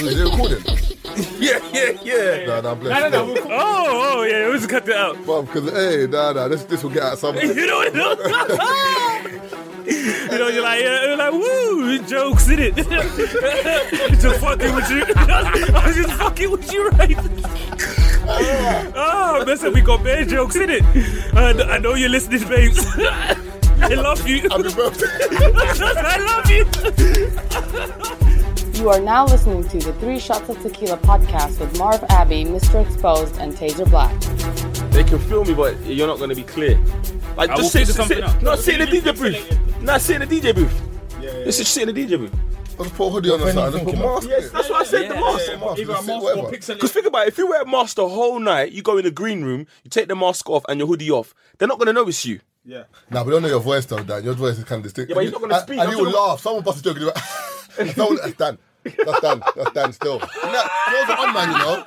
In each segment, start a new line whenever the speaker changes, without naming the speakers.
Is it recording?
Yeah, yeah, yeah.
Nah, nah,
No, no,
bless.
no. we'll call-
Oh, oh, yeah. We just cut that out.
Because, hey, nah, nah, this, this will get out some.
You know, you know, you know you're like, yeah, you're uh, like, woo, jokes in it. just fucking with you. I was just fucking with you, right? oh, listen, we got bad jokes in it. And I know you're listening, babes. I love you.
Happy birthday.
I love you.
You are now listening to the Three Shots of Tequila podcast with Marv Abbey, Mr. Exposed, and Taser Black.
They can feel me, but you're not gonna be clear. Like
I will
just sit,
figure
sit,
something out.
no, sit in the DJ booth. Nah, sit in the DJ booth. Let's just sit in the DJ booth.
Let's put a hoodie on the side. Let's put mask.
Yes, that's what I said. the mask.
yeah. mask,
Either
just
a
say
mask
whatever.
or pixel.
Because think about it, if you wear a mask the whole night, you go in the green room, you take the mask off and your hoodie off, they're not gonna notice you.
Yeah.
Nah, but don't know your voice though, Dan. Your voice is kind of distinct.
Yeah, but he's not gonna
And-
speak.
And
I'm
you will
talking-
laugh. Someone busts a joke and you like, someone, that's Dan. That's Dan. That's Dan still. And that, girls are on man, you know.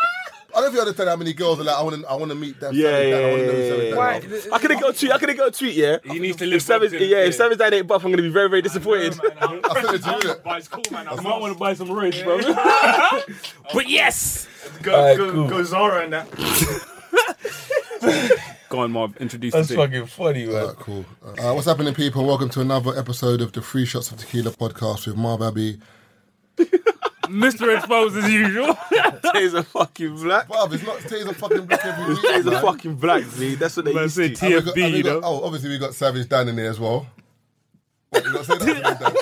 I don't know if you understand how many girls are like, I want to, I want to meet them.
Yeah, yeah,
I want to
yeah, yeah, yeah.
know them.
I couldn't go tweet. I couldn't go tweet. Yeah.
He needs to
If
live
Savage,
up
yeah,
to it,
if Savage Dad ain't buff, I'm gonna be very, very disappointed.
I said it to you. innit?
But it's cool, man.
I
I'm
might
not
want to buy some reds, bro. but yes.
Go,
Alright,
go,
cool.
go Zara and that.
Go on, Marv. Introduce
That's
the
fucking funny, man.
Alright, cool. Uh, what's happening, people? Welcome to another episode of the Free Shots of Tequila podcast with Marv Abbey.
Mr. Exposed as usual.
He's a fucking black.
Marv, it's not Taser fucking black every week.
He's a
man.
fucking black, Z. That's what they
Man
used
said
to.
And we got-
TFB,
and we
you
got-
know.
Oh, obviously we got Savage Dan in there as well. What, you gonna say that?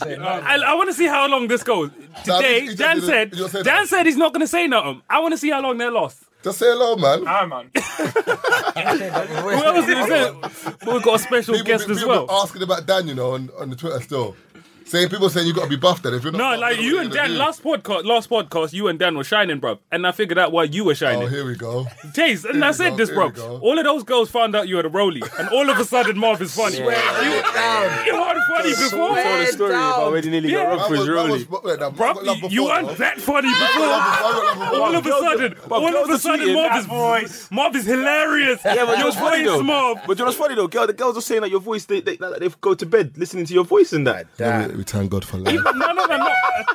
Dan?
I, I want to see how long this goes. Today,
he just
Dan
didn't-
said,
he just said
Dan
that.
said he's not going to say nothing. I want to see how long they lost.
Just say hello, man.
Nah, man.
Whoever's going to say, but we've got a special guest as well.
asking about Dan, you know, on, on the Twitter still. Saying people saying you gotta be buffed then if you're not.
no,
buffed,
like
what
you
are
and
gonna
Dan
do?
last podcast, last podcast, you and Dan were shining, bruv. And I figured out why you were
Oh,
shining.
here we go.
Taze, and I
we
said
go,
this,
here
bro.
we go.
All of those girls found out you had a rollie, and all of a sudden, Marv is funny. You, you weren't funny
I told
before,
a story about when he nearly
Yeah.
got robbed
That
for
was-
his
that
rollie.
was- wait, that- I got love
bro. You
before,
weren't
though.
that funny
I
before.
got love before, I
All
got love
of a
before.
sudden,
but
all of
girls
a
are
sudden,
cheating.
Mob
That
is Mob is hilarious. Yeah,
but
your
your funny
voice,
though.
Mob.
But you know what's funny though, girl. The girls are saying that your voice, they they, like, they go to bed listening to your voice and that.
Yeah, we- We thank God for life.
No, no, no, no.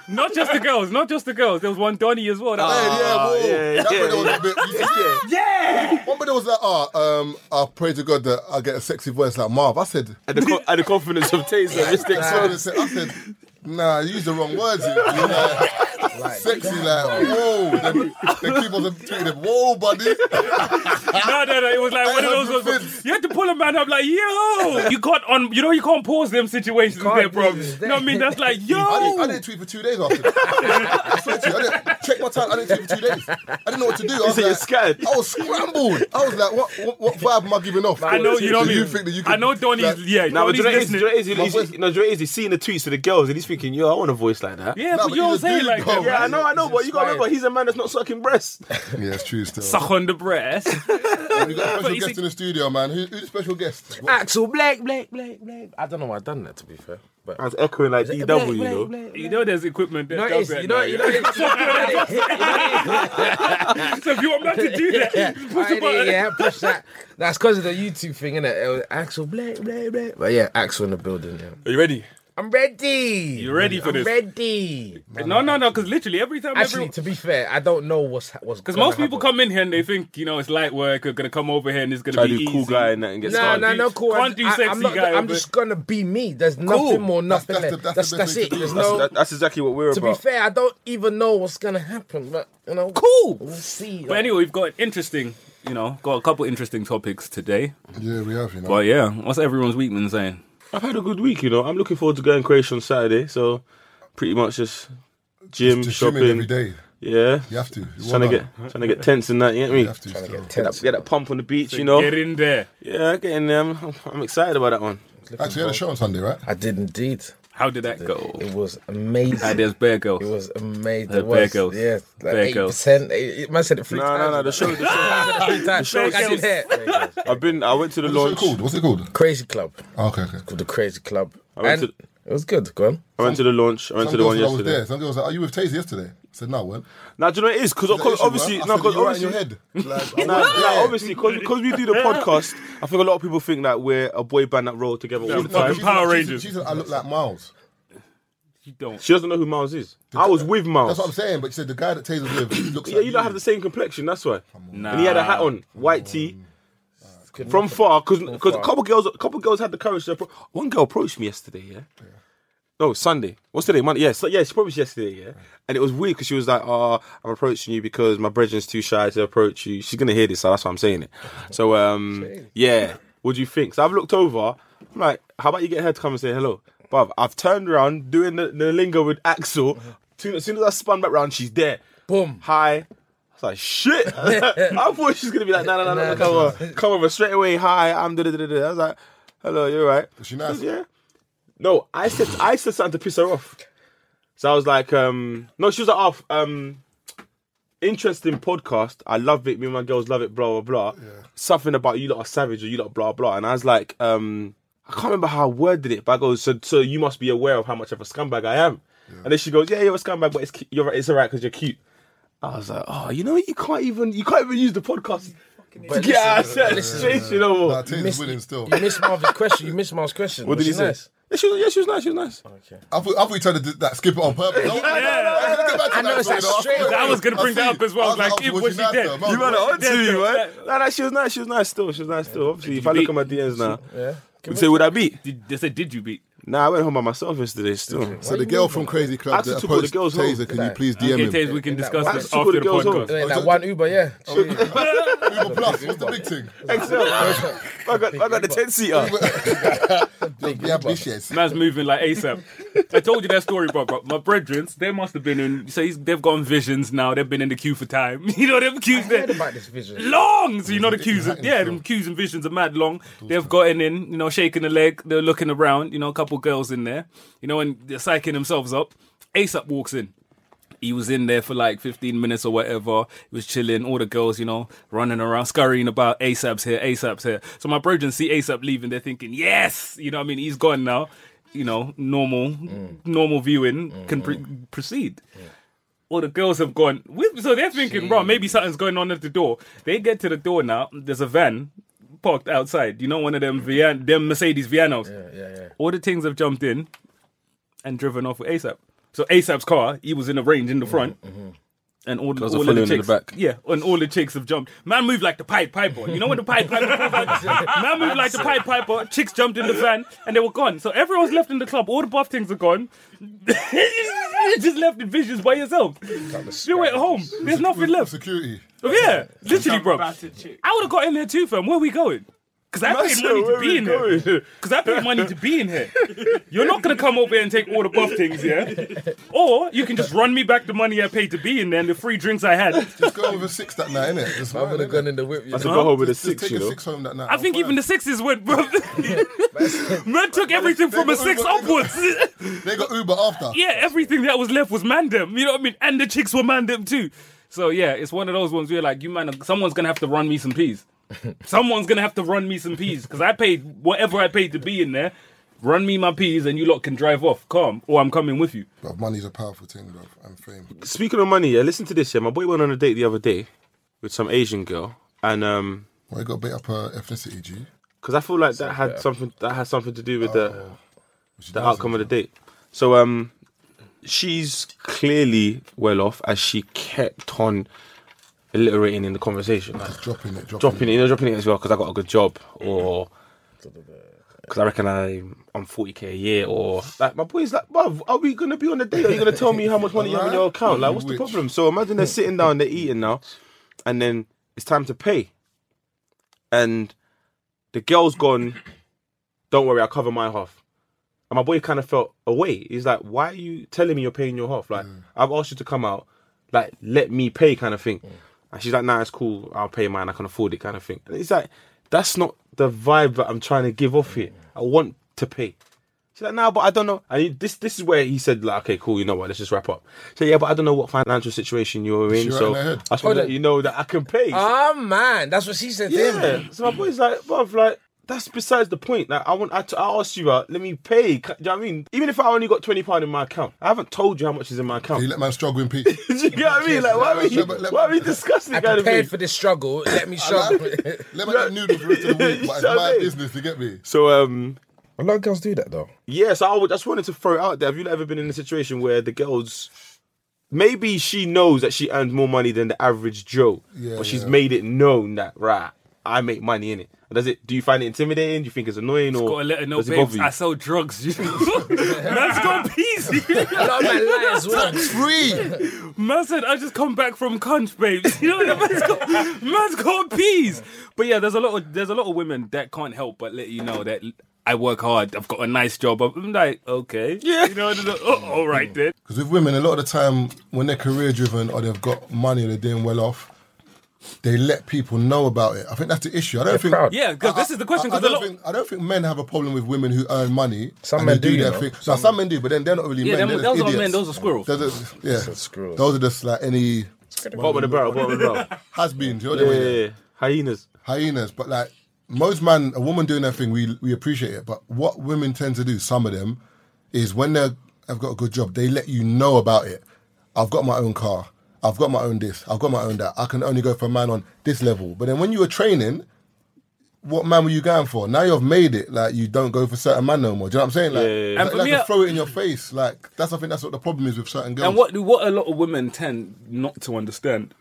Not just the girls. Not just the girls. There was one Donny as well. That
Hey,
was-
yeah, whoa.
yeah,
That
yeah,
brother was a bit. Yeah. One brother was like, "Ah, um, I pray to God that I get a sexy voice like Marv." I said,
At the, co- at the confidence of Taser, Mr.
I said- I
Exposed.
said, I said, "Nah, you used the wrong words." You you know, sexy, like, whoa. They, they keep on tweeting, them, "Whoa, buddy."
No, no, no. It was like one of those. ones where you had to pull a man up, like yo. You can't on. You know you can't pause them situations there, bro. You know what I mean? That's
I
like
didn't, I
yo.
didn't tweet for two days after. that. I swear to you, I didn't check my time. I didn't tweet for two days. I didn't know what to do. I was
said
like,
you're scared.
I was scrambled. I was like, what, what, what vibe am I giving off?
I know you know
Do
me.
You think that you
I
can-
know Donny's.
like-
yeah,
Now, but
Donny's
do you know what it is?
listening.
Do you know what
My
it is? He's-
voice-
he's- No, do you know what it is? He's seeing the tweets of the girls and he's thinking, yo, I want a voice like that.
Yeah,
No,
but
but
you don't
he's a
say it
dude,
like
though.
that.
Yeah, I know, I know, but you gotta remember, he's a man that's not sucking breasts.
Yeah, it's true still.
Suck on the breast.
We got a
But
special
you
guest
see-
in the studio, man. Who, who's the special guest? What-
Axel Black, Black, Black, Black. I don't know why I done that to be fair, but
I was echoing like DW,
Black,
E you
Black,
know.
Black, Black.
You know there's equipment there.
No,
Don't
it's,
bet
you know,
now,
you
yeah.
know, it's,
So if you want man to do that, push
I
the
did,
button.
yeah, push that. That's because of the YouTube thing, innit? It was Axel Black, Black, Black. But yeah, Axel in the building. Yeah.
Are you ready?
I'm ready.
You ready for
I'm
this?
Ready.
No, no, no. Because literally every time,
Actually,
because
to be fair, I don't know what's what's because
most people come in here and they think you know it's light work. They're gonna come over here and it's gonna
Try to
be
do
easy.
cool guy and that and get
No,
scarred.
no, no, cool.
Can't do
I-
sexy
I'm, not,
guy,
I'm
but-
just gonna be me. There's nothing more, nothing
That's- that's the-
less. That's,
that's the
that's,
best way
it.
to do
There's
it.
no.
That- That's exactly what we're
to be
about.
fair, I don't even know what's gonna happen, but you know,
Cool.
We'll see.
But anyway, we've got an interesting, you know, got a couple interesting topics today.
Yeah, we have, you know.
But yeah, what's everyone's week been saying?
I've had a good week, you know. I'm looking forward to going Croatia on Saturday, so pretty much just gym,
Just shopping every
shopping.
day.
Yeah.
You have to. You
Trying to
wanna.
get trying to get tense and that, you get me?
You have to still.
Get that, get that pump on the beach, you know.
Get in there.
Yeah, getting them. I'm, I'm excited about that one.
Actually, you had a show on Sunday, right?
I did indeed.
How did that go?
It was amazing.
Ah, there's bear
It
girls.
was amazing.
The
It was,
bagels.
yeah, like eight
Bagels.
percent. It it must said it three
No,
times.
no, no. The show, the show.
three times.
show
I did
was-
that. Bagels.
I've been. I went to the
What's it
launch.
called? What's it called?
Crazy Club.
Oh, okay, okay.
Called the Crazy Club.
went
And
to-
it was good. Go on.
I went to the launch. I went
Some
to the
girls
one
said I was
yesterday.
there. Some girls were like, "Are you with Taser yesterday?" I said, "No, I weren't."
Now, do you know what it is? Because
Is that issue,
obviously,
bro? I
no,
said,
because
"You right in
obviously,
your head. Like, I
Nah,
wasn't
nah,
there.
obviously, because we do the podcast, I think a lot of people think that we're a boy band that roll together all
No,
the time.
she
Power
said- she
Rangers.
said- She said I look like Miles.
You don't.
She doesn't know who Miles is. I was with Miles.
That's what I'm saying. But you said the guy that Taser's with looks
yeah,
like
you don't have the same complexion, that's why.
Nah.
And he had a hat on, white tee,
Couldn't-
from far, because a
far.
couple girls, a couple girls had the courage to. Appro- One girl approached me yesterday, yeah. No, Sunday. What's today? Monday. Yeah, so, yeah. She approached yesterday, yeah. And it was weird because she was like, "Ah, I'm approaching you because my brethren's too shy to approach you." She's gonna hear this, so that's why I'm saying it. So, um, yeah. What do you think? So I've looked over. I'm like, "How about you get her to come and say hello?" But I've turned around doing the, the lingo with Axel. Soon- As soon as I spun back round, she's there.
Boom.
Hi. I was like, shit. I thought she was gonna be like, no, no, no, no, no, come over, come over straight away. Hi, I'm da da da da. I was like, hello, you're right.
she nice?
Yeah. No, I said I said something to piss her off. So I was like, um, no, she was like, oh, f- um, interesting podcast. I love it. Me and my girls love it. Blah blah blah. Something about you lot are savage or you lot blah blah. And I was like, um, I can't remember how I worded it, but I go, so so you must be aware of how much of a scumbag I am. And then she goes, yeah, you're a scumbag, but it's cu- you're it's alright because you're cute. I was like, oh, you know, you can't even you can't even use the podcast to get out of certain situation, you know.
Nah, Taser's winning still.
You missed Marvin's question. You missed Marvin's question.
What did he
Was she
say?
nice?
Yeah, she was, yeah, she was nice. She was nice.
I thought, I thought you tried to do that, skip it on purpose. I, I, didn't get back to
I
that,
noticed that
though.
straight away.
I was gonna
I
bring that
see.
up as well.
I was
Like,
oh,
if-
was
was
she
she
nice,
dead?
though?
You
Man,
You had it
was-
on to you, man. Nah, nah, she was nice. She was nice still. She was nice still. Obviously, if I look
beat-
at my DMs now,
Yeah.
would say, would I beat?
Did, they said, did you beat?
Nah, I went home by myself yesterday still.
So the girl from Crazy Club
That's
that
to put the
approached
girls home.
Taser, can you please
Okay,
DM
Taze,
him?
we can discuss
that-
this
That's
after
what
the
it goes on.
podcast.
Yeah, that one Uber, yeah.
Uber Plus, what's the big thing?
Excel. I got, I got the 10 seater.
Just be ambitious.
Man's moving like ASAP. I told you that story, bro. bro. My brethrens, they must have been in. So he's, they've gone visions now. They've been in the queue for time. You know them queues
I heard
there.
about this vision.
Long, so you know the queues. Are,
Manhattan
yeah,
still.
them queues and visions are mad long. They've gotten in, you know, shaking a leg. They're looking around. You know, a couple girls in there. You know, and they're psyching themselves up. ASAP walks in. he was in there for like 15 minutes or whatever. He was chilling, all the girls, you know, running around, scurrying about. ASAP's here, ASAP's here. So my brethren see ASAP leaving, they're thinking, yes, you know what I mean? He's gone now. You know, normal, normal viewing can pre- proceed. All the girls have gone. with- So they're thinking, bro, maybe something's going on at the door. They get to the door now. There's a van parked outside. You know, one of them Vian- them Mercedes Vianos.
Yeah, yeah.
All the things have jumped in and driven off with ASAP. So ASAP's car, he was in a range in
Mm-hmm,
the front. And all, the,
are
all of the
following in the
chicks,
back.
yeah, and all the chicks have jumped. Man moved like the Pied Piper. You know when the Pied Piper, man moved like the Pied Piper. Chicks jumped in the van and they were gone. So everyone's left in the club. All the buff things are gone. you just left in visions by yourself. You went home. There's nothing left.
Security.
Yeah, literally, bro. I
Battered chick.
would have got in there too, fam. Where we going? Because I paid money to be in here. Because I paid money to be in here. You're not going to come over here and take all the buff things, yeah? Or you can just run me back the money I paid to be in there and the free drinks I had.
Just go with a six that night, innit? Just
I would have gone in the whip. You
That's a
know?
go home with a
Just
six,
take
you
a
know.
six home that night.
I think even the sixes went, bro. Man took everything from a six upwards.
They got Uber after.
yeah, everything that was left was mandem. You know what I mean? And the chicks were mandem too. So yeah, it's one of those ones where like you man, someone's gonna have to run me some peas. someone's gonna have to run me some peas because I paid whatever I paid to be in there. Run me my peas and you lot can drive off. Come or I'm coming with you.
Bruv, money's a powerful thing, bro, and fame.
Speaking of money, yeah, listen to this. Yeah, my boy went on a date the other day with some Asian girl, and um,
Why you got to bait up her ethnicity, G?
because I feel like that had something that had something to do with the
Oh, She
the
does
outcome
it.
of the date. So um, she's clearly well off, as she kept on alliterating in the conversation, like
Dropping it, dropping,
dropping it, you know, dropping it as well because I got a good job, or because I reckon I'm on 40k a year, or like my boy's like, bruv, are we gonna be on a date? Are you gonna tell me how much money you have in your account? Like, what's the
Which-
problem? So imagine they're sitting down, they're eating now, and then it's time to pay, and the girl's gone. Don't worry, I'll cover my half. And my boy kind of felt away. He's like, why are you telling me you're paying your half? Like, I've asked you to come out, like, let me pay kind of thing. And she's like, nah, it's cool. I'll pay mine. I can afford it kind of thing. And it's like, that's not the vibe that I'm trying to give off here. I want to pay. She's like, nah, but I don't know. And he- this this is where he said, like, okay, cool, you know what, let's just wrap up. So yeah, but I don't know what financial situation you're in.
right
So
in her
I
head?
just want to let you know that I can pay.
Ah man, that's what she said to him.
Yeah. So my boy's like, bruv, like, that's besides the point. Like, I want, I, t- I asked you out, let me pay. Do you know what I mean? Even if I only got £20 in my account, I haven't told you how much is in my
You
account.
let man struggle in peace.
Do you get what I mean? Like, why are we,
Let me- let me-
why are we discussing
I
kind of thing?
prepared for this struggle. Let me
Let
show.
me let me get noodles for the rest of the week, but it's
Shut
my
up.
business, you get me?
so, um,
A lot of girls do that though.
Yeah, so I, would, I just wanted to throw it out there. Have you ever been in a situation where the girls, maybe she knows that she earned more money than the average Joe,
Yeah,
but she's
yeah.
made it known that right, I make money in it. Does it? Do you find it intimidating? Do you think it's annoying, or
Gotta let her know,
does it bother
babes,
you?
I sell drugs. You know? Man's gone peasy.
A lot of men lie as well.
Free.
Man said, I just come back from cunt, babes. You know, man's got, man's got peas. But yeah, there's a lot of there's a lot of women that can't help but let you know that I work hard. I've got a nice job. I'm like, okay, yeah, you know, oh, all right then.
Because with women, a lot of the time when they're career driven or they've got money or they're doing well off, they let people know about it. I think that's the issue. I don't think.
proud.
Yeah, because this is the question.
I, I
Because a
don't
lot,
think, I don't think men have a problem with women who earn money.
Some
and
men
they
do, you
their
know.
thing. No, some men do, but then they're not really
yeah,
men.
them,
they're just
those are
idiots.
men. Those are squirrels.
Those are, yeah,
screw it.
those are just like any
Bottom of the barrel, bottom of the barrel.
has been. Do you know
Yeah,
what I mean?
yeah, yeah. hyenas.
hyenas, but like most man, a woman doing their thing, we we appreciate it. But what women tend to do, some of them, is when they have got a good job, they let you know about it. I've got my own car. I've got my own this. I've got my own that. I can only go for a man on this level. But then when you were training, what man were you going for? Now you've made it. Like you don't go for certain man no more. Do you know what I'm saying? Like,
yeah,
And
like,
for
like
me,
they
I-
throw it in your face. Like that's I think that's what the problem is with certain girls.
And what what a lot of women tend not to understand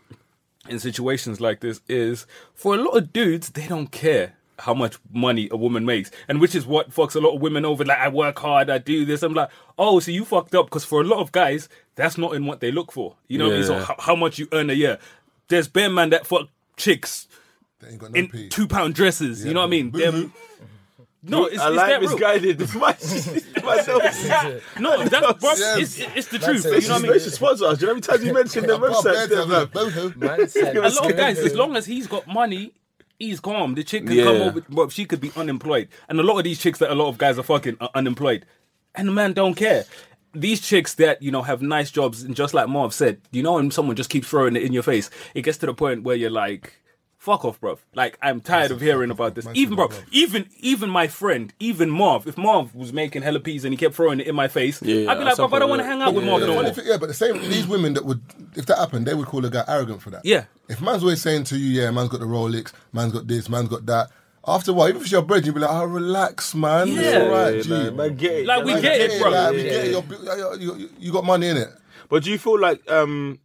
in situations like this is, for a lot of dudes, they don't care how much money a woman makes, and which is what fucks a lot of women over. Like, I work hard, I do this. I'm like, oh, so you fucked up because for a lot of guys, that's not in what they look for. You know, what I mean? so
Yeah.
how, how much you earn a year? There's bare man that fuck chicks
They ain't got no
in
pee.
two pound dresses. you know what I mean? They're-
Boo-hoo.
No, it's,
I
it's
like
that real.
misguided. Myself.
No, that's bruv,
Yes.
it's, it's the
That's
truth.
it.
You know what I mean?
They should sponsor us. Do you know how many times you mentioned their
Above
website?
bed,
They're like,
boo-hoo.
Man said,
a lot of guys, as long as he's got money, he's calm. The chick can come
Yeah.
over, but she could be unemployed. And a lot of these chicks that a lot of guys are fucking are unemployed, and the man don't care. These chicks that you know have nice jobs, and just like Marv said, you know, and someone just keeps throwing it in your face. It gets to the point where you're like. Fuck off, bruv. Like I'm tired of hearing about this. Even, bruv, even even my friend, even Marv. If Marv was making hella peas and he kept throwing it in my face,
Yeah,
I'd be like,
at some
bruv, I don't
point,
want to
yeah.
hang out with Marv
Yeah,
no
funny
more.
thing- yeah, but the same these women that would if that happened, they would call a guy arrogant for that.
Yeah.
If man's always saying to you, yeah, man's got the Rolex, man's got this, man's got that. After a while, even if it's your bread, you'd be like, oh, relax, man.
Yeah,
It's all right, G.
like, man, get it.
Like, we
Man,
get it, bro.
like, we
Yeah.
get it. You're- you you- you got money in it.
But do you feel like um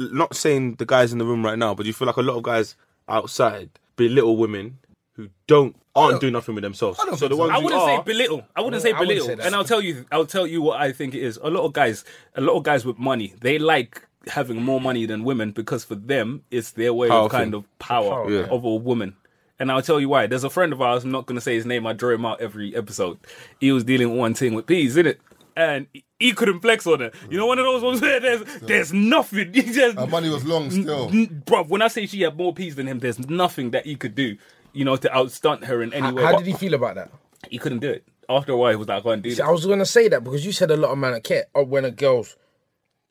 not saying the guys in the room right now, but do you feel like a lot of guys outside belittle women who don't aren't doing nothing with themselves?
Oh, don't
so the
think so.
ones
I
who
wouldn't
are,
say belittle. I wouldn't say
I wouldn't
belittle.
say that.
and I'll tell you, I'll tell you what I think it is. A lot of guys, a lot of guys with money, they like having more money than women because for them, it's their way
Power
of kind
thing.
of power
Yeah.
of a woman. And I'll tell you why. There's a friend of ours. I'm not going to say his name. I draw him out every episode. He was dealing with one thing with peas, innit? And he couldn't flex on her. You know, one of those ones where there's there's nothing. He just
Our money was long
Mm,
still.
N- bruv, when I say she had more peas than him, there's nothing that he could do, you know, to outstunt her in any way.
How
But-
did he feel about that?
he couldn't do it. After a while, he was like, I can't do
See,
this.
I was gonna say that because you said a lot of men that care or when a girl's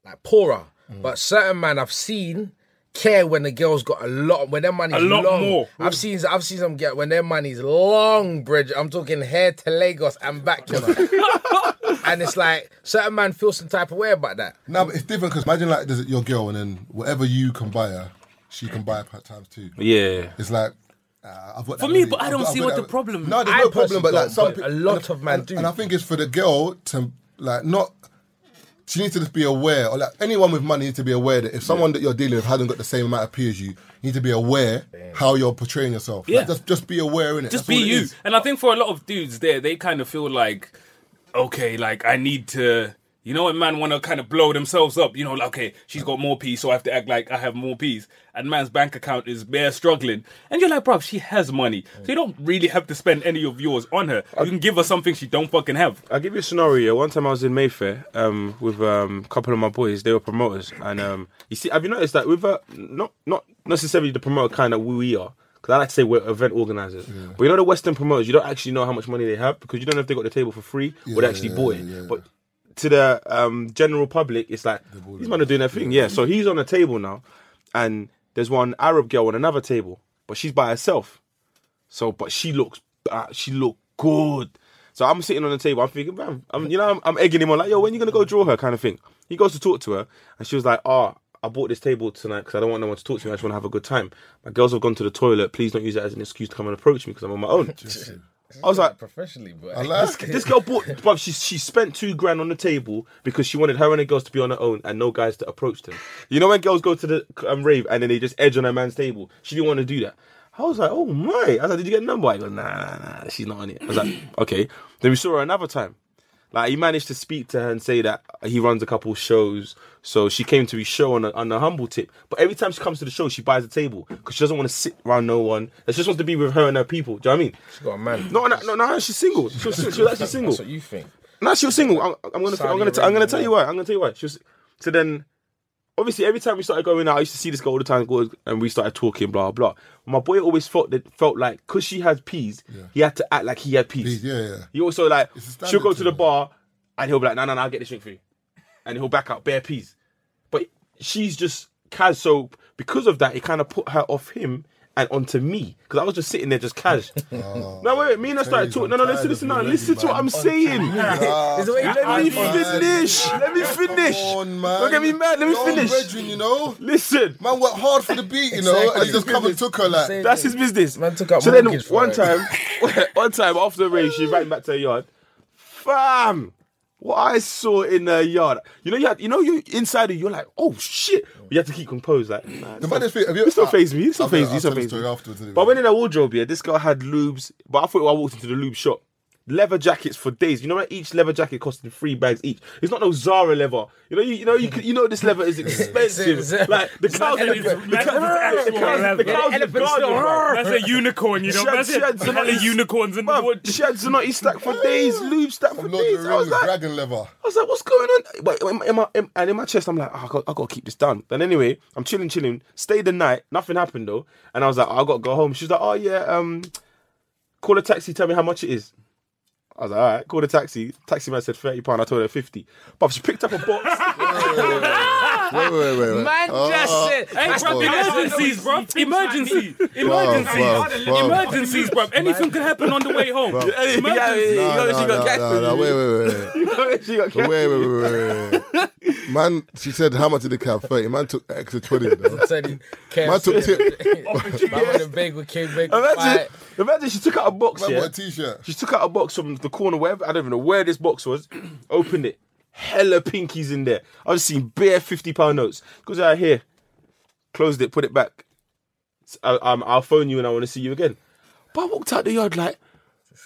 like poorer,
Mm.
but certain man I've seen care when the girl's got a lot when their money's
A lot
long.
more.
I've seen I've seen some get when their money's long, Bridge. I'm talking hair to Lagos and back, you know. and it's like certain man feel some type of way about that.
No, but it's different because imagine like there's your girl and then whatever you can buy her, she can buy her times two.
Yeah.
It's like. Uh, I've got that
For me,
money.
but I
I've
don't
got- I've
see
got
what
that-
the problem-
No, there's
I
no problem, but like
personally don't,
some
but
peop-
a lot
and-
of men
and-
do.
And I think it's for the girl to like not. She needs to just be aware, or like anyone with money needs to be aware that if someone that you're dealing with hasn't got the same amount of pee as you, you need to be aware how you're portraying yourself. Like,
Yeah.
just just be aware in it.
Just be you. And I think for a lot of dudes there, they kind of feel like, okay, like I need to, you know, a man want to kind of blow themselves up. You know, like, okay, she's got more peas, so I have to act like I have more peas. And man's bank account is bare struggling. And you're like, bruv, she has money. So you don't really have to spend any of yours on her. You can give her something she don't fucking have.
I'll give you a scenario. One time I was in Mayfair um, with um, a couple of my boys. They were promoters, and um, you see, have you noticed that with uh, not not necessarily the promoter kind that we are, because I like to say we're event organizers. But you know the Western promoters, you don't actually know how much money they have because you don't know if they got the table for free or they
Yeah,
actually
yeah,
bought it.
yeah, yeah.
But to the um, general public, it's like these men are doing their thing. Yeah, so he's on a table now, and there's one Arab girl on another table, but she's by herself. So, but she looks, uh, she looked good. So I'm sitting on the table. I'm thinking, man, I'm, you know, I'm, I'm egging him on, like, yo, when you gonna go draw her, kind of thing. He goes to talk to her, and she was like, oh, I bought this table tonight because I don't want no one to talk to me. I just want to have a good time. My girls have gone to the toilet. Please don't use that as an excuse to come and approach me because I'm on my own. I was like,
professionally, but
like-
this girl bought, bruv, she, she spent two grand on the table because she wanted her and the girls to be on her own and no guys to approach them. You know when girls go to the um, rave and then they just edge on a man's table? She didn't want to do that. I was like, oh my. I was like, did you get a number? I go, nah, nah, nah, she's not on it. I was like, okay. Then we saw her another time. Like, he managed to speak to her and say that he runs a couple shows. So she came to his show on a, on a humble tip. But every time she comes to the show, she buys a table because she doesn't want to sit around no one. She just wants to be with her and her people. Do you know what I mean?
She's got a man.
Oh, No, no, no, no, she's single. She was, she was actually single.
That's what you think.
No, she was single. I'm, I'm gonna, I'm gonna, t- I'm gonna tell you why. I'm gonna tell you why. She was. So then, obviously, every time we started going out, I used to see this girl all the time, go- and we started talking, blah blah. My boy always felt that felt like because she had peas, he had to act like he had peas.
Yeah, yeah.
He also like
a standard
she'll go to
thing,
the
yeah.
bar, and he'll be like, no, no, no, I'll get this drink for you, and he'll back out bare peas. But she's just cash, so because of that, it kind of put her off him. And onto me, because I was just sitting there, just cash. no, wait, wait, me and I started
Please,
talking.
Oh, I'm
No, no,
tired of
listen, listen,
you
now,
already,
listen to what
man.
I'm saying.
Is the way you
Let me
don't
Man.
finish. Let me
Come
finish.
on, man.
Don't get me mad. Let me
Your own
finish.
brethren, you know.
Listen,
Man worked hard for the beat, you know, and he just come and took her like.
that's his business.
Man took out
so then
mortgage for
one
it.
time, one time after the race, she ran back to her yard. Fam, what I saw in her yard. You know, you, had, you know, you inside it. You're like, oh shit. You have to keep composed. Like, nah,
The maddest thing- have you- Ah,
It's not phase me. It's not
I'll tell-
phase me.
I'll
It's not
tell the
phase
story
me.
afterwards anyway.
But I went in her wardrobe. Yeah, this girl had lubes. But I thought when I walked into the lube shop. Leather jackets for days. You know that each leather jacket costed three bags each. It's not no Zara leather. You know, you, you know, you, could- you know this leather is expensive. like the cows, in the,
elephant-
the
that's
cows, the
actual
cows,
leather.
the cows in the
Elephant's
garden,
still-
bro.
That's a unicorn, you know.
She had-
That's
she had
it.
some-
Hella unicorns in the
Bruv,
wood.
she had Zanotti stacked for days, lube stacked for
Lord of the
days. I was
Rings,
like,
dragon leather.
I was like, what's going on? But in my, in my, in- and in my chest, I'm like, oh, I, got, I got to keep this down. Then anyway, I'm chilling, chilling. Stayed the night. Nothing happened though. And I was like, oh, I got to go home. She's like, oh yeah, um, call a taxi. Tell me how much it is. I was like, all right, call the taxi. Taxi man said thirty pound. I told her fifty. But she picked up a box.
Wait, wait, wait, wait.
Man
Oh.
just said-
Hey, bruv,
cool.
emergencies, bruv. Emergency.
Wow,
Emergencies.
wow, wow.
Emergencies, bruv. Anything can happen on the way home. Emergency.
No,
You
no,
know she got
no,
gas
no,
for
no,
you.
wait, wait, wait, wait.
she got
Wait,
gas.
wait, wait, wait, wait, wait. Man, she said, how much did the cab? 30. Man took extra 20. Though.
said he
Man took tip.
Man went to bagel king, bagel
Imagine,
fight.
imagine she took out a box.
Man
yeah?
bought a t-shirt.
She took out a box from the corner, wherever I don't even know where this box was. opened it, hella pinkies in there. I was seeing bare fifty pound notes. Goes out here, closed it, put it back. S- I, um, I'll phone you and I want to see you again. But I walked out the yard like,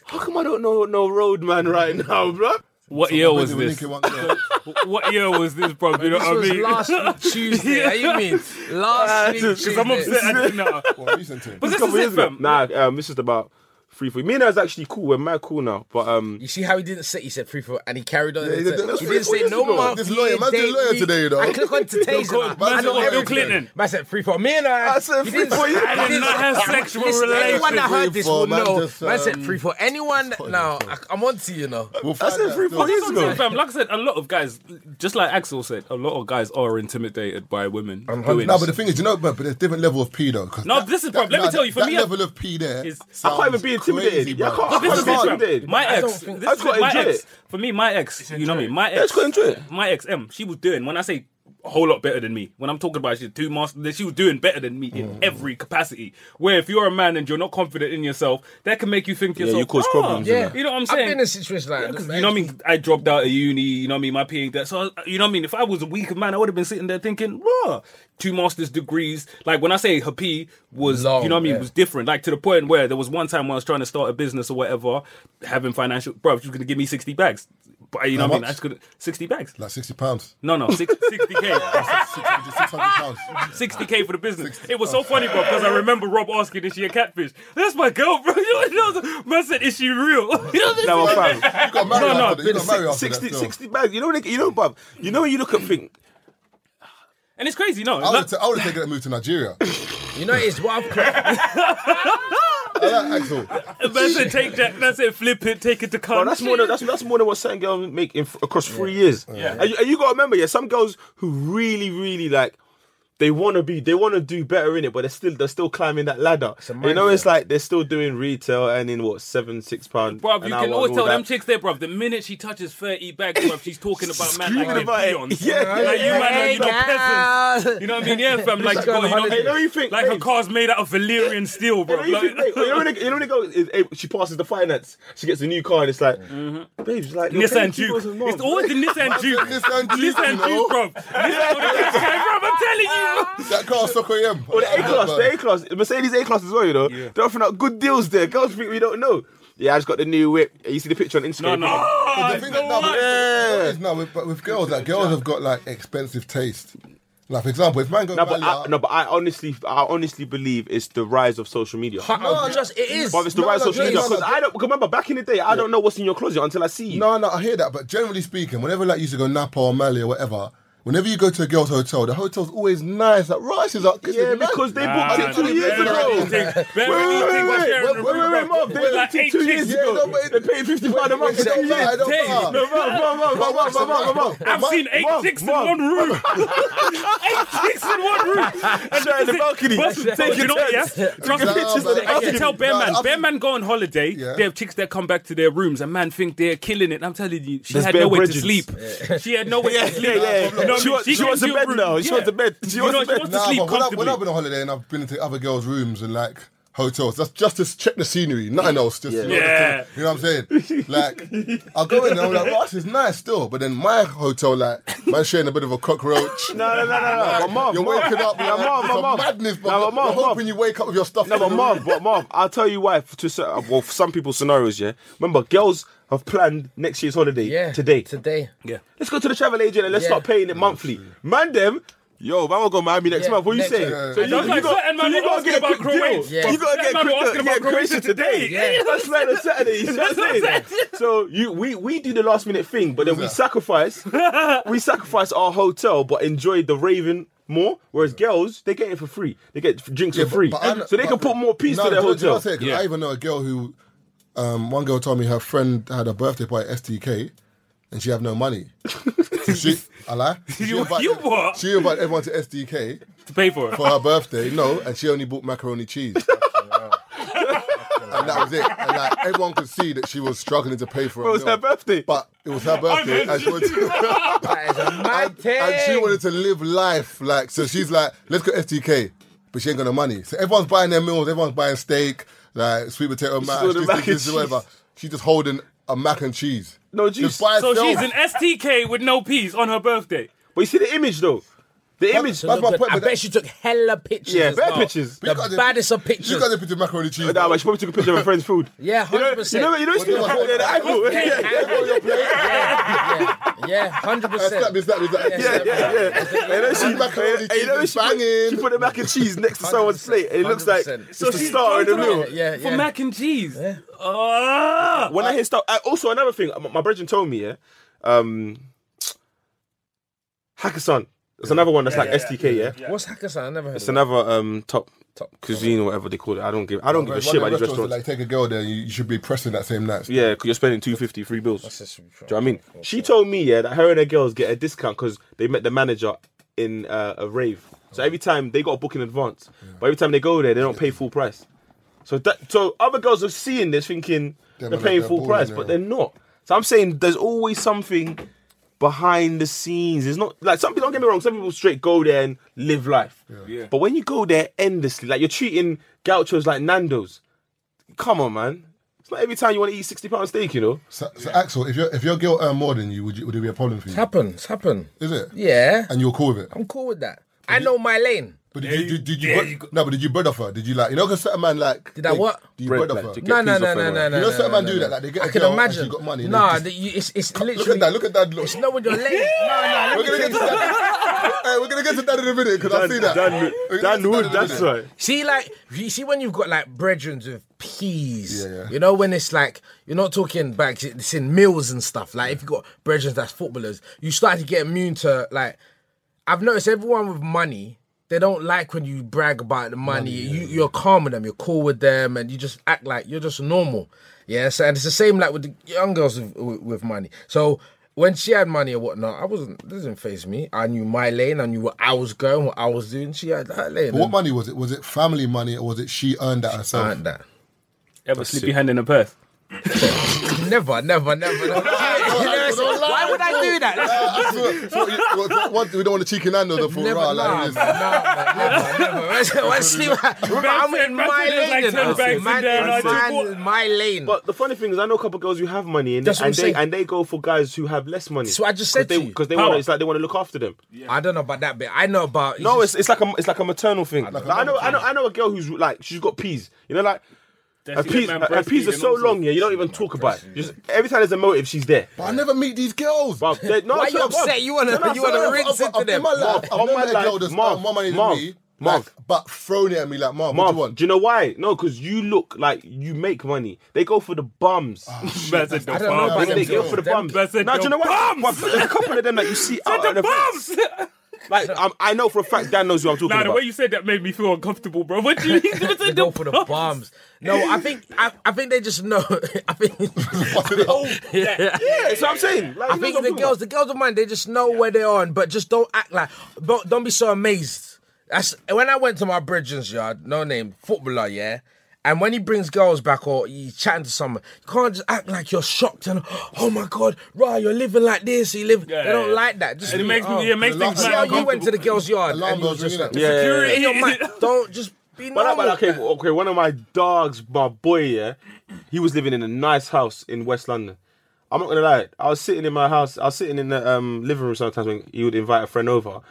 how come I don't know no road man right now, bro?
What year was
They were
this?
linking one- yeah.
What year was this, bruv? You know
This
what I
was
mean?
last week Tuesday. How you mean? Last week
just-
Tuesday.
Because I'm upset at it now.
Well, recent thing.
But this
Couple
is
years
it,
ago.
fam.
Nah, um, this is about three, four. Me and her's actually cool. We're mad cool now, but um,
You see how he didn't say he said free throw and he carried on.
he
he,
did-
said-
that's
he
three,
didn't
four
say
years
no
ago.
month.
This lawyer,
year,
man, this
date,
lawyer
week.
today, you know.
I click on today's.
Bill
and I-
Clinton.
I know
Bill
everything.
Clinton.
Man said free throw. Me and I.
I said
he
free
didn't
throw,
say-
yeah.
he
I
did not have sexual
Listen, Anyone
relations.
that heard this
Free
will
throw, man,
know.
just,
Man said
um,
free throw. Anyone now? I- I'm on to you now.
We'll
I
find
said
out
three,
still.
four years
That's what I'm
ago.
saying, fam. Like I said, a lot of guys, just like Axel said, a lot of guys are intimidated by women doing
No, but the thing is, you know, but, but there's different level of P though. 'cause
No,
that-
this is-
that-
let me
nah,
tell you, for
that
me, I-
level of P there.
is-
I can't even be
sounds crazy,
intimidated. Yeah, I
bruv.
can't- I
But this
can't
is
be
it, fam.
intimidated.
My
I don't
ex,
think-
this
I
is
just gotta
my
enjoy
ex.
it.
For me, my ex, you know me, my
I
ex,
just gotta enjoy it.
my ex M, she was doing. When I say a whole lot better than me, when I'm talking about she two masters, she was doing better than me in every capacity. Where if you're a man and you're not confident in yourself, that can make you think to
Yeah,
yourself,
you cause
"Ah,
problems,
Yeah,
innit?
you know what I'm saying.
I've been in a situation like that.
Because you know what I mean, I dropped out of uni. You know what I mean, my PhD. that- So you know what I mean. If I was a weaker man, I would have been sitting there thinking, "Raw, two masters degrees." Like when I say her P was,
Long,
you know what I mean,
yeah.
was different. Like to the point where there was one time when I was trying to start a business or whatever, having financial, bro, she was gonna give me sixty bags. But you know
How
what I mean,
much?
I just could sixty bags.
Like 60 pounds.
No, no, six- 60k,
600, 600 pounds.
60k for the business. It was so funny, bro, because I remember Rob asking, "Is she a catfish?" That's my girl, bro. You know, man said, "Is she real?" You know, this
No,
is-
I'm fine.
You got married
No, no,
after that. You got married after
60,
that. still.
60 bags. You know, when they, you know, Bob. You know, when you look at think,
and it's crazy. No,
I
like-
would ta- I would have taken that move to Nigeria.
You know, it's what I've
I like Axel.
That's it. Take that. That's it. Flip it. Take it to
oh,
car.
that's more than that's, that's more than what certain girls make in, across three years. Yeah, and you, and you got to remember, yeah, some girls who really, really like They want to be, they want to do better in it, but they're still they're still climbing that ladder.
a
you know,
mindset.
it's like they're still doing retail and in what seven six pound.
Bruv,
an
you
hour
can
and
always
all
tell them
that.
chicks there, bruv. The minute she touches 30 bags, bruv, she's talking about man like
Screaming
they're
about it.
peons.
Yeah, yeah,
like, you
yeah.
man are, you know, peasants. You know what I mean? Yeah, fam. Like,
Just
bro,
go on
you know,
holiday.
Hey, don't you think,
like her
babes?
car's made out of Valyrian steel, bro.
You know,
Like,
when it- you know when it- you know when it goes, it- it- eh, she passes the finance, she gets a new car, and it's like, babe, she's like, you're
Mm-hmm. Nissan
paying two
Juke.
dollars a month.
It's always the Nissan Juke.
Nissan Juke,
Nissan
you know?
Juke, bro. Nissan or the Qashqai, bruv, I'm telling you.
That car stuck on him.
Or the A class, the A class, Mercedes A class as well. You know, they're offering out good deals there. Girls think we don't know. Yeah, I just got the new whip. You see the picture on Instagram.
No, no.
The thing that- no, but-
Yeah.
it's not with, but with girls, like girls have got like expensive taste. Like for example, if man goes
No,
back
but I,
out-
no, but I honestly, I honestly believe it's the rise of social media.
No, just it is.
But it's the
No,
rise
no,
of social
Jay,
media
no, no,
because I don't. 'cause remember back in the day, I don't know what's in your closet until I see you.
No, no, I hear that, but generally speaking, whenever like you used to go Napa or Mali or whatever, whenever you go to a girl's hotel, the hotel's always nice. Like rices are this
yeah,
is nice.
because they
Nah,
booked
nah,
it two
nah,
years
nah, nah,
ago.
nah, nah, nah. Bear
Wait,
with
wait,
me,
wait,
we're
wait,
sharing the
wait,
room,
wait, wait,
bruv.
Marv, they
We're
booked
like
it
eight
two years
chicks.
Yeah, no,
ago.
but it-
They paid fifty pound a month for
It
two
don't matter,
years.
it don't
Dave,
matter.
No, Marv, Marv, Marv, Marv, Marv, Marv, Marv, Marv.
I've seen eight
Mom,
chicks
Mom.
in one room. eight chicks in one room. And
Sharing the
that's it.
balcony.
But
Taking
you know what, yeah?
turns.
Trust me,
Nah, man.
I can tell Bear
Nah,
Man.
I've-
Bear Man go on holiday.
Yeah.
They have chicks that come back to their rooms, and man think they're killing it. And I'm telling you, she
There's
had
Bear
nowhere to
Bridges.
sleep. She had nowhere
Yeah,
to sleep.
yeah, yeah.
You know what
She
I mean?
wa- she
came
wants
to
a
your
bed
room.
now. She
Yeah.
wants a bed. She
You
wants
know,
a bed.
wants to
Nah,
sleep
but when, I, when I've
comfortably.
been on holiday and I've been into other girls' rooms and like hotels, that's just to check the scenery, nothing else. Just you know,
Yeah.
you know what I'm saying? Like, I'll go in and I'm like, well, this is nice still. But then my hotel, like, man, sharing a bit of a cockroach.
No, no, no, no, no. But Marv,
You're waking
Marv.
up,
No,
like, it's
Marv,
a
Marv, Marv.
madness. But
No, but Marv,
you're
Marv.
hoping you wake up with your stuff.
No,
in
but
the
mom,
room.
but mom, I'll tell you why. For, to certain, well, for some people's scenarios, yeah. Remember, girls have planned next year's holiday
yeah,
today.
Today.
Yeah.
Let's go to the travel agent and let's
Yeah.
start paying it monthly. Man, them. Yo, man, we're going to Miami next
Yeah,
month. What you
next
saying?
year.
So you,
That's like certain man were
gotta
asking about Croatia.
deal.
Yeah.
You gotta
Certain
get
man were
quick
asking about
get Croatia
Croatia
today.
today.
Yeah.
That's like on Saturday. You see what I'm saying? So you, we, we do the last minute thing, but then we
that?
sacrifice, we sacrifice our hotel, but enjoy the raving more. Whereas girls, they get it for free. They get drinks for
but-
free,
but I kn-
so they
but-
can put more peace
No,
to their
do you know- do you know
hotel.
what I'm saying? 'Cause
Yeah.
I even know a girl who, um, one girl told me her friend had a birthday party at STK, and she had no money. So she, I lie. She
You- you what?
She invited everyone to SDK
To pay for it.
for her birthday. No, and she only bought macaroni cheese. and that was it. And like everyone could see that she was struggling to pay for
It was
meal.
her birthday.
But it was her birthday, and she wanted,
That is a mad thing.
and she wanted to live life like. So she's like, "Let's go SDK," but she ain't got no money. So everyone's buying their meals. Everyone's buying steak, like sweet potato mash,
ordered
this,
mac
this,
and
this, whatever.
cheese.
She's just holding a mac and cheese.
No
Just
juice.
by
So
herself.
she's an STK with no peas on her birthday.
But you see the image though. The
But-
image.
but- That's my point,
I
that-
bet she took hella pictures.
Yeah,
as
bare
well.
pictures.
You
The
got the-
baddest of pictures.
You guys have put the macaroni cheese.
Nah, but she probably took a picture of her friend's food.
Yeah,
You know,
100%.
You know, you know, she's
Well,
been there. The
yeah.
iPhone. Yeah,
yeah,
Slap
hundred
this,
percent.
slap this, slap this.
yeah, yeah, yeah. And then she,
And macaroni
and- and
cheese
you know,
is
she, put,
banging.
she put the mac and cheese next to someone's
100%,
plate, and it looks like
100%.
it's
So
the
she's
star in the
joined
middle.
up
Yeah,
for
yeah.
mac and cheese. Ah!
When I hear stuff, I, also another thing, my, my brethren told me, yeah, um, Hakkasan. It's another one that's like STK, yeah.
What's Hakkasan? I never heard.
It's
of
another um top
Top-
cuisine or whatever they call it. I don't give, I don't give a
Like, one
shit about
of
these
the restaurants that,
restaurants.
like take a girl there, you, you should be pressing that same night.
Yeah, because you're spending 250, three bills. Do
just-
you know what I mean? She told me, yeah, that her and her girls get a discount because they met the manager in uh, a rave. So every time they got a book in advance, but every time they go there, they don't pay full price. So that so other girls are seeing this thinking
Them
they're
man
paying
are
full
balling
price,
now.
but they're not. So I'm saying there's always something behind the scenes. It's not like some people don't get me wrong, some people straight go there and live life.
Yeah.
But when you go there endlessly, like you're treating gauchos like Nando's. Come on, man. It's not every time you want to eat sixty pound steak, you know.
So, so Axel, if your if your girl earned more than you, would you, would it be a problem for
it.
you?
Happen. It's happen.
Is it?
Yeah,
And you're cool with it.
I'm cool with that. I know my lane.
But did you, did, did you,
yeah,
bro-
you go-
no? But did you bread off her? Did you like you know? Cause certain man like
Did I what?
Do you
Bread,
bread,
like,
off her?
to get-
No, no,
peas
no,
off
no,
her,
no,
man.
no.
You know
no,
certain
no,
man do
no.
that, like, they get a
I can
girl and
imagine.
she got money and they
Nah,
just-
the- you- it's it's
Look at
literally.
that! Look at that! Look.
It's not with your lane. No, no.
We're
Let me
gonna
tell
get
you
to that. hey, we're gonna get to that in a minute because I see that.
Dan,
We're gonna
Dan
get to
Wood,
that in a
that's
minute.
right.
See, like you see when you've got like brethren with peas,
Yeah, yeah.
you know when it's like you're not talking bags, it's in meals and stuff. Like if you got brethren that's footballers, you start to get immune to like. I've noticed everyone with money, they don't like when you brag about the money. you, You're calm with them, you're cool with them, and you just act like you're just normal. Yeah, so and it's the same like with the young girls with, with, with money. So when she had money or whatnot, I wasn't. It didn't phase me. I knew my lane. I knew what I was going, what I was doing. She had her lane.
But what
and
money was it? Was it family money or was it she earned that herself?
I had that.
Ever sleepy hand in a purse?
Never, never, never. never. Why would I do that? That's
I thought- thought you- what- what- what- we don't want a chicken hand though. For
never,
raw,
nah,
like, it
man,
is.
nah, man, never, never. Why sleep? Remember, I'm
said-
in
man
my
said there's like
lane. you
10
know.
bags in
My-
there and I just
my-
bought-
My lane.
But the funny thing is, I know a couple of girls who have money and,
That's what
and
I'm
they
saying.
and they go for guys who have less money.
That's what I just said to you.
because they,
Power.
want it's like they want to look after them.
I don't know about that bit. I know about.
No, it's, it's like a it's like a maternal thing. Like, I know
maternal
I know I know a girl who's like she's got peas. You know, like her
That's
peas,
that man
her peas are
breastfeeding
so
also.
long. Yeah, you don't even talk about. it. Just every time there's a motive, she's there.
But I never meet these girls.
Bruv, they- no,
Why
I'm
you
sorry,
upset?
bruv.
You wanna-
No, no,
you
I'm
wanna
sorry,
rinse
bruv,
it? into them.
In my life,
Marv, on
I've never
my
met a
life,
girl that's
Marv,
earned more money than
Marv,
me.
Marv.
like, but thrown it at me like, Marv, what do
Marv,
you want?
do you know why? No, because you look like you make money. They go for the bums.
Man said the
I don't know
bums.
about
They
them
go for the
Them-
bums.
I said
Now, do
the
you know what?
bums.
Bruv, there's a couple of them that you see out at
The
the
bums.
Like, um, I know for a fact Dan knows who I'm talking
Nah, the
about.
way you said that made me feel uncomfortable, bro. What do you mean? What
They
said
go for the
bums?
bombs. No, I think I, I think they just know. I think
yeah, that's what I'm saying. Like,
I
he knows what I'm
think the girls,
talking
the girls of mine, they just know where they are, and- but just don't act like, don't, don't be so amazed. That's when I went to my Bridgens yard, no name footballer, yeah. And when he brings girls back or he's chatting to someone, you can't just act like you're shocked and oh my god, right, you're living like this. You live.
Yeah,
they don't
yeah.
like that. Just
And it
be,
makes me-
oh.
yeah, it makes
the
things
last-
See
mad
how you went to the girls' yard.
Alarm
and you
bells
was just
ringing up.
like,
Yeah,
yeah,
Security.
"Your man, don't just be
But
normal.
like, but okay,
man."
okay, one of my dogs, my boy, yeah, he was living in a nice house in West London. I'm not gonna lie, I was sitting in my house, I was sitting in the um, living room sometimes when he would invite a friend over.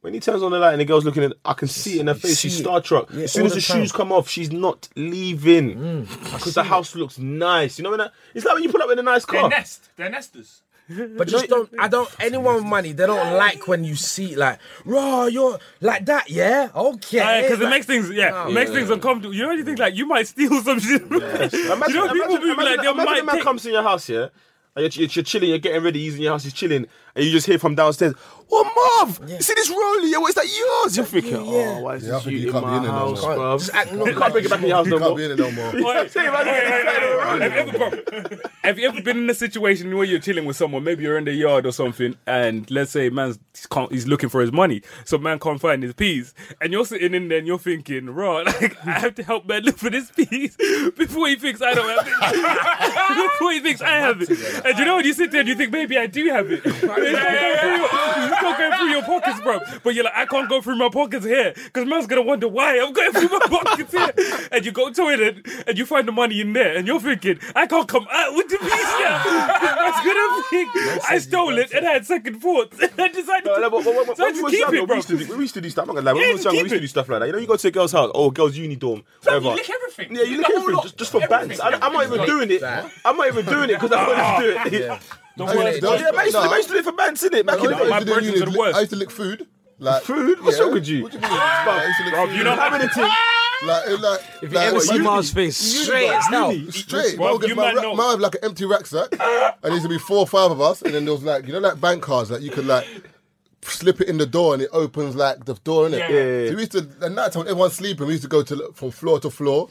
When he turns on the light and the girl's looking at, I can see it in her face.
Mm. see
She's
it.
Star Trek.
Yeah,
as soon
all
as
the
the
time. Mm.
shoes come off, she's not leaving because the house looks nice. You know when that? It's like when you pull up in a nice
They're
car.
nest. They're nesters.
But just don't. I don't. Anyone with money, they don't like when you see like, raw, you're like that, yeah, Oh, okay.
Because it
Like,
makes things, yeah, it makes things uncomfortable. You know, you think like you might steal some shit.
Imagine,
you know, people
imagine,
be like,
imagine,
they
imagine a
might
man
take.
comes to your house, yeah? And you're, you're chilling, you're getting ready, he's in your house, he's chilling, and you just hear from downstairs, Oh, Marv, you see this rollie? Yeah, what is that yours? You're thinking,
yeah.
Oh, why is
Yeah, I
this
think
you
you
in
can't be
my
in it no
house,
more.
bruv?
Just act
You can't bring it back in your house
You
no
can't
more.
be in it no more.
Oi,
See, imagine
oi,
it's
oi,
like a
oi,
rollie.
have you ever- bro, Have you ever been in a situation where you're chilling with someone? Maybe you're in the yard or something, and let's say man's he's, can't, he's looking for his money, so man can't find his peas, and you're sitting in there and you're thinking, "Raw, like I have to help man look for this piece before he thinks I don't have it, before he thinks I have it." And you know when you sit there and you think maybe I do have it, It's not going through your- it's not going through your pockets, bro. But you're like, I can't go through my pockets here because man's gonna wonder why I'm going through my pockets here. And you go to it and you find the money in there, and you're thinking, I can't come out with the piece now. 'Cause man's gonna think I stole it and I had second thoughts. And I decided
No, no,
to,
but- but- but
so I
When we
just
was
keep
younger,
it,
we
bro.
used to do- we used to do stuff. I'm not gonna lie. When
Yeah,
we was younger,
keep
we used to
it.
do stuff like that. You know, you go to a girl's house. Oh, girls' uni dorm. Whatever.
lick everything.
Yeah, you lick
The whole
everything
lot.
just, just for bands. I, I'm not even doing it.
That.
I'm not even doing it because I want to do it.
I used to-
worst-
Yeah, man, used to-
no,
man used to do it for bands, innit? Back in the
I used to
day.
My
do in
birthdays
uni,
are the worst.
I used to lick food. Like
Food? What's wrong with you?
What do mean? Like, I used to lick
Bro,
food.
you know how
Having a ting.
Like, it like, if
you ever see
uni?
Marv's face, straight as hell.
Straight,
Well,
well,
you
my,
might
ra-
know.
mine have like an empty rucksack, and there used to be four or five of us, and then there was like you know like bank cards that you could like slip it in the door and it opens like the door in it.
yeah, yeah.
So we used to at night time when everyone's sleeping, we used to go to from floor to floor,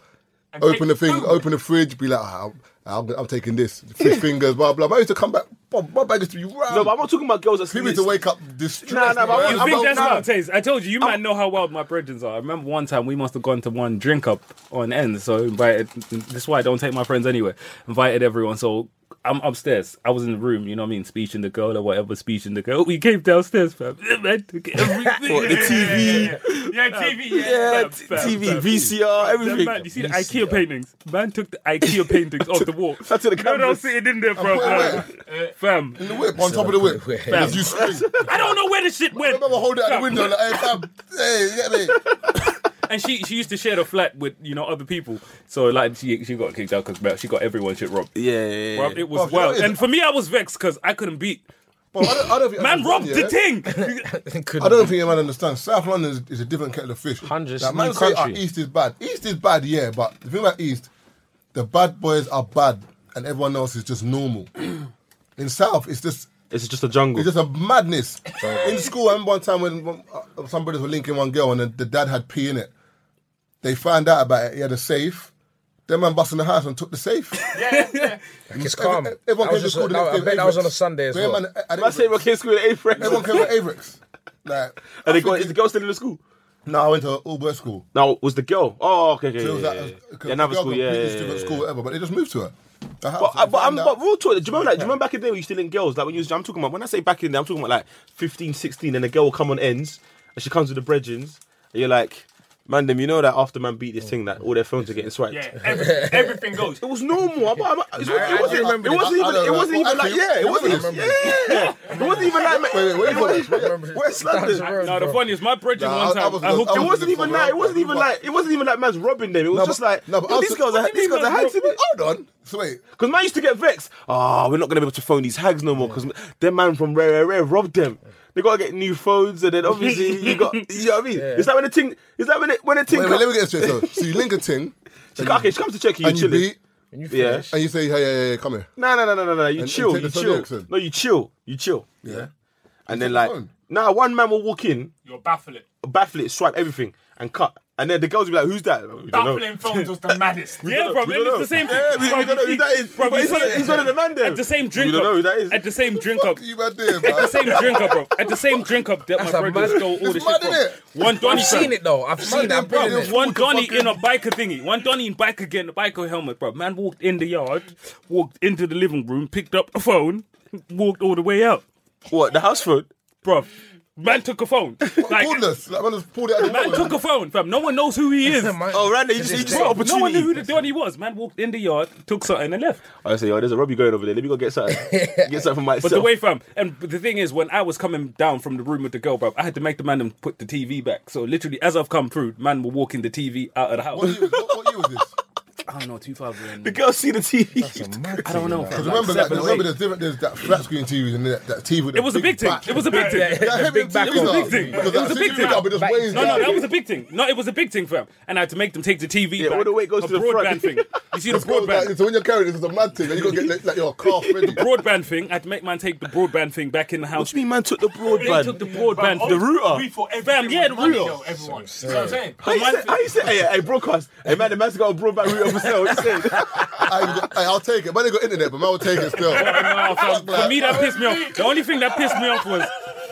take
open the thing,
food.
open the fridge, be like, "Ah, I'm, I'm, I'm taking this, fish fingers, blah blah. But I used to come back, my, my bag used to be round.
No, but I'm not talking about girls that
People used to wake up distressed.
Nah, nah, but
man.
I'm-
You
I'm
think
out
that's
now.
how it tastes? I told you, you might know how wild my brethrens are. I remember one time we must have gone to one drink up on end, so invited. This is why I don't take my friends anywhere. Invited everyone, so I'm upstairs. I was in the room, you know what I mean, speeching the girl or whatever, speeching the girl. We came downstairs, fam. Man took everything.
What, the TV,
Yeah, TV. Yeah.
yeah,
Fam,
t-
fam,
TV,
fam.
VCR,
That
everything.
man, you see the IKEA paintings? Man took the IKEA paintings off the wall.
to the
You know what I was
canvas.
sitting in there,
put it
bro. Fam,
The whip on top of the whip.
Wait,
And as you scream.
I don't know where the shit
I
went.
remember holding it at the
Fam.
window like, hey, fam, hey, you get me?
And she she used to share the flat with you know other people. So like she she got kicked out because she got everyone shit robbed.
Yeah, Oh, yeah, yeah.
Bruv, it was
Bruv, you know
wild.
what it is?
And for me, I was vexed because I couldn't beat.
Bro, I don't, I don't think
Man robbed
yeah.
the thing.
I don't think a man understands. South London is, is a different kettle of fish.
Hundred, it's
Like,
a
man
new
say,
country.
"Ah, East is bad. East is bad, yeah, but the thing about East, the bad boys are bad and everyone else is just normal. In South, it's just
It's just a jungle.
it's just a madness. in school, I remember one time when when, uh, some brothers were linking one girl and the, the dad had pee in it. They found out about it. He had a safe. Them man busted the house and took the safe.
Yeah, yeah.
It's calm.
Everyone
That was
came to
just-
school the
that-
next
I
day.
bet
with
that was on a
Avericks.
Sunday as
Yeah,
well.
man, I- I
My
didn't-
same kid school at eighth grade.
Everyone came with Avericks. Like,
And they got, is the girl still in the school?
no, I went to all boys school.
No, was the girl? Oh, okay, okay,
So it
yeah,
was
yeah,
like a-
yeah.
a-
Yeah, another
girl
school,
got
yeah,
completely
yeah,
stupid
yeah,
school,
yeah.
whatever. But they just moved to her. The house,
But,
they
I, but, I'm,
found out.
but real talk, do you remember like, do you remember back in the day when you still in girls? Like when you was, I'm talking about, when I say back in the day, I'm talking about like 15, 16 and a girl will come on ends and she comes with the bredgins and you're like, man, them, you know that after man beat this thing that all their phones are getting swiped.
yeah. Everything, everything goes.
It was normal. I'm- I'm- it's-
I- I
it wasn't,
remember
it
this.
wasn't
I- I
even.
don't
It wasn't
know.
even like.
Actually,
Yeah, it
I
wasn't.
remember
even- Yeah, it wasn't even like.
Wait, wait, wait for this.
West London.
No, the funniest, my bridging
Nah,
one
I- I
time.
was-
I hooked
I
It
up-
wasn't even
Bro,
like. It wasn't
bro,
even
bro.
like. It wasn't even like man's robbing them. It was
No,
just
but-
like.
no, but
yo, these
also-
girls are.
what do
These
you mean
girls are
man's
hags.
robbing? Hold on. So wait,
Because man used to get vexed. Ah, we're not gonna be able to phone these hags no more. Because them man from Rare Rare Rare robbed them. They gotta get new phones, and then obviously you got. You know what I mean? It's like when the thing. It's like when it, when the thing.
wait, wait,
come-
let me get this straight. So, so you link a ting
she, okay, she comes to check you.
and
You're
you
chilling.
beat
You
Yeah.
finish.
and you say, hey, yeah, yeah, yeah, come here.
No, no, no, no, no, no. You
and
chill.
take the
You
Sony
chill.
Ericsson.
No, you chill. You chill.
Yeah.
And then like,
phone.
nah, one man will walk in,
You're baffling.
baffle it, swipe everything, and cut. And then the girls will be like, "Who's that?" We don't know.
Baffling phones was the maddest.
Yeah, bro,
We don't
and it's
know.
the same thing.
Yeah, we, we don't know who that is.
Bro,
but
you
he's
see-
one of- he's one of the man there.
At the same drink
We don't
up.
know who that is.
At the same drink up.
You about there,
At the
man.
same drink up, bro. At the same drink up that my
That's a
brother
mad-
stole all the
It's mad,
shit
innit?
from. One Donny
I've seen it though. I've seen it. I've been in
bro,
it.
what-
One Donny
fucking-
in a biker thingy. One Donny in biker getting a biker helmet, bro. Man walked in the yard, walked into the living room, picked up a phone, walked all the way out,
What the house phone?
bro. Man took a phone. Like,
Cordless. Like, man just pulled it out the
man
phone.
took a phone, fam. No one knows who he is.
Man,
Oh, Randy, you
to
just,
this
you just
day.
got
No one
opportunity.
knew who the Donny was. Man walked in the yard, took something and left.
I say, yo, there's a Robbie going over there. Let me go get something. get something for myself.
But the way from and the thing is, when I was coming down from the room with the girl, bro, I had to make the man them put the TV back. So literally, as I've come through, man were walking the TV out of the
What
house.
year was- what- what year was this?
I don't know, two thousand.
the girls see the TV.
It's a mad
I don't
thing,
know.
you
fam,
Because
like
remember that.
seven or
Remember
eight.
there's different. There's that flat screen TV and that, that TV. With
It was a big thing.
back.
It was a big thing.
That heavy
big back
TVs
was a
are.
big
thing.
Because
It was
that
a big
TV
thing.
now, but just
Back-
waves
No, no,
down.
that was a big thing. No, it was a big thing, fam. And I had to make them take the TV
Yeah,
back.
all the way it goes
a
to the
broadband
front.
thing. You see the
It's called
broadband.
that. So when you're carrying this, it's a mad thing. and You got to get like your car ready.
broadband thing. I had to make man take the broadband thing back in the house.
What do you mean, man? Took the
They
broadband.
took the broadband,
The router.
We thought
Fam,
everything
yeah,
was
the
money,
real.
though, everyone. You know what I'm saying?
How you say? How you say? Hey, hey, hey, broadcast. Hey, man, the man's got a broadband router for sale. What you saying?
I, I, I'll take it. Man, they got internet, but man, will take it still.
No, fam,
Fuck
for me,
that.
that pissed me off. The only thing that pissed me off was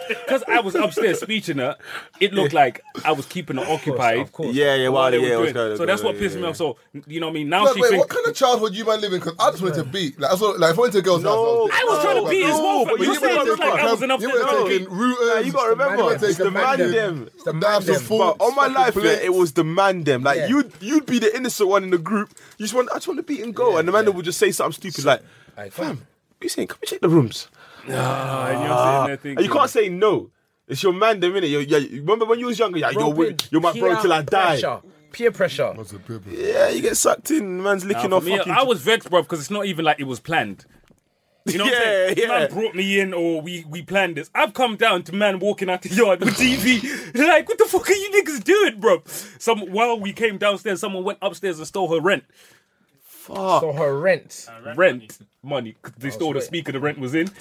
because I was upstairs speeching her, it looked like I was keeping her occupied.
Of course.
Yeah, yeah,
while
wow,
they
yeah.
were doing.
what's going on,
so that's what
going on,
pissed
yeah,
me
yeah.
off. So you know what I mean. Now
Wait,
she
wait,
thinks
what kind of childhood you man living? Because I just wanted to beat. Like, I was like if I went to a girl's
No,
house,
I was trying to beat his
No,
wife.
but
But you
you
said
were
it was like
taking-
I was an
You were
No.
upstairs.
taking rooters.
Nah, you gotta remember,
You were
it's the
taking
man
mandem.
them. It's
the man
Dabs and
them.
forks,
But all my
fucking
life, yeah,
plates.
it was the man them. Like
Yeah.
you'd you'd be the innocent one in the group. You just want I just want to beat and go, and the man would just say something stupid like, "Fam,
Aye, fam.
what you saying? Come and check the rooms."
And you're sitting there
And Ah. you
thinking-
can't say no. It's your man them, innit? You're, yeah, you remember when you was younger? Yeah, you're with, you're my bro
peer
till I die.
pressure. Peer pressure.
Lots of people.
Yeah, you get sucked in. Man's licking
Nah,
off.
for me,
fucking
I was vexed, bro, because it's not even like it was planned. You know what I'm saying?
Yeah, yeah.
Man brought me in or we, we planned this. I've come down to man walking out the yard with TV. like, what the fuck are you niggas doing, bro? Some While we came downstairs, someone went upstairs and stole her rent.
fuck.
So her rent.
Rent money. 'cause
Oh,
They stole the
sweet.
speaker the rent was in.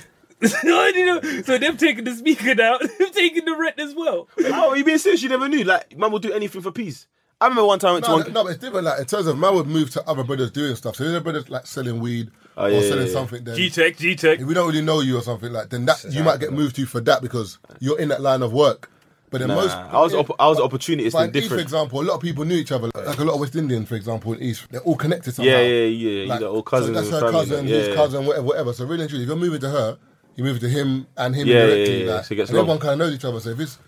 You know, so they've taken the speaker down. They've taken the rent as well.
Oh, you being serious? You never knew. Like man will do anything for peace. I remember one time I went
No,
to one.
no, but it's different. Like in terms of man would move to other brothers doing stuff. So if their brothers like selling weed or
Oh, yeah,
selling
yeah, yeah.
something, then
G-Tech, G-Tech.
if we don't really know you or something like, then that you might get moved to for that because you're in that line of work. But then most,
Nah, I was opp- I was opportunist
But
and
in East, for
different.
example, a lot of people knew each other. Like, like a lot of West Indians, for example, in East, they're all connected somehow.
Yeah, yeah, yeah, yeah. you know, all cousins
so that's
and
her
family.
cousin,
yeah,
his
yeah.
cousin, whatever, whatever. So really and truly, if you're moving to her, you're moving to him and him
Yeah, yeah,
directly.
yeah, yeah.
Like,
So it gets
and everyone
long.
kind of knows each other. So if it's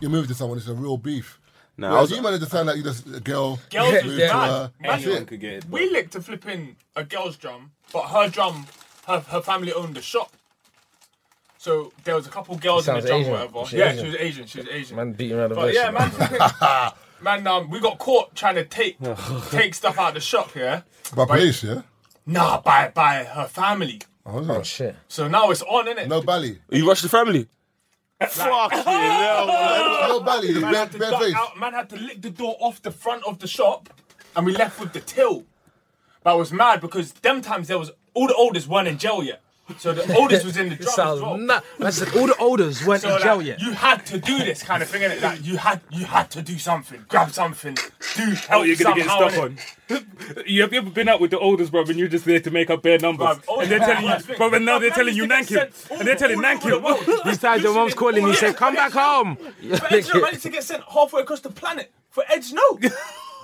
you're moving to someone, it's a real beef. Now
Nah, I
Whereas
was-
you managed to sound like you just a girl.
Girls
moved
is
to
mad.
her,
Anyone
that's it.
could get it.
We licked to flipping a girl's drum, but her drum, her, her family owned the shop. So there was a couple girls in the
sounds
drum,
Asian.
whatever.
She's
yeah,
Asian.
she was Asian. She was Asian.
Man beating around the
but
bush.
yeah, man, flipping- man, um, we got caught trying to take take stuff out of the shop. Yeah,
By police, yeah.
nah, by by her family.
Oh, no.
Shit.
So now it's on, innit?
no bally.
You rushed the family. Fuck you,
No bally. Just
Man
bare,
had, to
bare
duck
face.
out, man had to lick the door off the front of the shop and we left with the till. But I was mad because them times there was all the oldest weren't in jail yet. So the oldest was in the
It
drum as
sounds
well.
nut. I said all the olders weren't
So
in jail
like,
yet.
You had to do this kind of thing, innit? Like you had you had to do something, grab something, do
How
help
are you gonna get
somehow,
stuck
innit?
on? you have you ever been out with the oldest brother and you're just there to make up bare numbers?
Bruv,
and they're telling
oldest man, that's
you,
it.
brother, now they're
Bruv,
telling you
man used to get
Nankin,
sent
and they're telling
all over the
Nankin.
world.
This time your mom's calling, you say, come back home.
Imagine I used to get sent halfway across the planet for Edge No.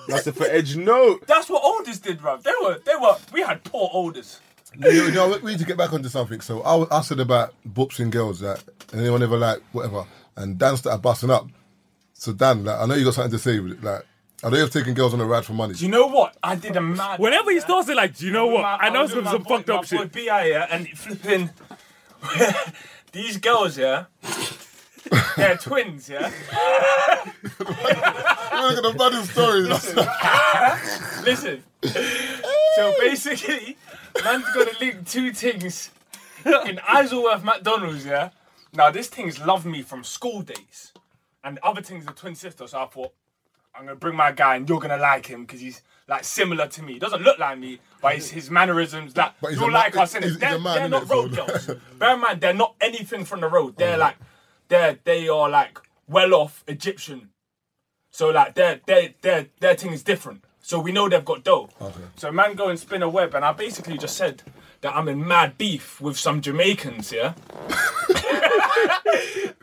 That's it for Edge. No.
That's what Alders did, bruv. They were, they were, we had poor Alders.
you know, we- we need to get back onto something. So I, was- I said about boobs and girls that anyone ever like whatever, and Dan started busting up. So Dan, like, I know you got something to say. with it, Like, I know you've taken girls on a ride for money.
Do you know what? I did a mad.
Whenever he starts it, like, do you know what?
My-
I know
was
some
with
some
my boy-
fucked up
My boy
shit.
Bi yeah, and flipping. These girls, yeah. They're twins, yeah.
Look at the bloody stories. That's-
Listen. so basically, man's gonna link two things in Isleworth McDonald's, yeah. Now this thing's loved me from school days, and the other thing's a twin sister. So I thought I'm gonna bring my guy, and you're gonna like him because he's like similar to me. He doesn't look like me, but his, his mannerisms that
But he's
you'll
a ma-
like us.
he's-
Innit?
he's
They're,
a man,
they're not
innit, so-
road girls. Bear in mind, they're not anything from the road.
Mm-hmm.
They're like they're they are like well off Egyptian. So like their their their their thing is different. So we know they've got dough. So man go and spin a web and I basically just said that I'm in mad beef with some Jamaicans, yeah?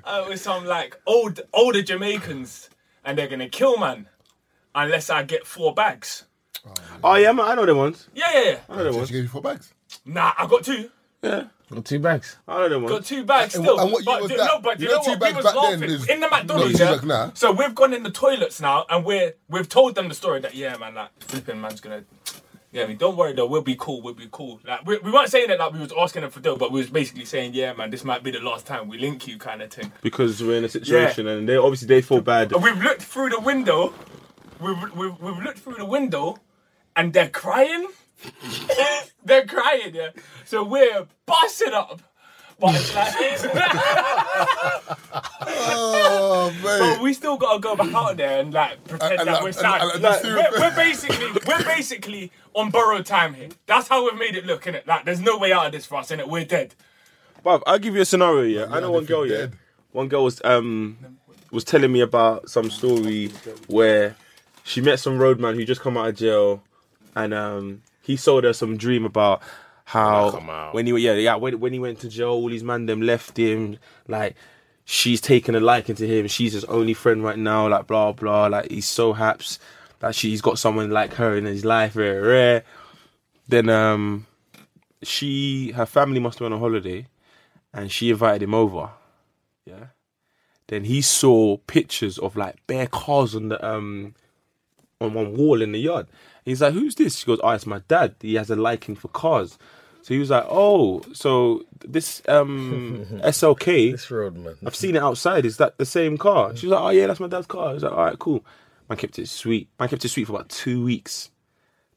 uh, with some like old older Jamaicans and they're gonna kill man unless I get four bags.
Oh yeah, man, I know them ones.
Yeah, yeah, yeah.
I know them
She
ones.
gave you four bags.
Nah, I got two.
Two bags.
I know them
Got
ones.
two bags
And
still.
wh- and what year
but
was
you
that?
know, but
You
you
know
know,
two
what?
bags
we was
back then
laughing
is-
in the McDonald's.
no, two
yeah?
bags now.
So we've gone in the toilets now, and we're we've told them the story that yeah, man, like flipping man's gonna. Yeah, I mean, don't worry though. We'll be cool. We'll be cool. Like we, we weren't saying that like we was asking them for dough, but we was basically saying, yeah, man, this might be the last time we link you, kind of thing.
Because we're in a situation and they obviously they feel bad.
And we've looked through the window. We've we've, we've looked through the window, and they're crying. they're crying. Yeah. So we're busting up. But it's like.
Oh
But
man.
we still gotta go back out there and like
And-
pretend
and
that
like-
we're
and-
sad.
and like
Like,
the
we're,
serial-
we're basically we're basically on borrowed time here. That's how we've made it look, innit? Like there's no way out of this for us, innit? We're dead.
Bruv, I'll give you a scenario, yeah. I know one girl, yeah.
dead.
One girl was um was telling me about some story where she met some roadman who just come out of jail and um he sold her some dream about how when he yeah, yeah, when when he went to jail, all these man them left him, like she's taken a liking to him, she's his only friend right now, like blah blah, like he's so haps that she's got someone like her in his life, rare rare. Then um she her family must have been on holiday and she invited him over. Yeah. Then he saw pictures of like bare cars on the um on one wall in the yard. He's like, Who's this? She goes, Oh, it's my dad. He has a liking for cars. So he was like, Oh, so this um SLK
This road, man.
I've seen it outside. Is that the same car? She was like, oh yeah, that's my dad's car. I was like, all right, cool. Man kept it sweet. Man kept it sweet for about two weeks.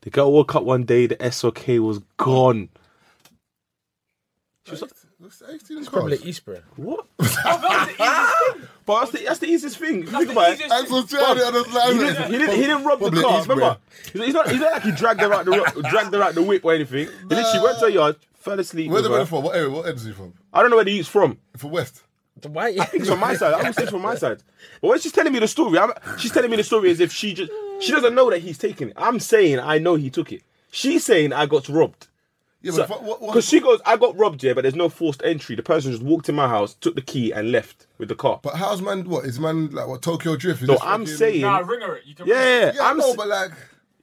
The girl woke up one day, the SOK was gone.
It's
Probably Eastbourne.
What?
That's
But that's Oh, the, that's the easiest thing. If you think
the
about it,
easiest
I was trying to
he
understand.
didn't, he didn't, he didn't rob the
Probably
car.
East
Remember, he's not, he's not like he dragged her out the ro- dragged her out the whip or anything. He literally went to her yard, fell asleep.
Where's
with
the brother
her.
from? What area? What area is he from?
I don't know where he's from.
From West.
Why?
It's on my side. I would say it's from my side. But when she's telling me the story, I'm, she's telling me the story as if she just she doesn't know that he's taking it. I'm saying I know he took it. She's saying I got robbed.
Yeah,
Because
but what, what,
she goes, I got robbed here, but there's no forced entry. The person just walked in my house, took the key, and left with the car.
but how's man? What is man like? What Tokyo Drift? Is
so
this
I'm
fucking-
saying,
Nah, ringer it. You can
yeah, yeah, yeah,
Yeah, i
I'm,
know,
s-
but like,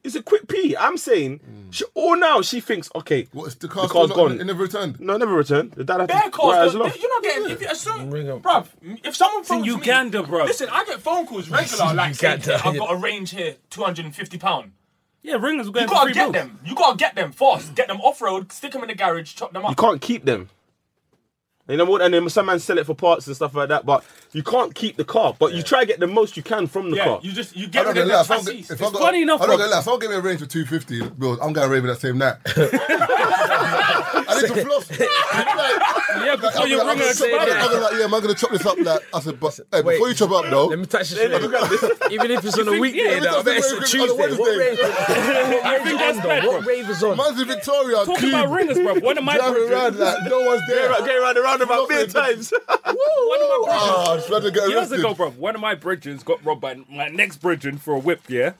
it's a quick pee. I'm saying, she, all now she thinks, okay,
what's the car?
the car's
still not-
gone.
It never returned.
no, never returned. The dad had
Bear
to wire
calls,
us
you're
off.
not getting. If, you- as soon,
Ring up.
bruv, if someone phones
Uganda,
me,
bruv.
Listen, I get phone calls regular. Like, saying,
Uganda,
I've
yeah.
got a range here, two hundred and fifty pound.
Yeah, ringers were going
You
for
gotta
free
get
meals.
them. You gotta get them fast. Get them off road. Stick them in the garage. Chop them
You
up.
can't keep them. You know what? And then some man sell it for parts and stuff like that, but you can't keep the car. But you try to get the most you can from the
Yeah,
car.
you just you
I'm
get
not
rid
gonna
of the
lie. If I'm,
chassis.
if I'm gonna,
funny enough,
I'm not
bro.
gonna lie. If I'm giving a range for two fifty, bro, I'm going rave that same night. I need to floss.
Yeah, before
I'm
your
gonna- I'm
ringer
gonna chop- I'm gonna-
expired.
I'm gonna like, yeah, man, I'm gonna chop this up. Like, I said, but hey,
Wait.
before you chop up, though,
Let me touch this shit. Even if it's on a
think- yeah, let
weekday,
me
now,
touch
but it's
this
a
rave
Tuesday.
on a
What rave?
Wednesday.
What
think
rave
that's
is on?
bad,
though?
bro.
What rave is on?
man's in Victoria.
Talk about ringers, bro. One of my
Driving around
brothers-
like no one's there.
Get around the roundabout beer times.
one of my brothers-
Ah, I'm trying to get
Years
arrested.
ago, bro, one of my bridges got robbed by my next bridging for a whip, yeah?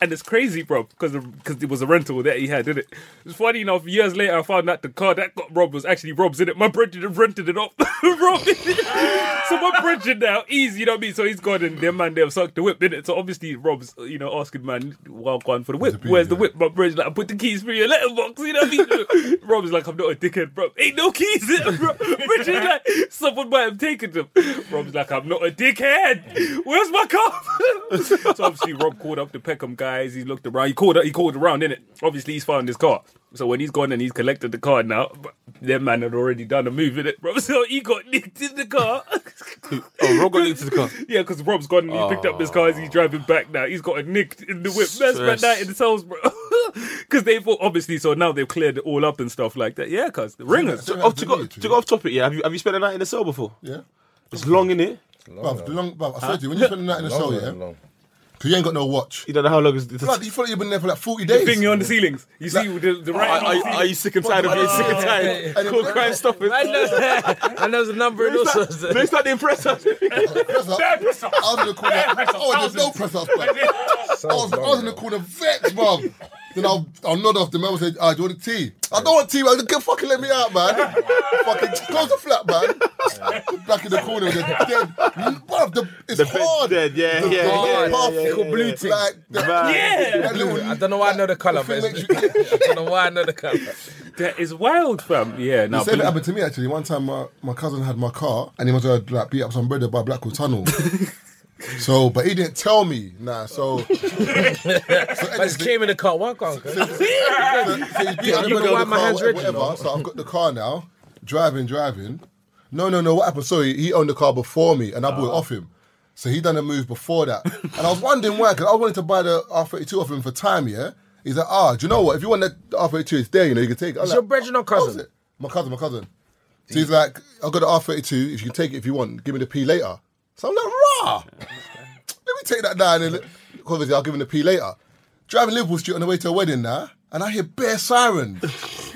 And it's crazy, bro, because because it was a rental that he had, did it? It's funny enough. Years later, I found out the car that got robbed was actually Rob's in it. My brethren had rented it off Rob. so my brethren now, easy, you know what I mean? So he's gone and their man they have sucked the whip, did it? So obviously Rob's, you know, asking man, well gone for the whip.
beat,
Where's the
yeah.
whip? My brethren like, I put the keys through your letterbox, you know what I mean? Rob's like, I'm not a dickhead, bro. Ain't no keys in it, bro. Brethren like, someone might have taken them. Rob's like, I'm not a dickhead. Where's my car? so obviously Rob called up the Peckham guys. He looked around. He called. He called around in it. Obviously he's found his car. So when he's gone and he's collected the car now, but their man had already done a move in it, bro. So he got nicked in the car.
Oh, Rob got linked to the car.
yeah, because Rob's gone and he picked up this car as he's driving back now. He's got a nicked in the whip. Man spent
Stress.
that in the cells, bro. Because they thought obviously. So now they've cleared it all up and stuff like that. Yeah, cause the ringers.
So-
Oh, to go to go off topic, yeah. Have you have you spent a night in the cell before?
Yeah.
It's long in it.
Bruv, long, bruv, I swear to you, when you spend the night in the cell, Oh, yeah,
long.
because you ain't got no watch.
You don't know how long is this.
Blood, you feel like you've been there for like 40
The
days.
thing on the ceilings. You see the, the
Are,
right.
are, are you sick and tired of being sick and tired? Call crime stoppers.
I know, I know the number and all sorts.
No, it's not the impressor.
Press up. I
Press up.
was in the corner. Oh, there's no press ups, bruv. I was, I was in the corner vexed, bruv. Then I'll, I'll nod off the man and say, ah, do you want a tea? I don't want tea, man. Get, fucking let me out, man. fucking close the flap, man. Back in the corner with the dead. Bruv, the, it's
The bed's
hard.
dead, yeah,
the,
yeah,
the
yeah,
puff,
yeah, yeah,
the
yeah.
blue tick. Like, the,
Yeah.
that little-
I don't know why I know the colour,
thing
but it's,
makes you-
I don't know why I know the colour.
That is wild, fam. Yeah, no.
The same thing happened to me actually. One time, my, my cousin had my car and he was gonna like beat up some brother by Blackwell Tunnel. so, but he didn't tell me. Nah, so. so,
I just came in the car. Why can't I?
so he's beat up the
You know
brother
why
in the
my
car,
hand's
whatever,
red, you know?
whatever. So I've got the car now, driving, driving. No, no, no. What happened? Sorry, he owned the car before me and I bought it off him. So he done a move before that, and I was wondering why because I wanted to buy the R32 off him for time. Yeah, he's like, ah, do you know what? If you want that R32, it's there. You know, you can take it. I'm
It's
like,
your brethren or
How's
cousin?
it? My cousin, my cousin. So he's like, I've got the R32. If you can take it if you want, give me the P later. So I'm like, rah! Let me take that down and obviously I'll give him the P later. Driving Liverpool Street on the way to a wedding now, and I hear bare siren.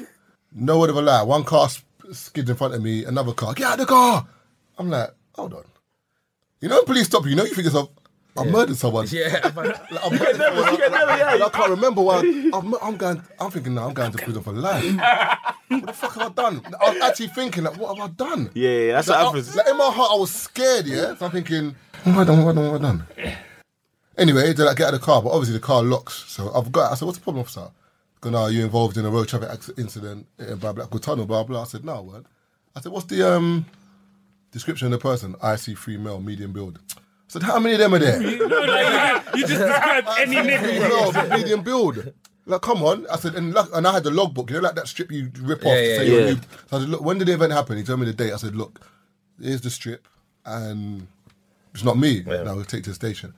no word of a lie. One car sk- skids in front of me, another car, get out of the car. I'm like, hold on. You know when police stop you, you know you think to yourself, I murdered someone.
Yeah, man.
Like, I'm going to-
you get nervous, yeah.
And I can't remember why. I'm, I'm going. I'm thinking now. I'm going to prison for life. what the fuck have I done? I was actually thinking like, what have I done?
Yeah, yeah, that's what
Like, I-
happens.
like, in my heart, I was scared. Yeah, so I'm thinking, what have I done? What have I done? What have I done? Anyway, then I get out of the car, but obviously the car locks. So I've got. I said, what's the problem, officer? Going, are you involved in a road traffic acc- incident uh, by Blackwood Tunnel? Blah blah. I said, no, I weren't. I said, what's the um description of the person? I see three male, medium build. I said, how many of them are there?
No, no, you, you just described any nigga, bro.
No, but medium build. Like, come on. I said, and, look, and I had the logbook, you know, like that strip you rip off to
yeah,
say you're
yeah.
new. So I said, look, when did the event happen? He told me the date. I said, look, here's the strip, and it's not me. Now we'll take to the station.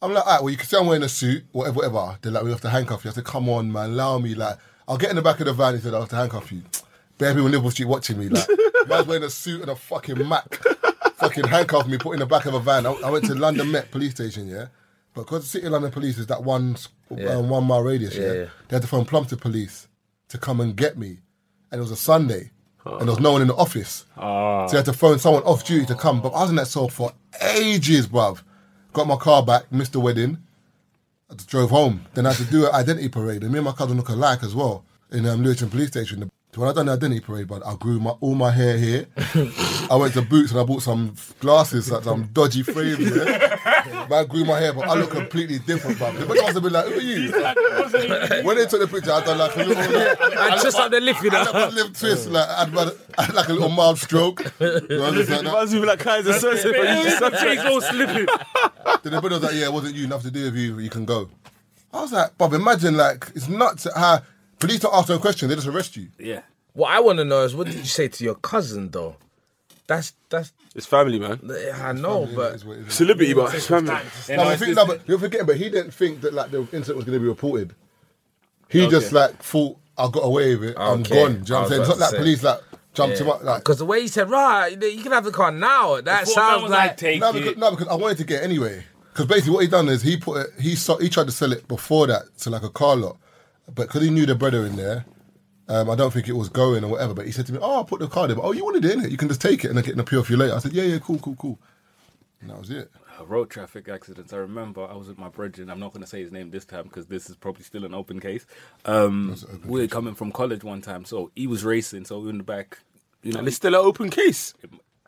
I'm like, all right, well, you can say I'm wearing a suit, whatever, whatever. They're like, we have to handcuff you. I said, come on, man, allow me. Like, I'll get in the back of the van. He said, I'll have to handcuff you. Bare people in Liverpool Street watching me. Like, man's wearing a suit and a fucking Mac. fucking handcuffed me, put in the back of a van. I, I went to London Met police station, yeah? But because the City of London police is that one, s- uh, one mile radius, yeah,
yeah.
They had to phone Plumpton police to come and get me. And it was a Sunday. And there was no one in the office. So I had to phone someone off duty to come. But I was in that cell for ages, bruv. Got my car back, missed the wedding. I just drove home. Then I had to do an identity parade. And me and my cousin look alike as well in um, Lewisham Police Station. So when I done the identity parade, but I grew my, all my hair here. I went to Boots and I bought some glasses, like some dodgy frames. Yeah? but I grew my hair, but I look completely different, bruv. But I must have been like, who are you? when they took the picture, I done like a little...
I just up the lift, you
I
know.
had a lip twist, like I'd rather, I had like a little mild stroke. You know, just like that.
Reminds me of like Kaiser Soze, but you just
Just J's all slipping.
Then the brother was like, "Yeah, it wasn't you. Nothing to do with you. You can go." I was like, "Bob, imagine like it's nuts at how police don't ask no question. They just arrest you."
Yeah.
What I want to know is, what did you say to your cousin though? That's that's
It's family, man.
I know,
That
but
is what it is.
Celebrity, but it's family.
You
No,
know,
I
it's
think,
just-
no, but you're forgetting. But he didn't think that like the incident was going to be reported. He just like thought I got away with it. I'm gone. Do
Okay.
you know
I
what I'm
was
saying? It's not
about to
like
say.
police like jumped him up. Like,
because the way you said, right, you can have the car now. That
Well, that
sounds
was
like
take
no,
it.
because, no, because I wanted to get it anyway. Because basically, what he done is he put it, he so, he tried to sell it before that to like a car lot, but because he knew the brother in there, um, I don't think it was going or whatever. But he said to me, "Oh, I put the car there. But, oh, you wanted it in it? You can just take it and I get an appeal for you later." I said, "Yeah, yeah, cool, cool, cool." And that was it.
Uh, road traffic accidents. I remember I was with my brethren. I'm not going to say his name this time because this is probably still an open case. Um, we were coming from college one time, so he was racing. So we were in the back, you know.
And it's still an open case.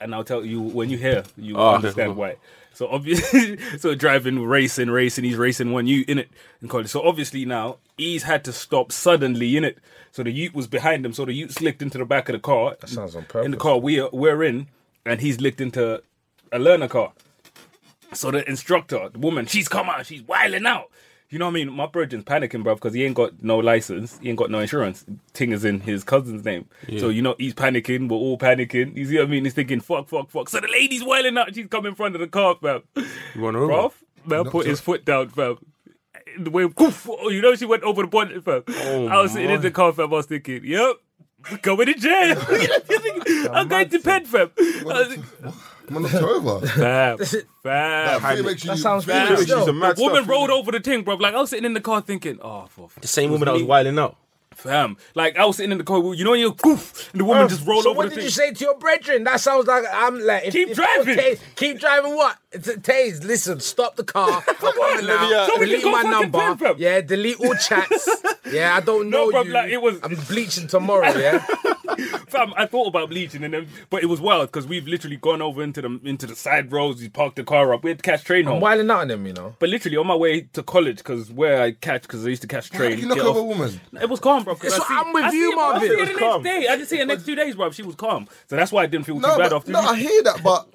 and I'll tell you when you hear, you
Oh, okay,
understand
cool.
why. So obviously, so driving, racing, racing, he's racing one you in it in college. So obviously now he's had to stop suddenly in it. So the Ute was behind him. So the Ute slipped into the back of the car. That
sounds on
In the
purpose.
car we are, we're in, and he's licked into a learner car. So the instructor, the woman, she's come out, she's wilding out. You know what I mean? My brother's panicking, bruv, because he ain't got no license, he ain't got no insurance. Ting is in his cousin's name. So, you know, he's panicking, we're all panicking. You see what I mean? He's thinking, fuck, fuck, fuck. So the lady's wilding out, she's come in front of the car, fam.
You want to
Bruv, man put
her.
his foot down, fam. The way, oof, oh, you know, she went over the bonnet, fam. I was sitting in the car, fam, I was thinking, yep. Going to jail. I'm going to pen, fam. I was like,
Man, knocked her over.
Fam, fam.
That really makes you-
That sounds
really
bad.
makes you-
Still.
She's a mad
The woman
stuff,
rolled over the thing, bro. Like I was sitting in the car thinking, oh, for
The same woman that was wilding out.
fam. Like I was sitting in the car, you know, you goof, and the woman just rolled
so
over
what
the
did
thing.
you say to your brethren? That sounds like I'm like if,
Keep
if
driving.
Taze- keep driving what? It's a Taze, listen, stop the car. I'm coming now.
Olivia.
Somebody
delete
uh, go
my
fucking
number.
pen, fam.
yeah, delete all chats. yeah, I don't
No,
know
bruv,
you.
like, it was-
I'm bleaching tomorrow. Yeah,
Fam, I thought about bleaching, and then, but it was wild because we've literally gone over into the into the side roads. We parked the car up. We had to catch train home.
I'm wilding out on them, you know.
But literally on my way to college, because where I catch, because I used to catch train.
You knock
get
over a
off-
woman.
It was calm, bro.
It's- I'm with you, Marvin.
I see her
It
the
was
next
calm.
day. I didn't see her next two days, bro. She was calm, so that's why I didn't feel too
No,
bad
but,
after.
no, I hear that, but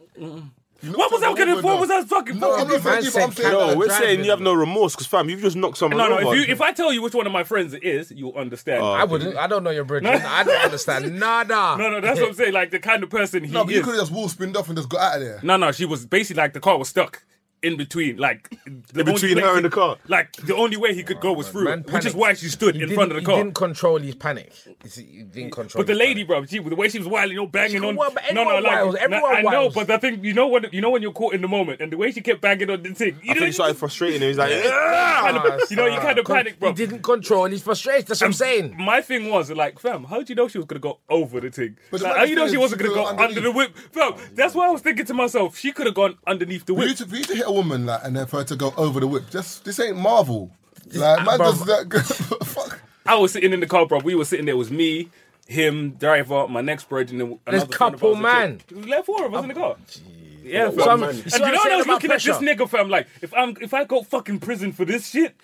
what was I gonna? What was I fucking?
No, I'm not
Man
saying you, but I'm
said
saying
cat.
No,
that.
we're
driving.
saying you have no remorse because, fam, you've just knocked someone
No,
over.
no. If you, if I tell you which one of my friends it is, you'll understand.
I wouldn't. I don't know your brethren. I don't understand nada.
no, no. That's what I'm saying. Like the kind of person he
No, but you
is.
could have just wall spinned off and just got out of there.
No, no. She was basically like the car was stuck in between, like the only
between
way
her
he-
and the car.
Like the only way he could go was through,
Oh, Man
it, which is
panicked.
why she stood
He
in front of the
didn't- He
car.
didn't control his panic. You see, He didn't control.
But the
his
lady,
panic.
bro, she, the way she was wilding, you know, banging
She
on.
was, but everyone wiles, everyone
I know,
wiles.
but the thing, you know what, you know when you're caught in the moment, and the way she kept banging on the thing, you know,
I think he started frustrating him. He's like, "Ah!"
kind of- you know, you
Nah,
kind of
con-
panic, bro.
He didn't control his frustration. That's what I'm saying.
My thing was like, fam, how do you know she was gonna go over the thing?
But
like,
like
how
I
you know
said,
she wasn't
she
gonna go
could've
under
gone
the whip, fam? That's why I was thinking to myself, she could have gone underneath the
For
whip.
you, to, for you to hit a woman like, and then for her to go over the whip, just this ain't Marvel. Like, man, does that. Fuck.
I was sitting in the car, bro. We were sitting there. It was me, him, driver, my next brother, and then
There's
another friend of ours,
couple
the
man.
chick. There were four of us in the car. Yeah,
So
fam.
I'm-
and
you see
you
what
know
I'm
what I
saying
was
about
looking at
pressure?
this nigga, fam. Like, if I'm if I go fucking prison for this shit,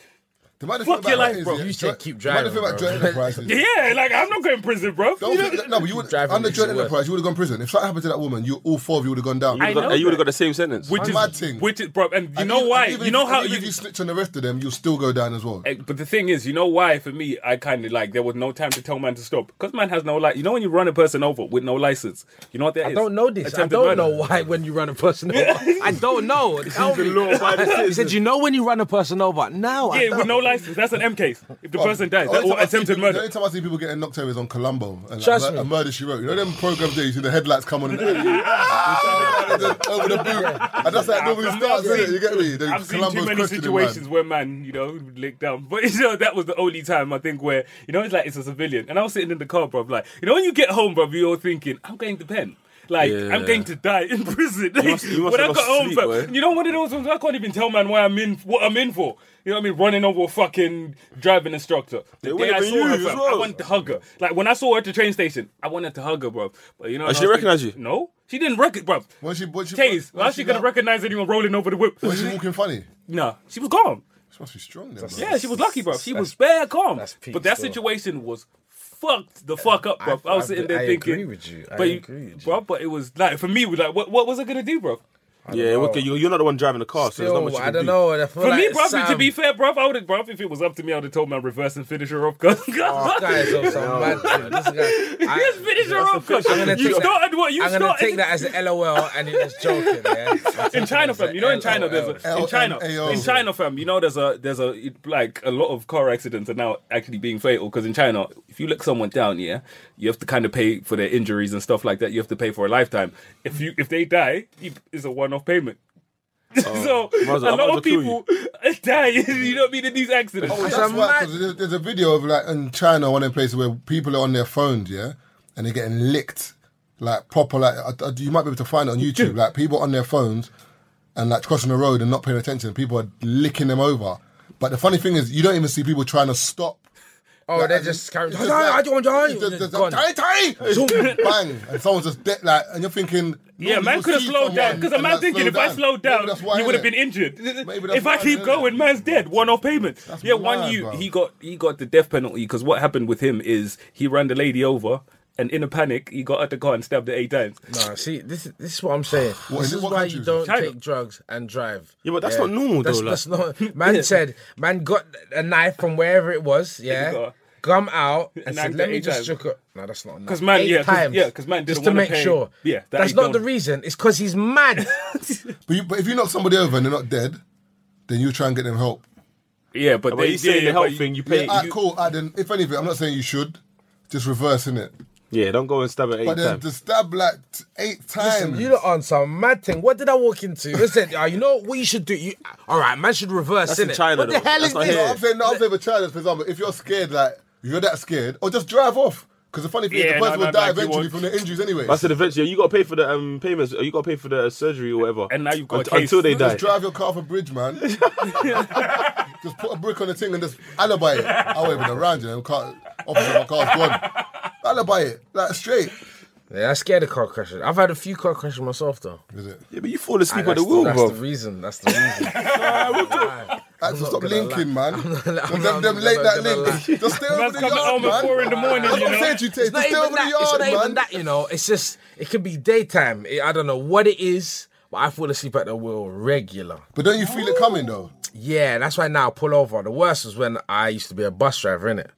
The maddest
Fuck
thing
your
about
life,
it is,
bro.
yeah,
You
joint-
said keep
the maddest
driving,
thing about
bro.
joint enterprise is-
yeah, like I'm not going to prison, bro.
Don't
You know-
think- no, but you would
driving
under
makes
joint
it worse.
enterprise. You would have gone prison. If something happened to that woman, you all four of you would have gone down.
I know
You would have
that.
got the same sentence.
Which
mad
is
thing.
which is, bro. And you
And
know
even-
why?
and even
You
if-
know
and
how
even
you
if you snitch on the rest of them, you'll still go down as well.
Eh, But the thing is, you know why? For me, I kind of like there was no time to tell man to stop because man has no like. You know when you run a person over with no license, you know what that
I don't know this. I
Attempted
don't
murder.
know why when you run a person over. I don't know. Tell me.
law-abiding
He
citizen.
said, "You know when you run a person over." No, I
Yeah,
don't.
with no license, that's an M case. If
Oh,
the person dies,
Only
that, or
time I see people-
attempted
The
murder.
only time I see people getting knocked over is on Columbo. And like,
Trust
mur-
me.
a murder she wrote. You know them programs there, you see the headlights come on and, Ah! And then over the boot. And that's how it normally
I've
starts,
seen-
innit? You get me? The
I've
Columbo's
seen too many
questioning,
situations
man.
where man, you know, licked down. But you know, that was the only time I think where you know it's like it's a civilian, and I was sitting in the car, bro. Like you know, when you get home, bro, you're thinking, I'm going to pen. Like I'm
Yeah.
going to die in prison.
must- you must
when I
have
got
lost
home,
sleep,
bro,
boy.
you know one of those ones I can't even tell man why I'm in, what I'm in for. You know what I mean? Running over a fucking driving instructor. The
It
day
would've
I
been
saw her,
you as
fam, I
well.
wanted to hug her. Like when I saw her at the train station, I wanted to hug her, bro. But you know, I
And she
was
didn't recognize
thinking-
you?
No, she didn't recognize, bro.
When she, when she,
Taze,
when
how's she gonna
got-
recognize anyone rolling over the whip?
When she walking funny.
No, she was calm.
She must be strong then, bro.
Yeah, she was lucky, bro. She was bare calm.
that's peak
But that
still.
situation was fucked the fuck up, bro. I,
I-
was
I-
sitting there
I agree
thinking.
with you. I
but
agree with you.
bro. But it was like for me, it was like what what was I gonna do, bro?
Yeah, okay, you- you're not the one driving the car, so there's not much
Still,
you
I
can
don't
do.
know. I feel
For
like
me, bro,
Sam,
to be fair, bro, I would have, bro, if it was up to me, I would have told my reverse and finish her off. Cause,
this guy is on some mad shit. This guy, I-
just finish her off. Cause
I'm gonna
you
take that-
started what you
I'm
started.
gonna take that as an LOL, and he was joking. Yeah,
in China, fam. You know, in China, there's a, in China,
LMAO.
in China, fam. You know, there's a there's a like a lot of car accidents are now actually being fatal because in China, if you look someone down, yeah, you have to kind of pay for their injuries and stuff like that. You have to pay for a lifetime. If you if they die, it- it's a one off payment. so
well,
a
I might
lot
as
of
well kill
people die. you know what I mean in these accidents.
Oh,
That's
that's
a
why,
mad-
'cause there's- there's a video of like in China, one of them places where people are on their phones, yeah, and they're getting licked, like proper, like I- I- you might be able to find it on YouTube, like people on their phones, and like crossing the road and not paying attention. People are licking them over. But the funny thing is, you don't even see people trying to stop.
Oh, they're
and
just carrying.
it's
"Hey, I
like-
don't die.
it's just- it's
Gone.
like, "Hey, Tiny!" Bang! And someone's just dead, like, and you're thinking,
Yeah,
normally
man
you'll
could have
see
slowed down
someone
because a
and,
man
like,
thinking
slow
if I
down.
slowed
Maybe
down,
that's why,
he would have
innit?
been injured.
that's
If I
why,
keep
innit?
going, man's dead. One off payment. yeah, one
mad,
you
bro.
he got he got the death penalty because what happened with him is he ran the lady over and in a panic he got out the car and stabbed her eight times.
Nah, see, this is this is what I'm saying.
is
this
it?
is
What
why
country
you
is it?
don't
China.
take drugs and drive.
Yeah, but that's not normal,
that's,
though,
That's not. Man said, man got a knife from wherever it was. Yeah.
got-
Come out
And
and
I
said, "Let
got
me
eight
just
times.
chuck it." No, that's not
Because man,
eight
yeah, 'cause-
times.
yeah, because man didn't
just to
wanna
make
pay-
sure.
yeah, that
that's
he
not the
don't.
reason. It's because he's mad.
But, you, but if you knock somebody over and they're not dead, then you try and get them help.
Yeah, but,
But
they
you say
yeah,
the health
but you-
thing, you
Yeah,
pay.
alright, cool. alright, then, if anything, I'm not saying you should. Just reverse, innit?
Yeah, don't go and stab at eight
But then
times.
the stab like t- eight times.
Listen, you lot on some mad thing. What did I walk into? Listen, uh, you know what you should do. You, all right, man should reverse.
That's in
innit?
China,
What the
though.
hell
That's
is
not
this?
here.
No, I'm saying, no, I'm saying with child, for example, if you're scared, like, if you're that scared, or just drive off. Because the funny thing is,
Yeah,
the
no,
person
no,
will die
like, you
eventually
won't-
from the injuries anyway.
I said eventually you got to pay for the um, payments. You got to pay for the surgery or whatever.
And now you've got a
Unt-
case.
until they die.
Just drive your car off a bridge, man. just put a brick on the thing and just alibi it. I won't even around you. know, Car, obviously, my car's gone. Alibi it, like straight.
Yeah, I scared of car crashes. I've had a few car crashes myself though.
Is it?
Yeah, but you fall asleep at
Ah, that's
the wheel,
that's
bro.
the reason. That's the reason.
Like, so
not
stop
gonna
linking,
lie.
man.
I'm
them
not-
them
I'm
late
not
that
gonna lie.
link. Just stay over
Man's
the
coming
yard,
home at four
man.
in the morning,
That's
you
what I'm
know.
saying to you, Tay.
it's
Just
not
stay
even
over
that.
the
it's
yard,
not even
man.
that. You know, it's just it could be daytime. It- I don't know what it is, but I fall asleep at the wheel regular.
But don't you feel it coming, though?
Yeah, that's why now I pull over. The worst was when I used to be a bus driver, innit?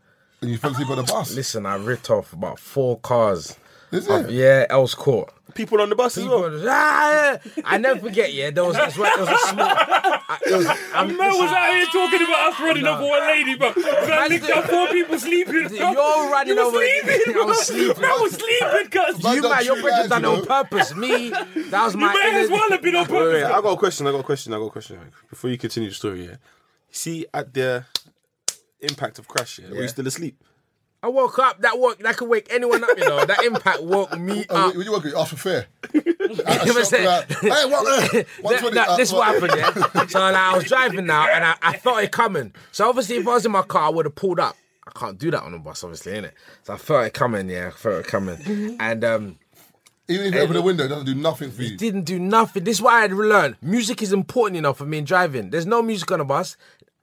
And you fell asleep on the bus.
Listen, I ripped off about four cars.
Is
Up-
it?
yeah, Else Court.
People on the bus as well.
People- ah, yeah. I never forget. Yeah, there was, there was, there was a small. I, there was, I'm,
Man was out here talking about us running
No.
over one lady, bro. 'Cause I licked up four people sleeping.
You're
you
running
were
over-
Sleeping,
I
bro.
was sleeping.
Man was sleeping, cuz.
Man
you
done
man, your
two
brother
lines,
done it
you know.
on purpose. Me, that was my.
may as well have been on
Wait, wait,
purpose.
wait, I got a question. I got a question. I got a question. Before you continue the story, yeah. See at the impact of crash, yeah, were
Yeah.
you still asleep?
I woke up. That woke. That could wake anyone up. You know. That impact woke me
Oh,
up.
when you work, you ask for fair. I, I
Never
shocked
said-
like, hey, what? eh,
Th-
120,
no,
uh,
this is what happened, yeah. So like, I was driving now, and I, I felt it coming. So obviously, if I was in my car, I would have pulled up. I can't do that on a bus, obviously, innit? So I felt it coming, yeah. I felt it coming, and um,
Even if you open the window, it doesn't do nothing for you.
didn't do nothing. This is why I had learned music is important enough for me in driving. There's no music on the bus.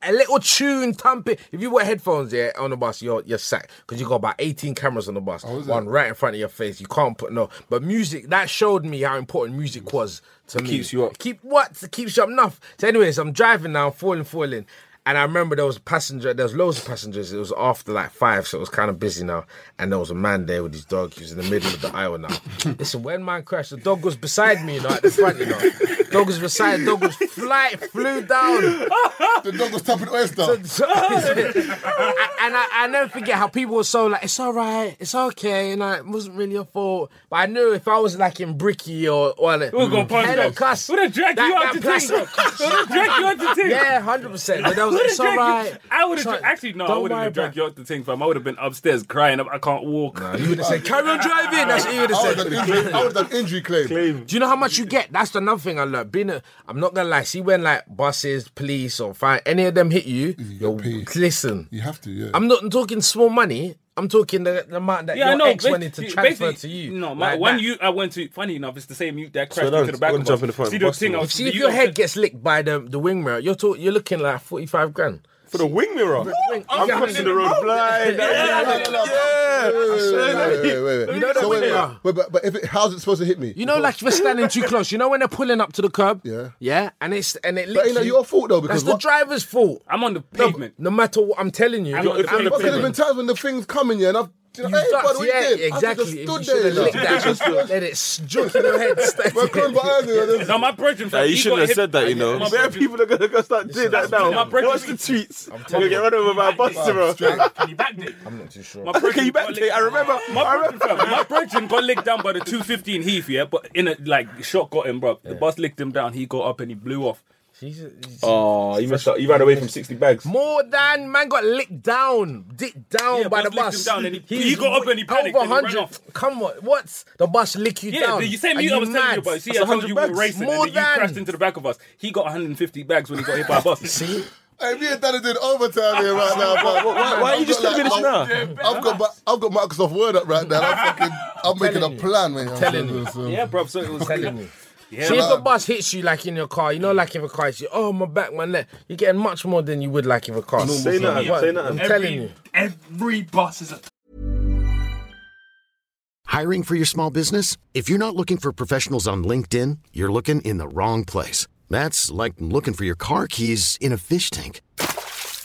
A little tune, thumping. If you wear headphones, yeah, on the bus, you're you're sacked because you got about 18 cameras on the bus,
Oh,
one
is it?
right in front of your face. You can't put no. But music that showed me how important music was to me.
keeps you up.
Keep what? It keeps you up enough. So, anyways, I'm driving now, falling, falling. And I remember there was a passenger, there was loads of passengers. It was after like five, so it was kind of busy now. And there was a man there with his dog. He was in the middle of the aisle now. Listen, when man crashed, the dog was beside me, you know, at the front, you know. Dog was beside, dog was fly, flew down.
The dog was tapping oyster.
So- I- and I, I never forget how people were so like, it's all right, it's okay, and like, it wasn't really your fault. But I knew if I was like in Bricky or or like,
We're gonna punch
Hello,
them.
cuss.
We're gonna drag
That-
you
that
out to
plastic
thing. We're gonna drag you out to thing.
yeah, hundred percent. But that was
Would've
it's all
dragged you-
right.
I would
It's
have
all right.
actually no. I
Don't
wouldn't
worry
have dragged
about
you out the thing, fam. I would have been upstairs crying. I can't walk.
it. You would have said, "Carry on driving." That's what you would
I
have
would have
said.
done injury, I would've done injury claim.
Do you know how much you get? That's another thing I learned. Being a, I'm not gonna lie. See, when like buses, police, or fire, any of them hit you, you're
pay.
listen.
You have to, yeah.
I'm not talking small money. I'm talking the, the amount that
Yeah, I
your
know.
ex
ba-
wanted to
you-
transfer
basically-
to you.
No, my,
Like
one
that.
you I went to. Funny enough, it's the same you that crashed
now
into the
it's
back
gonna
of
jump
us.
in the front
See
of
the
bus
thing? I
now.
was,
See, if
you
your
know,
head gets licked by the the wing mirror, you're talk, you're looking like forty five grand.
For the wing mirror.
Wing-
I'm
Yeah.
crossing the road blind.
Wait, wait, wait, wait.
You know that
So wait,
when
wait, wait,
they are-
wait, but, but if it, how's it supposed to hit me?
You know, like if you're standing too close. You know when they're pulling up to the curb.
Yeah.
Yeah, and it's and it.
But ain't that
literally-
your fault though?
That's
Because
the
what,
driver's fault.
I'm on the pavement.
No matter what, I'm telling you.
I'm on
You're-
the
if you're on the
But there's
pavement.
been times when the thing's coming, yeah, and I've. You know,
you
hey,
ducked,
brother, what
yeah,
you did?
exactly.
I
If
just
you
stood
should have
there.
licked
Like,
that, just let it juke in your head. stack
we're
it.
crying behind you. and
No,
then-
my brethren. fam,
Nah, you
got
shouldn't have
hit-
said that, you
My
know. Bare
brethren-
people are gonna go start doing that now.
my brother-
Watch the tweets. I'm
telling
gonna get run over by a bus tomorrow.
straight.
Can you back it?
I'm not too sure.
my
Okay,
brethren
you
got
better
licked-
take. I remember. I
My
remember.
brethren, fam, my brethren got licked down by the 215 Heath, yeah, but in a like shot got him, bro. The bus licked him down. He got up and he blew off.
She's, she's-
Oh, you messed up. You ran away from 60 bags.
More than man got licked down, dicked down
Yeah,
by
bus
the
licked
bus.
him down and he- he got up and he panicked
Over
and he ran
100.
off.
Come on, what? The bus lick you
Yeah,
down?
the same
Are
you I was telling you
mad?
about. See, I
That's
told
100
you we were
bags.
racing
More
and then you crashed
than.
into the back of us. He got 150 bags when he got hit by a bus.
See,
Hey, me and Danny did overtime here right now, bro.
why- why are you
I've
just
got,
telling me this
I've- I've got, my- I've got Microsoft Word up right now. I'm fucking, I'm making a
you.
plan, man.
Telling you.
Yeah, bro. So it was.
telling you.
Yeah,
See, if
man.
the bus hits you like in your car, you know, like if a car hits you, oh my back, my neck. You're getting much more than you would like if a car.
Say nothing.
What-
Say nothing.
I'm
Every,
telling you.
Every bus is a
Hiring for your small business? If you're not looking for professionals on LinkedIn, you're looking in the wrong place. That's like looking for your car keys in a fish tank.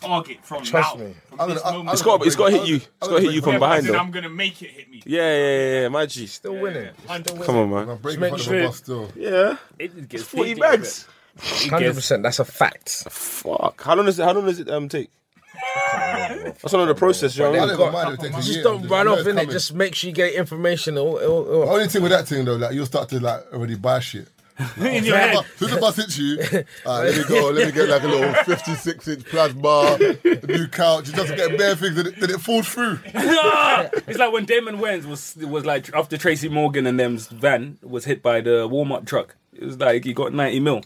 target from
Trust
now.
me.
From
I'm
this
gonna- I'm-
moment.
It's got, it's got to hit you. It's got to hit you
Yeah,
from
but I
behind,
said
though.
I'm gonna make it hit me.
Yeah, yeah, yeah, yeah. My G.
Still winning.
Come on, man.
I'm breaking front of a bus still.
Yeah.
It gets
40
taken a bit.
bags.
It
Hundred
gets-
percent. That's a fact.
Fuck. How long does it, how long does it um, take? That's another process, you know what I
I
mean?
don't even mind if it takes a
Just
year.
don't
I'm
run
I know
off
it's
in it.
coming.
Just make sure you get information. It'll, it'll, it'll-
The only thing with that thing though, like you'll start to like already buy shit.
in your head.
Soon as the bus hits you, uh, let me go. Let me get like a little 56 inch plasma, a new couch. It doesn't get bare things, then it, then it falls through.
Ah! it's like when Damon Wayans was was like after Tracy Morgan and them's van was hit by the Walmart truck. It was like he got ninety mil.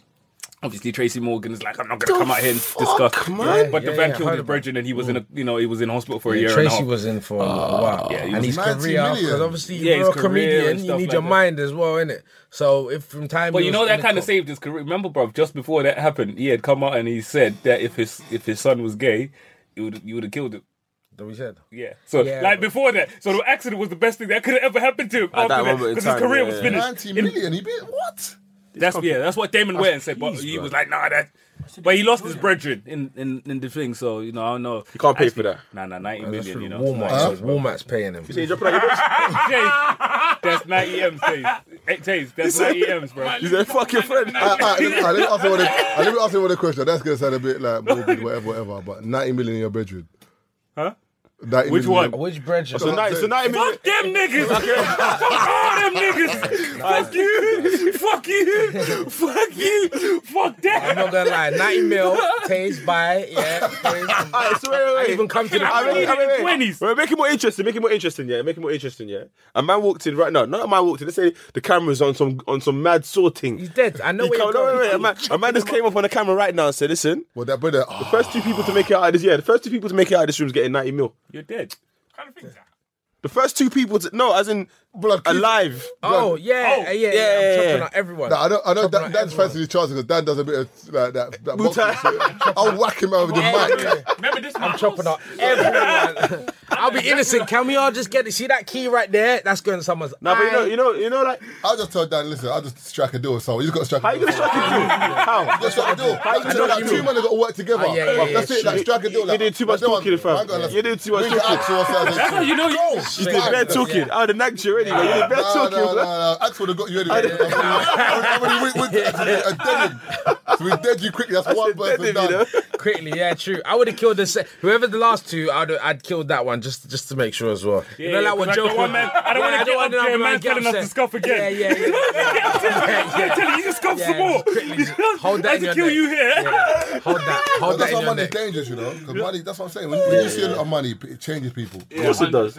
Obviously, Tracy Morgan is like, I'm not gonna come out here and discuss.
man?
But the
Yeah,
van
yeah,
killed his
100%.
brethren, and he was in a you know he was in hospital for a year and a
Tracy
half.
was in for a while,
yeah, he
and
was
his
90
career because
million.
obviously
Yeah,
you're a
his career and
comedian, you
stuff
need
like
your
that.
mind as well, innit? So if from time,
But
he
you
was
know
in
that
the
kind of
co-
saved his career. Remember, bro, just before that happened, he had come out and he said that if his if his son was gay, it would you would have killed him.
that we said.
Yeah. So
Yeah.
like before that, so the accident was the best thing that could have ever happened to him
At that
after that
moment in
because his
time,
career
yeah,
was
yeah.
finished.
90 million. He bit what?
That's yeah. That's what Damon Wayans said, but
peas,
he
bro.
was like, nah, that. But he lost his brethren in, in, in the thing, so you know I don't know. You
can't pay for that.
Nah, nah, ninety
That's
million.
through
You know,
Walmart. so Walmart's paying him.
You dropping out your books?
Taze, that's ninety m's. Taze, Hey, Taze, that's ninety m's, bro.
You said, fuck your friend.
All right, Uh, let me all right, let me ask you one of- all right, let me ask you one of the question. That's gonna sound a bit like morbid, whatever, whatever. But 90 million in your bedroom.
Huh?
90
Which
million.
one?
Which brethren?
So now, so now,
Fuck them niggas. Fuck all them niggas. Fuck you. Fuck you. Fuck you. Fuck
I'm
them.
not gonna lie, 90 mil, taste by, yeah. Taze.
Alright, so wait, wait, wait.
I even come to the
I
I
mean,
need
I mean,
it
wait.
in 20s.
Wait, make it more interesting. Make it more interesting. Yeah, make it more interesting. Yeah. A man walked in right now. Not a man walked in. Let's say the camera's on some on some mad saw thing.
He's dead. I know
He
where
come-
you're
no,
going.
wait, wait. A man, a man just came up on the camera right now and said, "Listen,
Well, that brother. Oh,
first two people to make it out of this. Yeah, the first two people to make it out of this room is getting ninety mil.
You're dead.
kind of things that.
The first two people to no, as in
Blood, keep-
alive.
Oh, yeah,
Oh,
yeah,
yeah,
yeah.
yeah,
I'm chopping
yeah.
out everyone.
Nah, I don't. I don't.
Chopping
Dan,
out
Dan's
everyone.
fancy the chance because Dan does a bit of like that. that
Muay Thai.
boxing shit. I'll whack him out with the mic.
Remember this? I'm
chopping up everyone. I'll be innocent. Can we all just get it? See that key right there? That's going to someone's
Nah, but you know,
eye.
you know, you know, like
I'll just tell Dan, listen, I'll just strike a deal with someone. You just got to strike
how
a
you
deal.
gonna strike a deal? How?
Just strike a deal.
How you
That's
know
it,
what
like,
you
two
mean?
men have got to work together.
Oh, yeah, yeah,
Like, that's
yeah,
it. Like
sure.
strike a deal.
You
Like,
did too much
like, no
talking,
one-
fam.
I ain't gonna lie.
You did too much
We can
talking.
ask ourselves,
That's how you know. You,
You did bare talking. Oh, I would have nagged you already. man. You did bare
No, no,
talking.
no,
man.
no. Axe would have got you anyway. I would have winked with Axe and dead him. So we dead you quickly. That's one
said dead
person
him, you
done.
Quickly, yeah, true. I would have killed the se- whoever the last two. I'd I'd killed that one just just to make sure as well. you know,
Yeah,
like what
because I
Joker.
don't want man- I don't
Yeah,
wanna get
want
up
another
there and
man
man
get
telling us to
upset.
scuff again.
Yeah, yeah, yeah.
I'm telling you, you just come
Yeah,
some more.
just quickly, just hold that
I
in your
just kill
neck.
you here.
Hold that.
But
Hold that
that's
in
why
your
money's
neck.
dangerous, you know. Because money, that's what I'm saying. When, when you see a lot of money, it changes people.
Of course it does.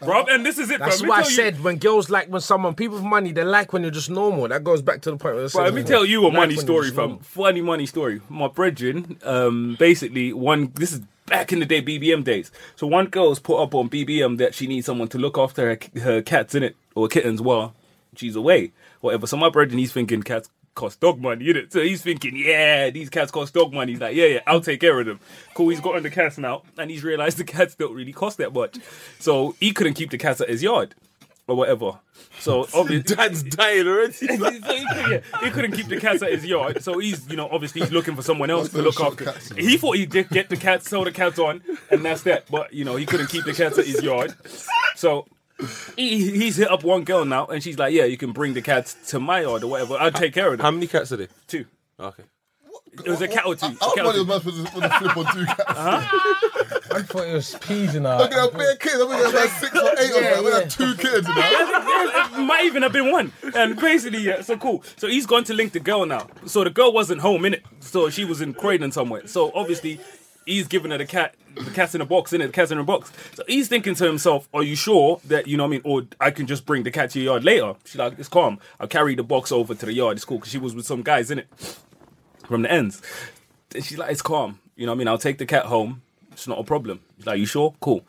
Bro, and this is it,
That's
bro.
why I
Let me tell you-
said when girls like when someone people with money they like when you're just normal. That goes back to the point. Where I said
Bro, let me
before.
tell you a
Like
money
when you're
story,
just
fam.
normal.
Funny money story. My brethren, um, basically, one, this is back in the day, BBM days. So one girl's put up on BBM that she needs someone to look after her, her cats, innit? Or kittens while she's away. Whatever. So my brethren, he's thinking cats cost dog money, innit? So he's thinking, yeah, these cats cost dog money. He's like, yeah, yeah, I'll take care of them. Cool, he's gotten the cats now, and he's realized the cats don't really cost that much. So he couldn't keep the cats at his yard. Or whatever. So obviously,
Dad's dying already.
so he, couldn't, yeah, he couldn't keep the cats at his yard, so he's you know obviously he's looking for someone else to
Those
look
short
after.
cats, you know.
he thought he'd get, get the cats, sell the cats on, and that's that. But you know he couldn't keep the cats at his yard, So he, he's hit up one girl now, and she's like, "Yeah, you can bring the cats to my yard or whatever. I'll take care of
How
them."
many cats are there?
Two.
Okay.
It was a cat or two.
I,
A
I
cat or
was
two.
about to with the flip on two cats.
I thought it was peas in
Look at that bare kids. I mean, about six or eight of them. We
Yeah,
have two kids. You know?
Yeah, it might even have been one. And basically, yeah, so cool. So he's gone to link the girl now. So the girl wasn't home, innit? So she was in Croydon somewhere. So obviously, he's giving her the cat, the cat's in a box, innit? The cat's in a box. So he's thinking to himself, are you sure that, you know what I mean? Or I can just bring the cat to your yard later. She's like, it's calm. I'll carry the box over to the yard. It's cool because she was with some guys, innit? From the ends. And she's like, it's calm. You know what I mean? I'll take the cat home. It's not a problem. He's like, you sure? Cool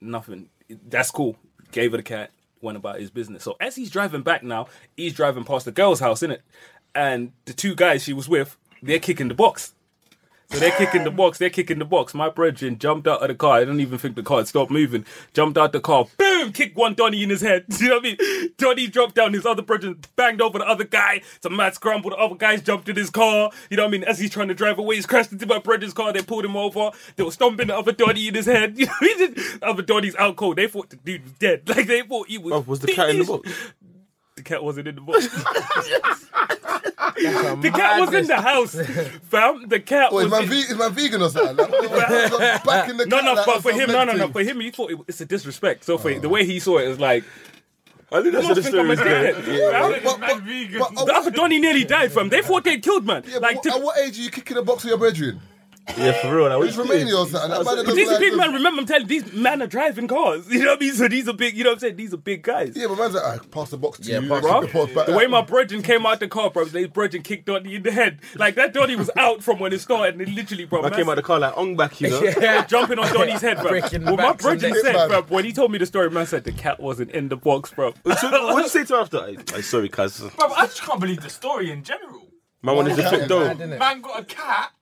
nothing. That's cool. Gave her the cat, went about his business. So as he's driving back now, he's driving past the girl's house, innit? And the two guys she was with, they're kicking the box. So they're kicking the box, they're kicking the box. My brethren jumped out of the car. I don't even think the car had stopped moving. Jumped out the car, boom, kicked one Donnie in his head. You know what I mean? Donnie dropped down, his other brethren banged over the other guy. Some mad scramble, the other guys jumped in his car. You know what I mean? As he's trying to drive away, he's crashed into my brethren's car, they pulled him over. They were stomping the other Donnie in his head. You know what I mean? The other Donnie's out cold. They thought the dude was dead. Like they thought he was.
Oh, was the cat in the box?
The cat wasn't in the box. the cat was in the house, fam. The cat
Well,
was.
is my,
in-
ve- is my vegan or something? Like, what- back in the
no,
cat,
no,
like,
but for him, no, no, no.
something.
For him, he thought it, it's a disrespect. So for the way he saw it, it was like,
I think that's
"You
what the
must think I'm
story
a
is
dickhead."
there.
Well,
But, but,
vegan.
but,
The
at
other
what-
Donnie nearly died, fam. They thought they'd killed man.
yeah,
like,
but at
to,
what age are you kicking a box with your brethren?
Yeah, for real. Like, what
It's
you doing?
Romania or something. That man
these are
like,
big man. Remember, I'm telling you, these men are driving cars. You know what I mean? So these are big. You know what I'm saying? These are big guys.
Yeah, but man's like, I pass the box to
Yeah,
you.
pass
I
Bro,
kick the box back.
the way my brethren came out the car, bro, they brethren kicked Donnie in the head. Like that Donnie was out from when it started, and it literally, bro,
I came out of the car like, on back, you know?
yeah, jumping on Donnie's head, bro.
Breaking
Well, my
backs and
brethren
legs.
said,
Man.
bro, when he told me the story, man said the cat wasn't in the box, bro.
So, what did you say to her after? I, I sorry, cuz.
Bro, I just can't believe the story in general.
My one is a flipped dog.
Man got a cat.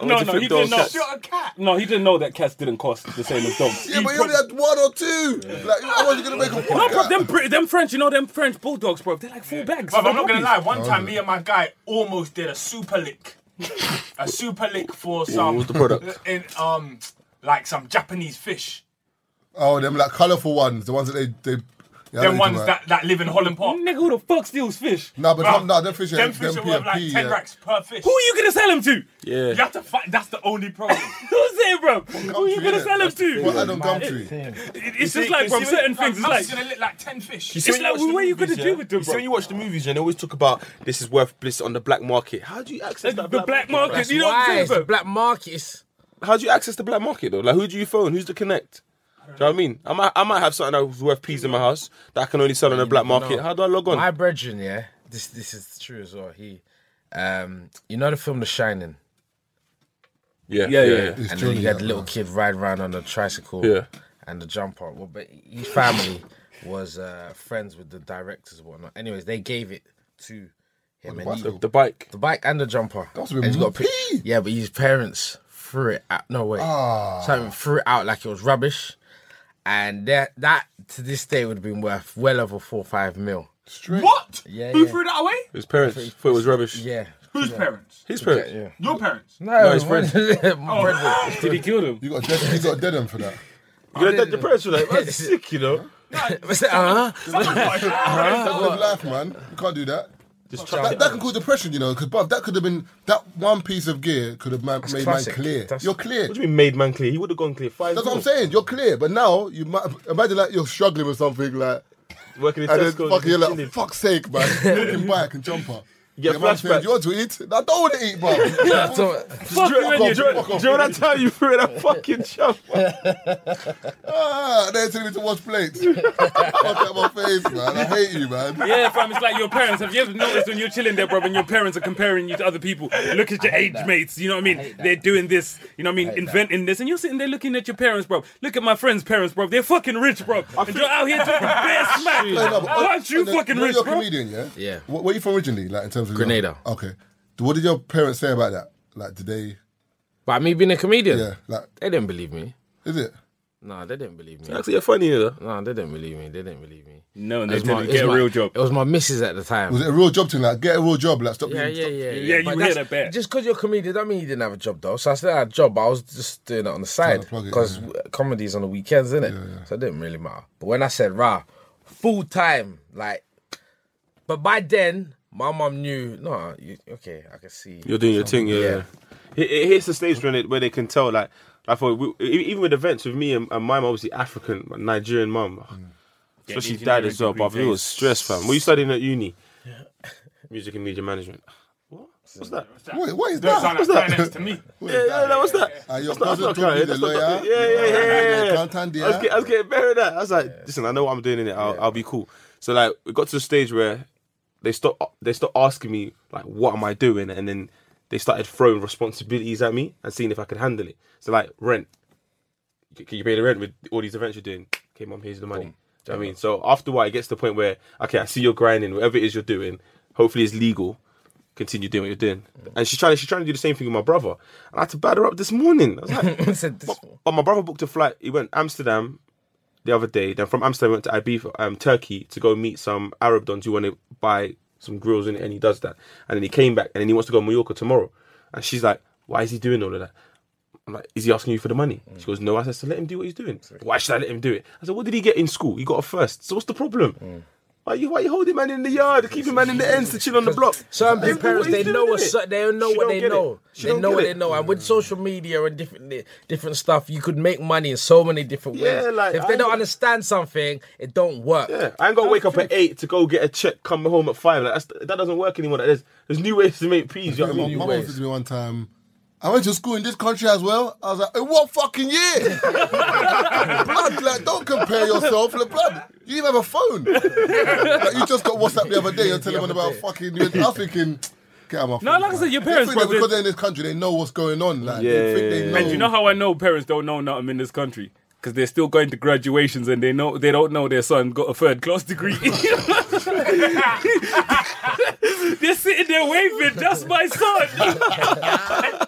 No, no,
to flip
he
those
didn't know.
cats.
Shot a cat.
No, he didn't know that cats didn't cost the same as dogs.
Yeah, but you only had one or two. Like, how was you going to make a
no, bro,
podcast?
them, Brit- them French, you know, them French bulldogs, bro. They're like full bags.
Bro,
full
I'm not gonna
puppies.
lie. One time, me and my guy almost did a super lick, a super lick for some
was the product?
in um like some Japanese fish.
Oh, them like colourful ones. The ones that they... they yeah, I know
Them
what
ones
you're talking about.
that, that live in Holland Park.
Nigga, who the fuck steals fish?
Nah, but
Bro,
some, nah, them fish...
them fish are worth like 10 racks per fish.
Who are you gonna sell him to?
Yeah.
You have to fight. That's the only problem.
Who's it, bro? Who are you gonna sell him to?
What, I don't Gumtree?
It- It's just like from
see
certain
Like,
things. It's
man's
like
gonna lick like 10 fish.
see
It's
when
like,
watch the
what are you gonna
movies,
do
yeah?
with them,
You see
bro?
when you watch the movies, and they always talk about this is worth bliss on the black market. How do you access that
the black market. You know what
Why
I'm
is the
saying, bro?
black markets?
bro? How do you access the black market though? Like, who do you phone? Who's the connect? Do you know what I mean? I might, I might have something that's worth peas in my house that I can only sell on
Mm,
the black market. How do I log on?
My brethren, yeah. This this is true as well. He, um, you know the film The Shining,
yeah,
Yeah, yeah,
It's
and then
Johnny
you had
that
the little
man.
kid ride around on a tricycle,
Yeah.
and the jumper. Well, but his family was uh, friends with the directors and whatnot. Anyways, they gave it to him, and he,
The, the bike.
The bike and the jumper.
That must have been
And he's got a
pee.
Yeah, but his parents threw it out. No way.
Ah.
Something threw it out like it was rubbish. And that that to this day would have been worth well over four or five mil.
Straight.
What?
Yeah,
Who
yeah.
threw that away?
His parents thought it was rubbish.
Yeah.
Whose parents?
His parents.
Yeah.
Your parents.
No,
his friend.
My friend.
Did he kill them?
You got dead, you got dead end for that.
You know, the, the parents were like, that's sick, you know?
Was it, uh-huh.
Someone got a cat.
That's not life, man. You can't do that.
Just chuck
That,
it
that
out.
can cause depression, you know, because bruv, that could have been that one piece of gear could have man, made
classic.
man clear.
That's-
you're clear.
What do you mean made man clear? He would have gone clear five
That's what I'm
mil.
saying. You're clear, but now you might imagine like you're struggling with something like,
Working in
and then
Tesco.
fucking you're like,
chilling.
fuck's sake, man, fucking bike and jumper.
Yeah,
man said,
flashbacks.
you want to eat? I don't want to eat, bro.
So,
Fuck you and your
Do you
drug.
know do you know that time you threw that fucking chump?
ah, they're telling me to wash plates. Fuck out my face, man. I hate you, man.
Yeah, fam, it's like your parents. Have you ever noticed when you're chilling there, bro, when your parents are comparing you to other people? Look at your age mates, you know what I mean? They're doing this, you know what I mean? Inventing this. And you're sitting there looking at your parents, bro. Look at my friend's parents, bro. They're fucking rich, bro. And you're out here talking bare smack.
No, no, but-
Aren't you
and then-
fucking
you know
rich,
You're a
bro?
comedian, yeah.
Yeah.
Wh- Where are you from originally? Like in terms of your-
Grenada.
okay. What did your parents say about that? Like, did they?
but me being a comedian,
Yeah. Like,
they didn't believe me.
is it?
Nah, they didn't believe me.
Actually, you're funny, you know.
Nah, they didn't believe me. They didn't believe me.
No,
It
they
was
didn't
my-
get
it
a
was
real
my-
job.
It was my missus at the time.
Was it a real job thing? Like, get a real job. Like, stop.
Yeah,
being,
yeah, yeah,
Yeah, you
But
hear
that's-
that bit.
Just because you're a comedian, that mean you didn't have a job though. So I still had a job, but I was just doing it on the side
to plug it,
because
yeah.
comedy's on the weekends, isn't it? So it didn't really matter. But when I said rah, full time, like, but by then my mum knew. No, you, okay, I can see.
You're doing your thing, yeah.
Yeah.
It, it hits the stage when it where they can tell, like, like for we, e- even with events with me and, and my mum, obviously African Nigerian mum, especially
the
dad
engineering
as well. But
degree
it was stress, fam. Were you studying at uni? Music and media management. What? What's that?
Wait, what is
Don't sound
that?
like finance to me.
Yeah, yeah, no, what's that?
Uh, your
That's not-
cousin told
that's not
me
good,
the
that's not
lawyer.
good. Yeah, yeah, yeah, yeah, yeah.
accountant,
I was,
yeah.
get, I was getting better at that. I was like, listen, I know what I'm doing in it. I'll, I'll be cool. So like, we got to the stage where they stopped. They stopped asking me like, what am I doing? And then they started throwing responsibilities at me and seeing if I could handle it. So like, rent. C- Can you pay the rent with all these events you're doing? Okay, mom, here's the money. Do you know what I mean? So after a while, it gets to the point where okay, I see you're grinding. Whatever it is you're doing, hopefully it's legal continue doing what you're doing. And she's trying to she's trying to do the same thing with my brother. And I had to batter her up this morning. I was like,
said this one.
but my brother booked a flight. He went Amsterdam the other day. Then from Amsterdam went to Ibiza, um, Turkey, to go meet some Arab dons who want to buy some grills in it. And he does that. And then he came back, and then he wants to go to Mallorca tomorrow. And she's like, why is he doing all of that? I'm like, is he asking you for the money? She goes, no. I said, so let him do what he's doing. Why should I let him do it? I said, what did he get in school? He got a first. So what's the problem?
Mm.
Why you why you holding man in the yard? Keeping man in the ends to chill on the block.
Some
Let him
big
do
parents
what he's
they
doing,
know what
innit?
so- they know
She
what
don't
they
get it.
know.
She
They
don't
know
get it.
what
Mm.
they know. And with social media and different different stuff, you could make money in so many different
Yeah,
ways.
like,
if they
I-
don't understand something, it don't work.
Yeah, I ain't gonna wake up at eight to go get a check, come home at five. Like that's, that doesn't work anymore. Like, there's there's new ways to make peas. You
Yeah,
know what I
my
mean?
mum said to me one time, I went to school in this country as well. I was like, in what fucking year? blood, like, don't compare yourself to blood. You even have a phone. like, you just got WhatsApp the other day. You're telling
The
them
other
about
day.
fucking. You're not thinking. Get out of my
No,
phone,
like I said, your
They
parents
think that
probably-
because they're in this country, they know what's going on. Like,
Yeah,
they think
yeah,
they
yeah.
know.
And do you know how I know parents don't know nothing in this country? Because they're still going to graduations and they know they don't know their son got a third class degree. they're sitting there waving, that's my son.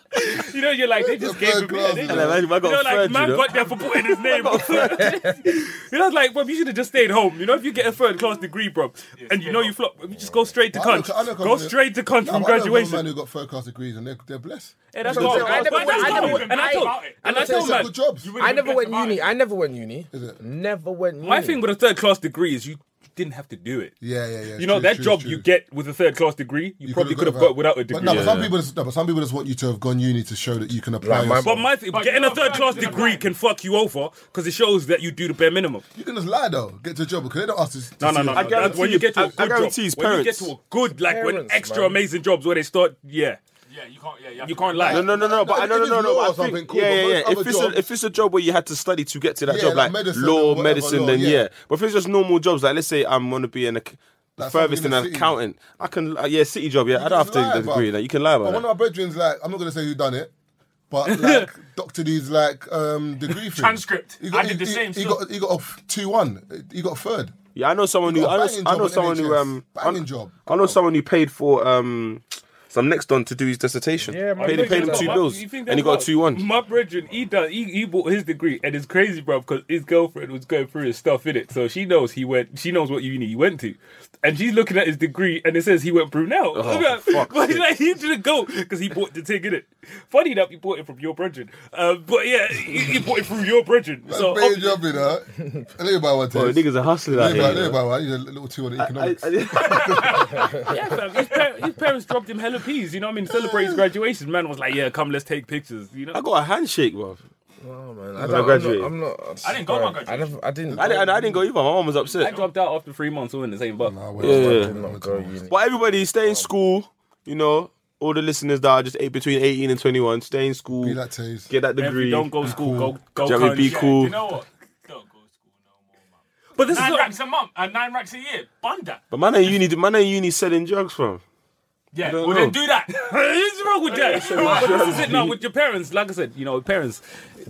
you know, you're like, they just gave him
Third class,
they
yeah.
just-
Like, man, I
You know,
got
like
a third,
man
you know?
got there for putting his name. on third. you know, it's like, bro, you should have just stayed home. You know, if you get a third class degree, bro, and you know you flop, you just go straight to
I know-
cunt.
I know
Go
company-
straight to cunt
Nah,
from
but I know a
graduation.
man who got third class degrees and they're, they're blessed.
Yeah, that's
Because they're
all.
I
all-
never
But that's
went- I
all.
never
And I told,
went-
and I
I
told
They're
man,
good jobs.
I never
Forget
went
about
uni.
it.
I never went uni.
Is it?
Never went uni.
my thing with a third class degree is you didn't have to do it.
Yeah, yeah, yeah.
You know
true,
that
true,
job
true.
you get with a third class degree, you,
You
probably could
could've
have
gone
got without a degree.
But no, but some
Yeah.
people, just, no, but some people just want you to have gone uni to show that you can apply.
Like my-
yourself.
But my thing,
But
getting
you
a
know,
third class
third class
degree
degree.
can fuck you over because it shows that you do the bare minimum.
You can just lie though. Get to a job because they don't ask you. To
No,
see
no, no.
your-
no.
guarantee
That's when you get to a
I- I
good job,
guarantee his
when you get
parents-
to a good, like when
Parents,
extra
man.
amazing jobs where they start, yeah,
Yeah, you can't. Yeah, have
you
to-
can't lie.
No, no, no, no. But I
if
no,
it
no,
is
no, no.
law or
I
something,
think,
cool,
yeah,
but
yeah,
most
yeah.
other
If it's a,
jobs-
if it's a job where you had to study to get to that
Yeah,
job,
like
like,
medicine or
law,
whatever
medicine,
law,
then yeah.
yeah.
But if it's just normal jobs, like let's say I'm gonna be an ac-
Like
furthest
something
in
in
an
the city.
accountant, I can uh, yeah, city job. Yeah, I
You
don't have
just
to
lie
the degree. Like you can lie
But
about
one
that.
of my brethren's like, I'm not gonna say who done it, but like Doctor D's like um degree thing.
Transcript. I did the
he,
same
He
stuff.
got he got a two one. He got a third.
Yeah, I know someone who
got a
I know,
banging
I
job
know
at
someone who
NHS.
um I
Banging job.
I know someone who paid for um some next on to do his dissertation.
Yeah, man,
paid,
they
paid
do
him
that.
two
Why-
bills
You think
and he
that's
got
wild?
a two one.
My brethren, he done, he, he bought his degree, and it's crazy, bro, because his girlfriend was going through his stuff in it, so she knows he went. She knows what uni he went to, and she's looking at his degree, and it says he went Brunel.
Oh,
Like,
for fuck's
but
sake.
like, he didn't go because he bought the thing in it. Funny enough, he bought it from your brethren, uh, but yeah, he, he bought it from your brethren.
So
So
paid
ob-
job in her. I think about one.
Oh,
test.
niggas are hustling out
Think about-
here.
think
you know.
about one. He's a little two on the economics.
I- I-
yeah, fam, his, par- his parents dropped him hella peas. You know what I mean? Celebrate his graduation. Man was like, yeah, come, let's take pictures. You know.
I got a handshake, bro.
Oh, man, I
I
don't, I'm
graduated.
not. I'm not
I didn't go on my
I, never, I didn't.
I didn't, I didn't go either. My mom was
I
upset.
dropped out after three months. All in the same boat.
Nah,
Yeah,
well,
yeah.
did not go uni.
But everybody, stay in school. You know, all the listeners that are just eight, between 18 and 21, stay in school.
Be that taste.
Get that
If you
degree.
don't go to school, go go.
Jerry,
country.
be cool.
You know what? Don't go to school no more, man.
But this is
Nine
what-
racks a month and nine racks a year. Bund that.
But man ain't uni, man ain't uni selling drugs from.
Yeah,
don't
well then
know.
do that.
What's wrong with that? but this is it now with your parents. Like I said, you know, parents,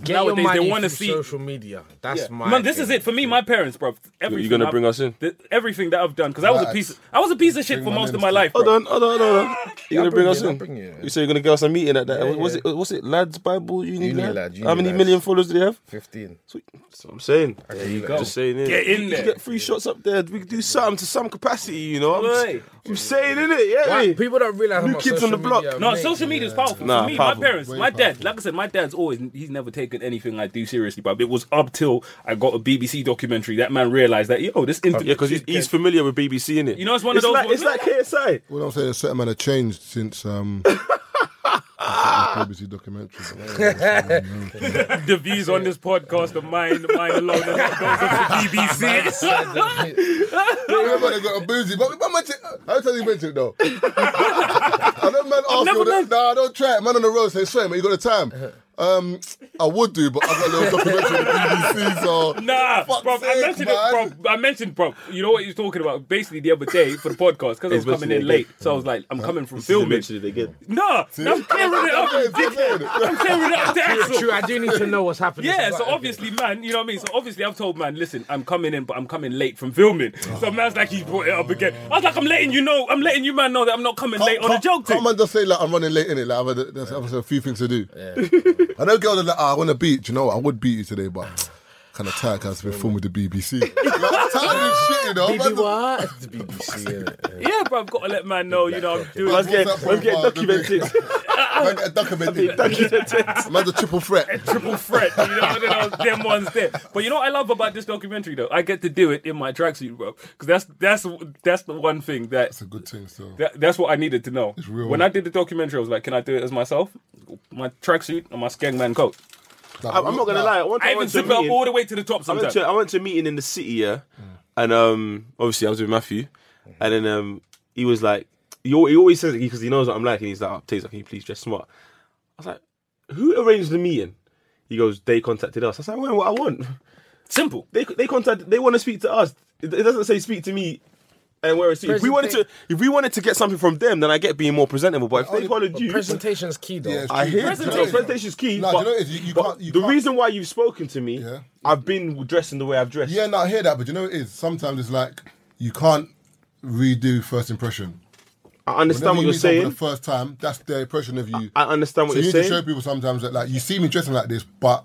Get
nowadays
your money
they want to
through
see.
social media. That's my.
Man, this is
thing.
it for me. My parents, bro. Everything
gonna
I've-
bring us in?
th- everything that I've done because I was a
Right.
piece. I was a piece of shit
Bring
for
my
most of
name's
my
in.
life.
Hold
bro.
on, hold on, hold on. You're gonna
bring
bring
you,
us
I'll
in.
bring you, yeah.
You say you're gonna get us a meeting at that. what was
yeah.
it? What's it? Lads Bible Uni,
Uni
lad?
Lad, Uni
How many
Lads.
million followers do they have?
Fifteen.
Sweet. That's what I'm saying.
There you go.
Just saying. innit?
Get in
You
there.
Get three shots up there. We could do something to some capacity. You know. I'm,
Right.
s- I'm saying in it. Yeah.
Why-
me?
People don't realize how
New
much
kids on the
social
block.
media
No,
make.
social media is powerful.
Nah,
For me,
powerful.
my parents,
Way
my dad,
powerful.
like I said, my dad's always, he's never taken anything I do seriously, but it was up till I got a BBC documentary that man realized that, yo, this internet.
Yeah, because he's, he's familiar with BBC in it.
You know, it's one of those
Like,
ones-
it's like KSI.
Well, I'm saying a certain amount of change since um. since BBC documentary.
the views on this podcast are mine, mine alone, and not those of the BBC.
Remember they got a boozy, but but man, I tell you went to it though. I don't man ask
never
you that.
done-
Nah, I don't try it. Man on the road say, "Swear, man, you got a time."
Uh-huh.
Um, I would do, but I got a little documentary on the BBC, so
Nah,
uh, Fuck's
bro, I
sake,
mentioned
man.
it, bro. I mentioned, bro. You know what you're talking about? Basically, the other day for the podcast, because I was
It's
coming in
basically-
late, so I was like, I'm coming from filming.
Eventually they get.
Nah, I'm clearing it up,
Yeah,
you
it's
dickhead.
good.
I'm clearing it up to Axel.
True, I do need to know what's happening.
Yeah,
It's
so
like-
obviously, man, you know what I mean? So obviously, I've told man, listen, I'm coming in, but I'm coming late from filming.
Oh.
So man's like, he's brought it up again. I was like, I'm letting you know, I'm letting you, man, know that I'm not coming late on a joke
Can't
thing.
man just say like I'm running late in it. Like I've had, there's I've had a few things to do. I know girls are like, oh, I want to beat. You know, what? I would beat you today, but kind of tired. Cause I've been filming with the BBC. like, tired of shit, you know.
BBC,
Man,
what? It's the BBC, innit?
Yeah, bro, I've got to let man know, you know, I'm doing
Let's get,
What's that
let's get
profile,
documented.
man, get documented. Man's a triple threat.
triple threat. You know, and then I was them ones there. But you know what I love about this documentary though? I get to do it in my tracksuit, bro. Because that's that's that's the one thing that
It's a good thing. So
That, that's what I needed to know.
real.
When I did the documentary, I was like, "Can I do it as myself? My tracksuit and my skengman coat.
I'm I'm not gonna lie. One time
I even
went to a
zip it up
meeting-
all the way to the top
I went
sometimes."
to I went to a meeting in the city, yeah, and um, obviously I was with Matthew, and then um, he was like, he, al- he always says it because he knows what I'm like, and he's like, oh, Taser, can you please dress smart? I was like, who arranged the meeting? He goes, they contacted us. I was like, well, what I want?
Simple.
They they contacted, they want to speak to us. It, it doesn't say speak to me. And where it's if we wanted to, if we wanted to get something from them, then I get being more presentable. But if they collared you,
Presentation's key, though.
Yeah, it's
I
true.
hear
Presentation.
presentation. No, presentation's key.
Nah, do
but,
you know what it is? You- you
but
can't- you
the
can't-
reason why you've spoken to me,
Yeah.
I've been dressing the way I've dressed.
Yeah, no, I hear that, but you know what it is? Sometimes it's like you can't redo first impression.
I
Whenever
understand what
you
you're
meet someone
saying.
For the first time, that's their impression of you.
I understand what
so you
you're
need to
saying.
show people sometimes that like you see me dressing like this, but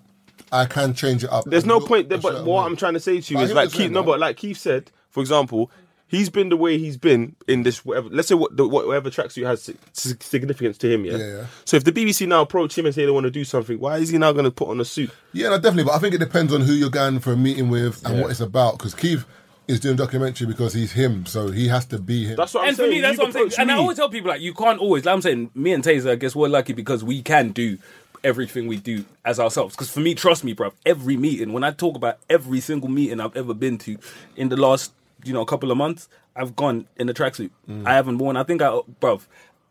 I can change it up.
There's
and
no
look
point. There,
a
but
certain
what
way.
I'm trying to say to you
I
is
hear what
like
you're
Keith.
saying,
No,
man.
but like Keith said, for example, he's been the way he's been in this whatever. Let's say what the, whatever tracksuit has si- si- significance to him. Yeah?
Yeah, yeah.
So if the BBC now approach him and say they want to do something, why is he now going to put on a suit?
Yeah, no, definitely. But I think it depends on who you're going for a meeting with and what it's about. Because Keith is doing documentary because he's him, so he has to be him.
That's what I'm
and
saying.
for me, that's
You've
what I'm saying.
approached
And I
me.
always tell people like you can't always. Like I'm saying, me and Taser, I guess we're lucky because we can do everything we do as ourselves. Because for me, trust me, bro, every meeting, when I talk about every single meeting I've ever been to in the last, you know, couple of months, I've gone in a tracksuit.
Mm.
I haven't worn. I think I, bro.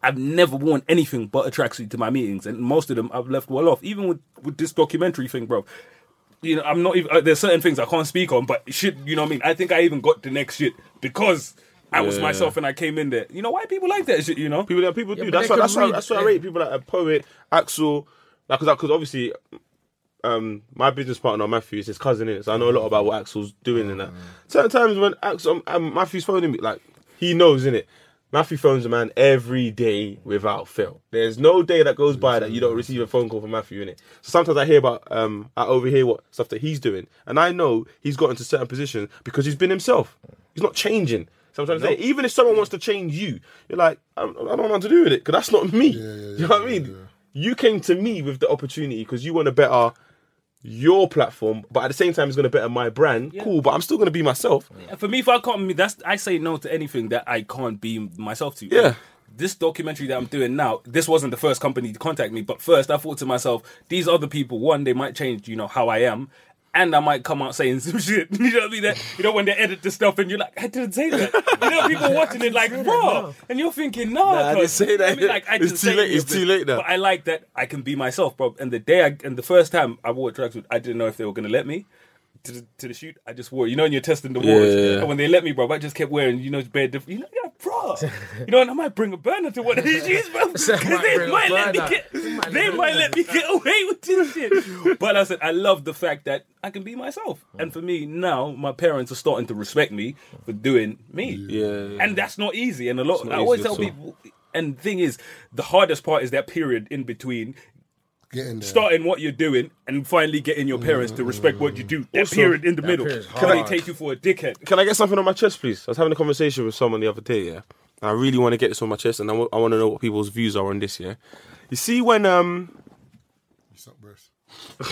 I've never worn anything but a tracksuit to my meetings, and most of them I've left well off. Even with, with this documentary thing, bro, you know, I'm not even. Uh, there's certain things I can't speak on, but shit, you know what I mean. I think I even got the next shit because I was myself and I came in there. You know why people like that shit? You know,
People, people do.
but
That's
they
why.
can
That's why.
read-
That's why I rate people like a poet, Axel, like because obviously, um, my business partner Matthew is his cousin, innit? so I know a lot about what Axel's doing and that. Certain times when Axel, um, Matthew's phoning me, like he knows, innit? Matthew phones a man every day without fail. There's no day that goes by that you don't receive a phone call from Matthew, innit? So sometimes I hear about, um, I overhear what stuff that he's doing, and I know he's got into certain positions because he's been himself. He's not changing. Sometimes say, even if someone wants to change you, you're like, I, I don't know how to do with it because that's not me. you know what I mean? You came to me with the opportunity because you want to better your platform, but at the same time, it's going to better my brand. Cool, but I'm still going to be myself.
And for me, if I can't, be- that's I say no to anything that I can't be myself to.
Yeah.
This documentary that I'm doing now, this wasn't the first company to contact me, but first I thought to myself, these other people, one, they might change, you know, how I am, and I might come out saying some shit. You know what I mean? That, you know, when they edit the stuff and you're like, I didn't say that. You know, people watching it like, raw. And you're thinking, no,
I didn't
cuz,"
say
you know what
that.
I mean? like, I
It's
didn't
too
say
late-
any of
it's too
this.
late now.
But I like that I can be myself, bro. And the day I, and the first time I wore a tracksuit, I didn't know if they were going to let me. To the, to the shoot, I just wore. it. You know, and you're testing the waters.
yeah, yeah.
And when they let me, bro, I just kept wearing. You know, bare diff- You know, yeah, bro. You know, and I might bring a burner to one of these years, bro. 'cause
So I might
they
bring a
might let me
burner.
get,
You might
they
let me
might
do
let me get away with this shit. But I said, I love the fact that I can be myself,
Hmm.
and for me now, my parents are starting to respect me for doing me.
Yeah.
and that's not easy. And a lot,
not
I always
easy
tell
at all.
people. And the thing is, the hardest part is that period in between
Getting there.
starting what you're doing and finally getting your parents to respect what you do. That period in the middle.
period's
Can they
hard.
take you for a dickhead?
Can I get something on my chest, please? I was having a conversation with someone the other day, yeah. And I really want to get this on my chest, and I want to know what people's views are on this, yeah. You see, when um,
You suck breasts.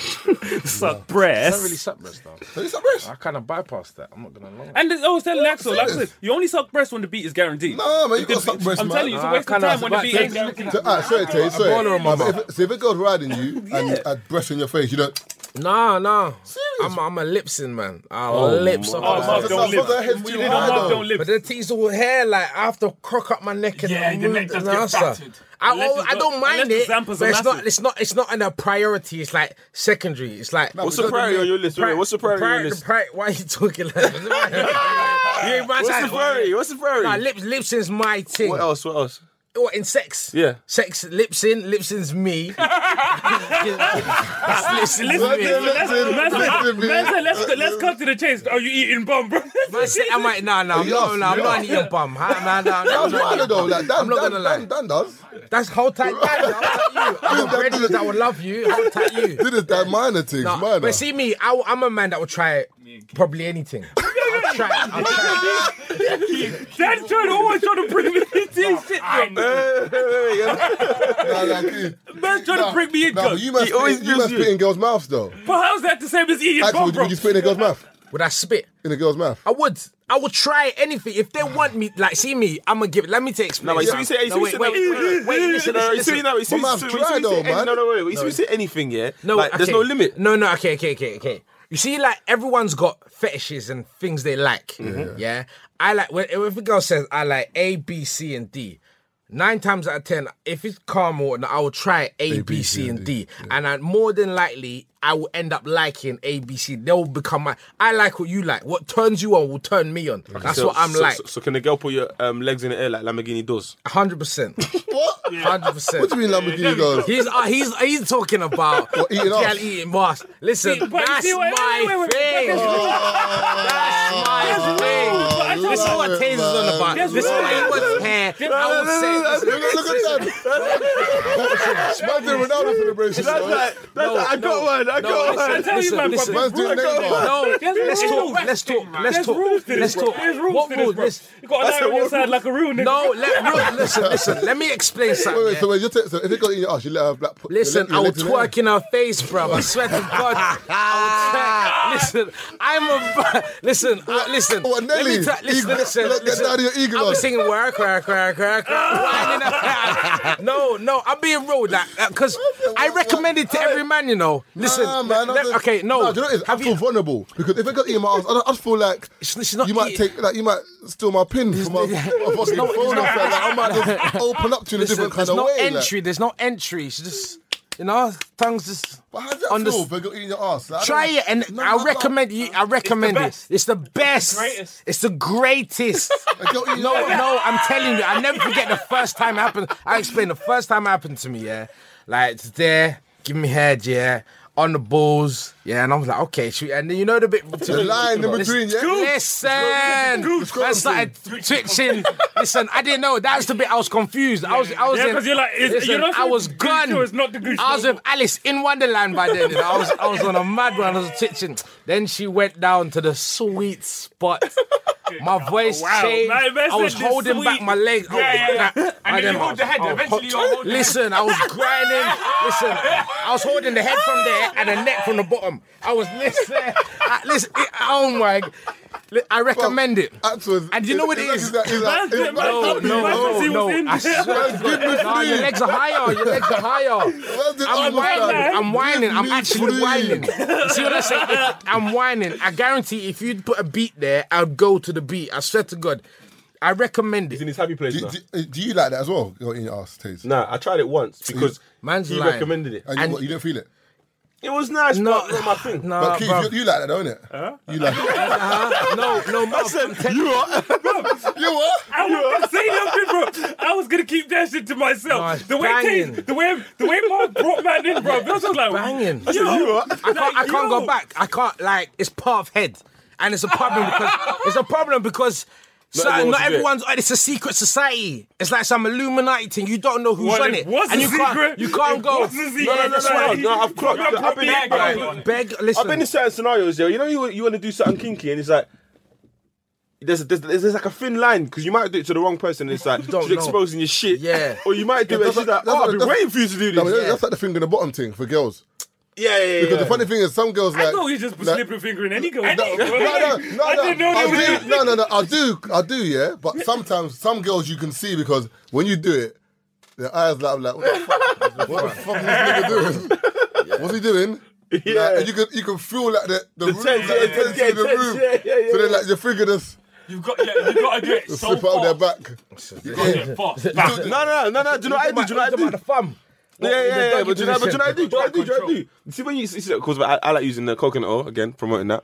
Suck
I don't
breasts.
really suck breast though.
Don't you suck breasts?
I kind of bypassed that. I'm not gonna lie.
and I was telling Axel, like I
serious?
said, you only suck breasts when the beat is guaranteed.
Nah, man, you
The
gotta suck
beat-
breasts,
I'm
man.
telling you, it's a
Nah,
waste of
kinda
time when the
suck
beat
breasts.
ain't guaranteed.
So, ah, sorry, Tay, sorry.
boiler in my
If-
mouth.
if- So if a girl riding you and a breast on your face, you don't.
Nah, nah. I'm, I'm a lipsing man. I'll lip some.
Oh, Marv
That's
don't
not-
live.
that's not head's too
You know,
high,
Marv
though.
don't live.
But the teeth all hair, like I have to crook up my neck and
Yeah, the
move
neck does
the
get
NASA.
battered.
I,
Unless
oh,
it's
I
got-
don't mind
unless
it,
the Zampa's
but it's
a
not.
massive.
It's not. It's not in a priority. It's like secondary. It's like
what's
but
the
it doesn't
priority
mean-
on your list? Wait,
Pri-
what's the priority on your
pri-
list?
pri- why are you talking like that? you ain't my
What's the
type.
priority? What's the
Nah,
priority?
lips, lipsing's my thing.
What else? What else?
What, in sex?
Yeah.
Sex, lipsing, lipsing's me. That's lipsing's
Right
me.
there, left in,
Man said,
left
ah,
in,
man said,
man.
let's let's cut to the chase. Are you eating bum, bro?
Man, say- I might nah nah I'm
You
not,
off,
nah, I'm
you
not
off.
eating bum. Huh? Nah, nah, nah,
That
I'm
was
not
wild
eating
though.
bum.
Like, Dan,
I'm not
Dan,
gonna lie.
Dan, Dan does.
That's hold tight, Dan. I'll you. I've got
Dude, that-
brothers that will love you. Hold tight, you.
Did is that minor things,
Nah,
minor.
but see me, I, am a man that will try probably anything. I'll try. it, I'll try. it.
Dad's trying to always trying to bring me into this shit.
I
bro.
nah, nah, kid.
Man's trying to
Nah,
bring me in,
nah,
cuz.
but you must
He always
spit, you
gives
must
you-
spit in girls' mouths though.
But how's that the same as eating
Actually,
bum,
would you,
bro?
would you spit in a girl's mouth?
Would I spit?
In a girl's mouth?
I would. I would try anything. If they want me, like, see me, I'm going to give it. Let me take
No, wait, so you
wait,
say, you see,
wait, wait, wait, wait, listen,
no,
listen,
you see,
listen.
no, you see,
My man's
you see-
dry
you see-
though,
any-
man.
No, no, wait, wait, you see anything, yeah?
No,
like, there's
okay.
no limit.
No, no, okay, okay, okay, okay. You see, like everyone's got fetishes and things they like. Yeah, I like when if a girl says I like A, B, C, and D. Nine times out of ten, if it's calm or not, I will try A, B, C, and D, and I, more than likely I will end up liking A, B, C. They will become my. I like what you like. What turns you on will turn me on. That's
So-
what I'm
so-
like.
So, so can the girl put your um, legs in the air like Lamborghini does?
Hundred percent.
What?
Hundred percent.
What do you mean Lamborghini girls?
He's uh, he's he's talking about
What, eating
girl
ass?
eating ass. Listen,
See, but you
that's
see, wait, wait,
my
wait, wait, wait,
thing.
but there's- But I just-
That's my thing. This is what
Love
Taze is on
it,
about.
man.
This is what he wants hair. I would say.
Look at-
listen,
look at that. Man's doing Ronaldo celebrations.
That's
bro.
like, that's
No,
like, I
no,
got one, I
no,
got
listen,
one.
I tell you,
listen,
man,
listen.
but
Man's doing that.
No,
There's
let's
rules.
talk. Let's talk. Let's
there's rules
talk.
to this,
Let's
bro.
talk.
There's rules
What
to this,
rule?
bro.
Let's.
You got a lie on your side like a real nigga.
No, let, real- listen, listen. Let me explain something.
Wait, wait,
yeah?
so, wait, you're t- so if it got in your ass, you let her black put
Listen,
your
I will
leg- your legs
twerk in her face, bro. I swear to God. I will twerk. Listen, I'm a. Listen, uh, listen.
What, Nelly?
twerk- listen,
Eagle-
listen,
look, get
listen.
down to your eagle
I'll be
on.
singing work, work, work, work, work. winding up. no, no, I'm being real. Because I recommend it to every man, you know. Listen.
Nah, Ah, man, I
let-
don't-
okay, no.
Nah, do you know what it is? I
Have
feel
you-
vulnerable because if it got in my ass, I, don't- I just feel like
She's- she's not e-,
you might
eat-
take, like you might steal my pin from my, my fucking phone.
no- there's
and
no-
stuff. like, I might just open up to you in a
listen,
different kind
there's
of
no
way.
entry.
Like.
There's no entry. She just, you know, tongues just.
But how does that
on the-
feel? If it got in your ass, Like, I
Try
don't-
it, and
No,
I
no,
recommend you. I recommend it.
best.
It's the best.
greatest.
It's the greatest.
It got in your
no,
ass.
no, I'm telling you, I never forget the first time it happened. I explained the first time it happened to me. Yeah, like it's there, give me head. Yeah, on the balls. Yeah, and I was like, okay, shoot. And then you know the bit
The line in
Listen-
between, yeah?
Listen,
Scoop, scoop,
I
scoop.
started twitching. Listen, I didn't know. That's the bit I was confused. I was, I was
Yeah,
in-
'cause you're like, it's-
listen,
you're not
I was
saying
gone.
Gucci is not the Gucci
I was
no
with Alice in Wonderland by then. you know. I was, I was on a mad one. I was twitching. Then she went down to the sweet spot. My voice
Oh, Wow.
changed.
Now, if I
I was
said the
holding back
sweet-
my legs. I was
Yeah, yeah, yeah.
like-
And then
then
you
I
hold the
was-
head.
I was
Eventually
hot-
you'll hold the head.
Listen, I was grinding. Listen, I was holding the head from there and the neck from the bottom. I was listen. I, listen. It, oh my! li- I recommend it.
Actual-
And you know what it
it's
is?
like- it's like-
Man's
it's
been-
like-
man's
it's
been-
like-
man's been- was in
I
there.
swear to
Give
God.
me
Nah, your
three.
legs are higher. Your legs are higher.
Man's been
I'm
understand.
whining. I'm whining.
Give
I'm
me
actually
three.
whining. You see what I say? If I'm whining. I guarantee if you'd put a beat there, I'd go to the beat. I swear to God. I recommend
He's in
it.
his happy place
Do,
now.
do, do you like that as well? Got in your ass, Taze?
Nah, I tried it once because
Man's
he
lying.
recommended it.
And, you,
And-
what, you don't feel it?
It was nice,
No,
but not my thing.
Nah,
But Keith,
bruv.
you, you like that, don't it? You like it.
Uh-huh. No, no,
I
Marv.
said, you are.
you what?
I was gonna say nothing, bro. I was gonna keep that shit to myself.
Nah, it's
the way
banging.
Tate, the way the way Mark brought man in, bro. That's just like
Banging.
Yo,
You are.
I can't, I can't
yo.
go back. I can't like it's part of head, and it's a problem because it's a problem because. so- Not,
everyone wants to do it.
everyone's. It's a secret society. It's like some Illuminati thing. You don't know who's
Well,
on
it
it,
was
and
a
you
secret.
can't. You can't
It
go.
was a
No, no,
secret
no, no,
society.
no.
No, I've clocked.
Bro,
I've been,
bag
I've-
on it.
Beg, listen.
I've been in certain scenarios, yo. You know, you, you want to do something kinky, and it's like there's there's, there's, there's like a thin line because you might do it to the wrong person. And it's like
don't
you're
know.
exposing your shit,
Yeah.
or you might do it.
That's
It's just
like-
like,
that's
oh,
like-
I've been
that's-
waiting for you to do
No, but
this.
That's like the finger in the bottom thing for girls.
Yeah, yeah, yeah.
Because
yeah.
the funny thing is, some girls
I
like.
thought you just
like-
slip your finger in any girl.
No, no, no, no,
I didn't know
no,
they
I
were
do, no, no, no, I do, I do, yeah. But sometimes some girls you can see because when you do it, their eyes like, like what the fuck, what the fuck is this nigga doing? What's he doing?
Yeah.
Like, and you can you can feel like the the, room,
tense,
like,
yeah,
the tension
yeah,
in the
tense,
room.
yeah, yeah, yeah,
so then
yeah.
like your finger just
You've got, yeah, you've got to do it so
slip out their
far.
back.
Yeah, fast.
no, no, no, no, no. Do you know what I do? Do you know what I do?
About the thumb.
Yeah, yeah, yeah, yeah. But do you know, but do you know what I do? Do you know what I do? Do you know what I
Control.
do? See when you see because I, I like using the coconut oil again, promoting that.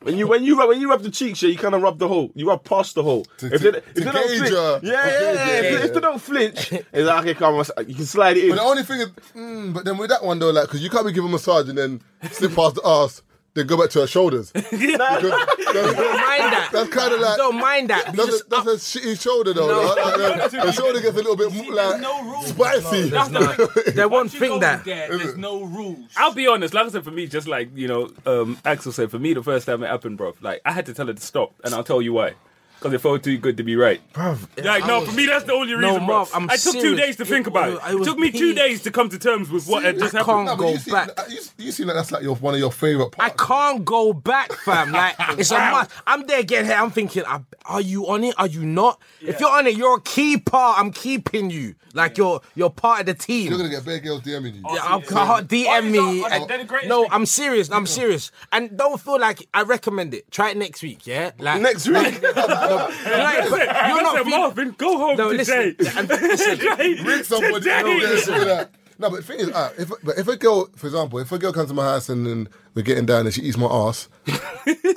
When you when you rub when you rub the cheeks, yeah, you kind of rub the hole. You rub past the hole.
To-
if they,
to-
if
to
they don't
gauge,
flinch,
uh,
yeah, yeah, yeah. If, they- if they don't flinch, it's like okay, come on, you can slide it in.
But the only thing is, mm, but then with that one though, like, because you can't be giving a massage and then slip past the ass, then go back to her shoulders.
Don't
That's,
mind that.
that's kind of like
Don't mind that. You
That's,
just
a, that's a shitty shoulder though. Like, like, the shoulder gets a little bit more, like
no rules.
spicy.
They won't
Once you
think
go
that. Uh.
there, there's no rules.
I'll be honest, like I said, for me, just like, you know, um, Axel said, for me, the first time it happened, bro, like, I had to tell her to stop, and I'll tell you why. Because it felt too good to be right.
Bruv,
Like,
I
no,
was-
for me, that's the only
No,
reason, bro.
Marv, I'm
I took two
serious.
days to
It
think about
was- I
it. It
was
took me two
peeved.
days to come to terms with what had just
I
happened.
can't
but
go
you seem,
back.
You, you seem like that's like your, one of your favorite
I
parts.
can't go back, fam. Like it's a must. I'm there getting here. I'm thinking, I- are you on it? Are you not? If you're on it, you're a key part. I'm keeping you. Like you're you're part of the team.
You're gonna get bare girls DMing you.
Yeah, I'll, I'll DM me.
Oh,
and-
they're the greatest
no,
thing.
I'm serious. I'm serious. And don't feel like I recommend it. Try it next week. Yeah, like
Next week,
You're not- you're not
I said,
feeling-
Marvin, go home
No,
today.
listen. and- listen,
Bring somebody
today.
over there so that- No, but the thing is, uh, if, but if a girl, for example, if a girl comes to my house and then we're getting down and she eats my ass,